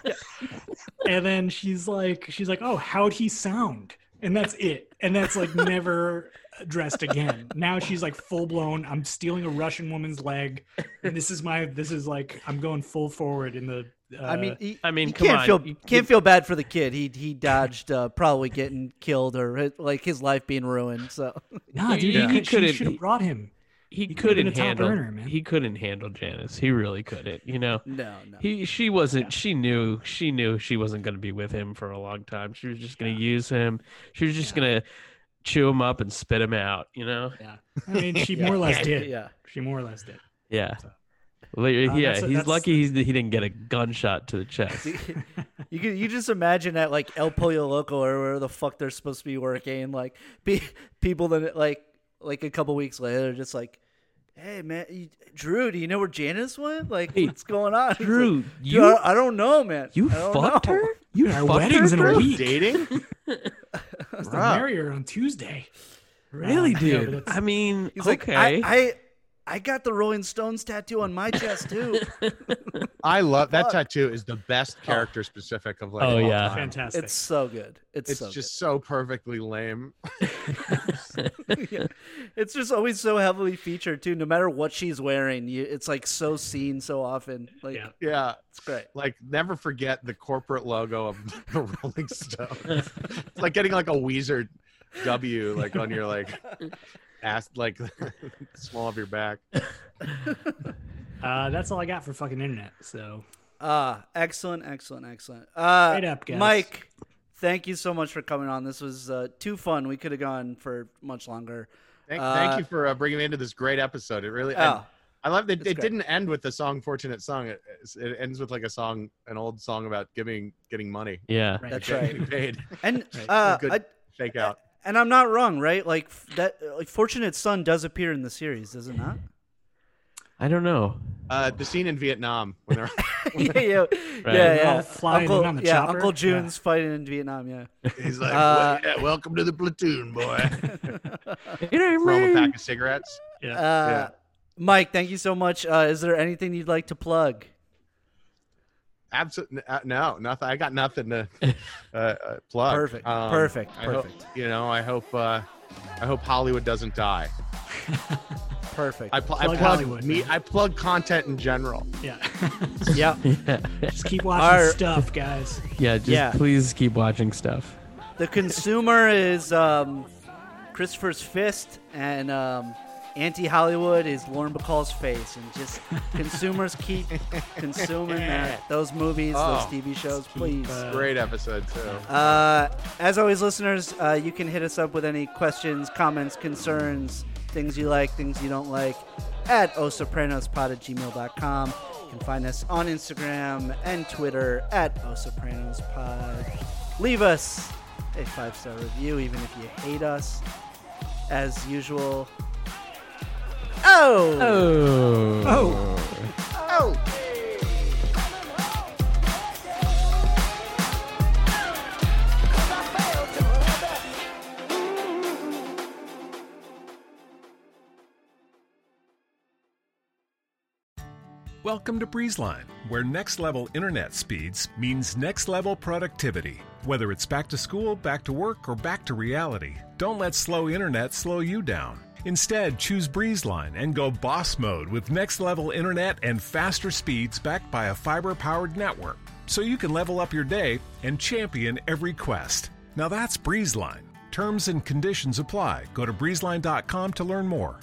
[SPEAKER 4] and then she's like, she's like, oh, how'd he sound? And that's it, and that's like never addressed again. Now she's like full blown. I'm stealing a Russian woman's leg, and this is my this is like I'm going full forward in the. Uh,
[SPEAKER 3] I mean, he,
[SPEAKER 2] I mean,
[SPEAKER 3] you
[SPEAKER 2] come
[SPEAKER 3] can't
[SPEAKER 2] on,
[SPEAKER 3] feel
[SPEAKER 2] you-
[SPEAKER 3] can't feel bad for the kid. He he dodged uh, probably getting killed or his, like his life being ruined. So
[SPEAKER 4] nah, dude,
[SPEAKER 2] yeah.
[SPEAKER 4] he
[SPEAKER 2] He
[SPEAKER 4] could
[SPEAKER 2] could've-
[SPEAKER 4] should have brought him.
[SPEAKER 2] he,
[SPEAKER 4] could've
[SPEAKER 2] couldn't
[SPEAKER 4] been a top
[SPEAKER 2] handle
[SPEAKER 4] earner, man.
[SPEAKER 2] he couldn't handle Janice. He really couldn't, you know.
[SPEAKER 3] no, no.
[SPEAKER 2] He she wasn't she knew she knew she wasn't going to be with him for a long time. She was just going to use him. She was just going to chew him up and spit him out, you know.
[SPEAKER 4] I mean, she more or less did.
[SPEAKER 3] yeah.
[SPEAKER 4] She more or less did.
[SPEAKER 2] Yeah. Well, yeah,
[SPEAKER 4] that's-
[SPEAKER 2] he's
[SPEAKER 4] that's-
[SPEAKER 2] lucky he's, he didn't get a gunshot to the chest.
[SPEAKER 3] You can, you just imagine that like El Pollo Loco or wherever the fuck they're supposed to be working, like be, people that like like a couple weeks later just like, hey man, you, Drew, do you know where Janice went? Like
[SPEAKER 2] Hey,
[SPEAKER 3] what's going on? He's
[SPEAKER 2] Drew,
[SPEAKER 3] like, "Dude,
[SPEAKER 2] you-
[SPEAKER 3] I, I don't know, man.
[SPEAKER 2] You
[SPEAKER 3] I don't
[SPEAKER 2] fucked
[SPEAKER 3] know."
[SPEAKER 2] her?
[SPEAKER 4] You our
[SPEAKER 2] fucked
[SPEAKER 4] wedding's
[SPEAKER 2] her,
[SPEAKER 4] in a
[SPEAKER 2] bro?
[SPEAKER 4] week.
[SPEAKER 5] Dating?
[SPEAKER 4] Supposed to
[SPEAKER 5] Bruh.
[SPEAKER 4] marry her on Tuesday.
[SPEAKER 2] Really,
[SPEAKER 4] Um, yeah, but
[SPEAKER 2] dude?
[SPEAKER 4] that's-
[SPEAKER 2] I mean,
[SPEAKER 3] He's
[SPEAKER 2] okay.
[SPEAKER 3] like, I, I I got the Rolling Stones tattoo on my chest too.
[SPEAKER 5] I love that tattoo is the best character specific of like.
[SPEAKER 2] Oh,
[SPEAKER 5] all
[SPEAKER 2] yeah.
[SPEAKER 5] time.
[SPEAKER 4] fantastic.
[SPEAKER 3] it's so good. It's,
[SPEAKER 5] It's
[SPEAKER 3] so
[SPEAKER 5] just so perfectly lame.
[SPEAKER 3] good. Yeah. It's just always so heavily featured too. No matter what she's wearing, you, it's like so seen so often. Like
[SPEAKER 4] Yeah.
[SPEAKER 5] Yeah.
[SPEAKER 3] it's great.
[SPEAKER 5] Like never forget the corporate logo of the Rolling Stones. it's like getting like a Weezer W like on your like ass like small of your back.
[SPEAKER 4] uh, that's all I got for fucking internet. So
[SPEAKER 3] Ah, excellent, excellent, excellent. Uh,
[SPEAKER 4] Right up, guys.
[SPEAKER 3] Mike, thank you so much for coming on. This was uh, too fun. We could have gone for much longer.
[SPEAKER 5] Thank,
[SPEAKER 3] Uh,
[SPEAKER 5] thank you for uh, bringing me into this great episode. It really, and
[SPEAKER 3] Oh,
[SPEAKER 5] I love that
[SPEAKER 3] it's
[SPEAKER 5] it
[SPEAKER 3] great.
[SPEAKER 5] didn't end with the song "Fortunate Song." It, it ends with like a song, an old song about giving getting money,
[SPEAKER 2] yeah.
[SPEAKER 4] right.
[SPEAKER 3] that's
[SPEAKER 5] getting
[SPEAKER 3] right.
[SPEAKER 5] paid,
[SPEAKER 3] And
[SPEAKER 4] Right.
[SPEAKER 3] uh,
[SPEAKER 5] Good.
[SPEAKER 3] I,
[SPEAKER 5] shake out.
[SPEAKER 3] and I'm not wrong, right? Like f- that, like Fortunate Son does appear in the series, does it not?
[SPEAKER 2] I don't know.
[SPEAKER 5] Uh, the scene in Vietnam when they're
[SPEAKER 3] yeah, yeah, yeah,
[SPEAKER 2] They're
[SPEAKER 3] yeah.
[SPEAKER 4] all flying in
[SPEAKER 3] Uncle,
[SPEAKER 4] on the
[SPEAKER 3] yeah,
[SPEAKER 4] chopper.
[SPEAKER 3] Uncle
[SPEAKER 4] Yeah.
[SPEAKER 3] June's fighting in Vietnam. Yeah.
[SPEAKER 5] he's like,
[SPEAKER 3] Uh,
[SPEAKER 5] "Well, yeah, "Welcome to the platoon, boy." Throw him a
[SPEAKER 2] It
[SPEAKER 5] pack of cigarettes.
[SPEAKER 3] Uh, Mike, thank you so much. Uh, is there anything you'd like to plug?
[SPEAKER 5] Absolutely uh, no, nothing. I got nothing to uh, uh, plug.
[SPEAKER 3] Perfect,
[SPEAKER 5] Um,
[SPEAKER 3] perfect,
[SPEAKER 5] I hope-
[SPEAKER 3] perfect.
[SPEAKER 5] you know, I hope. Uh, I hope Hollywood doesn't die.
[SPEAKER 3] Perfect.
[SPEAKER 5] I, pl- I
[SPEAKER 4] Plug
[SPEAKER 5] plug
[SPEAKER 4] Hollywood,
[SPEAKER 5] me.
[SPEAKER 4] man.
[SPEAKER 5] I plug content in general.
[SPEAKER 4] Yeah.
[SPEAKER 3] yeah.
[SPEAKER 4] just keep watching
[SPEAKER 3] Our-
[SPEAKER 4] stuff, guys.
[SPEAKER 2] yeah, just
[SPEAKER 3] Yeah.
[SPEAKER 2] please keep watching stuff.
[SPEAKER 3] The consumer is um, Christopher's fist, and um, anti Hollywood is Lauren Bacall's face. And just consumers keep consuming that. those movies,
[SPEAKER 5] Oh.
[SPEAKER 3] those TV shows, please.
[SPEAKER 4] uh,
[SPEAKER 5] Great episode too.
[SPEAKER 3] Uh, as always, listeners, uh, you can hit us up with any questions, comments, concerns, things you like, things you don't like at osopranospod at gmail.com. You can find us on Instagram and Twitter at osopranospod. Leave us a five star review, even if you hate us, as usual. Oh!
[SPEAKER 2] Oh.
[SPEAKER 4] Oh.
[SPEAKER 8] Welcome to BreezeLine, where next level internet speeds means next level productivity. Whether it's back to school, back to work, or back to reality, don't let slow internet slow you down. Instead, choose BreezeLine and go boss mode with next level internet and faster speeds backed by a fiber powered network so you can level up your day and champion every quest. Now that's BreezeLine. Terms and conditions apply. Go to breezeline.com to learn more.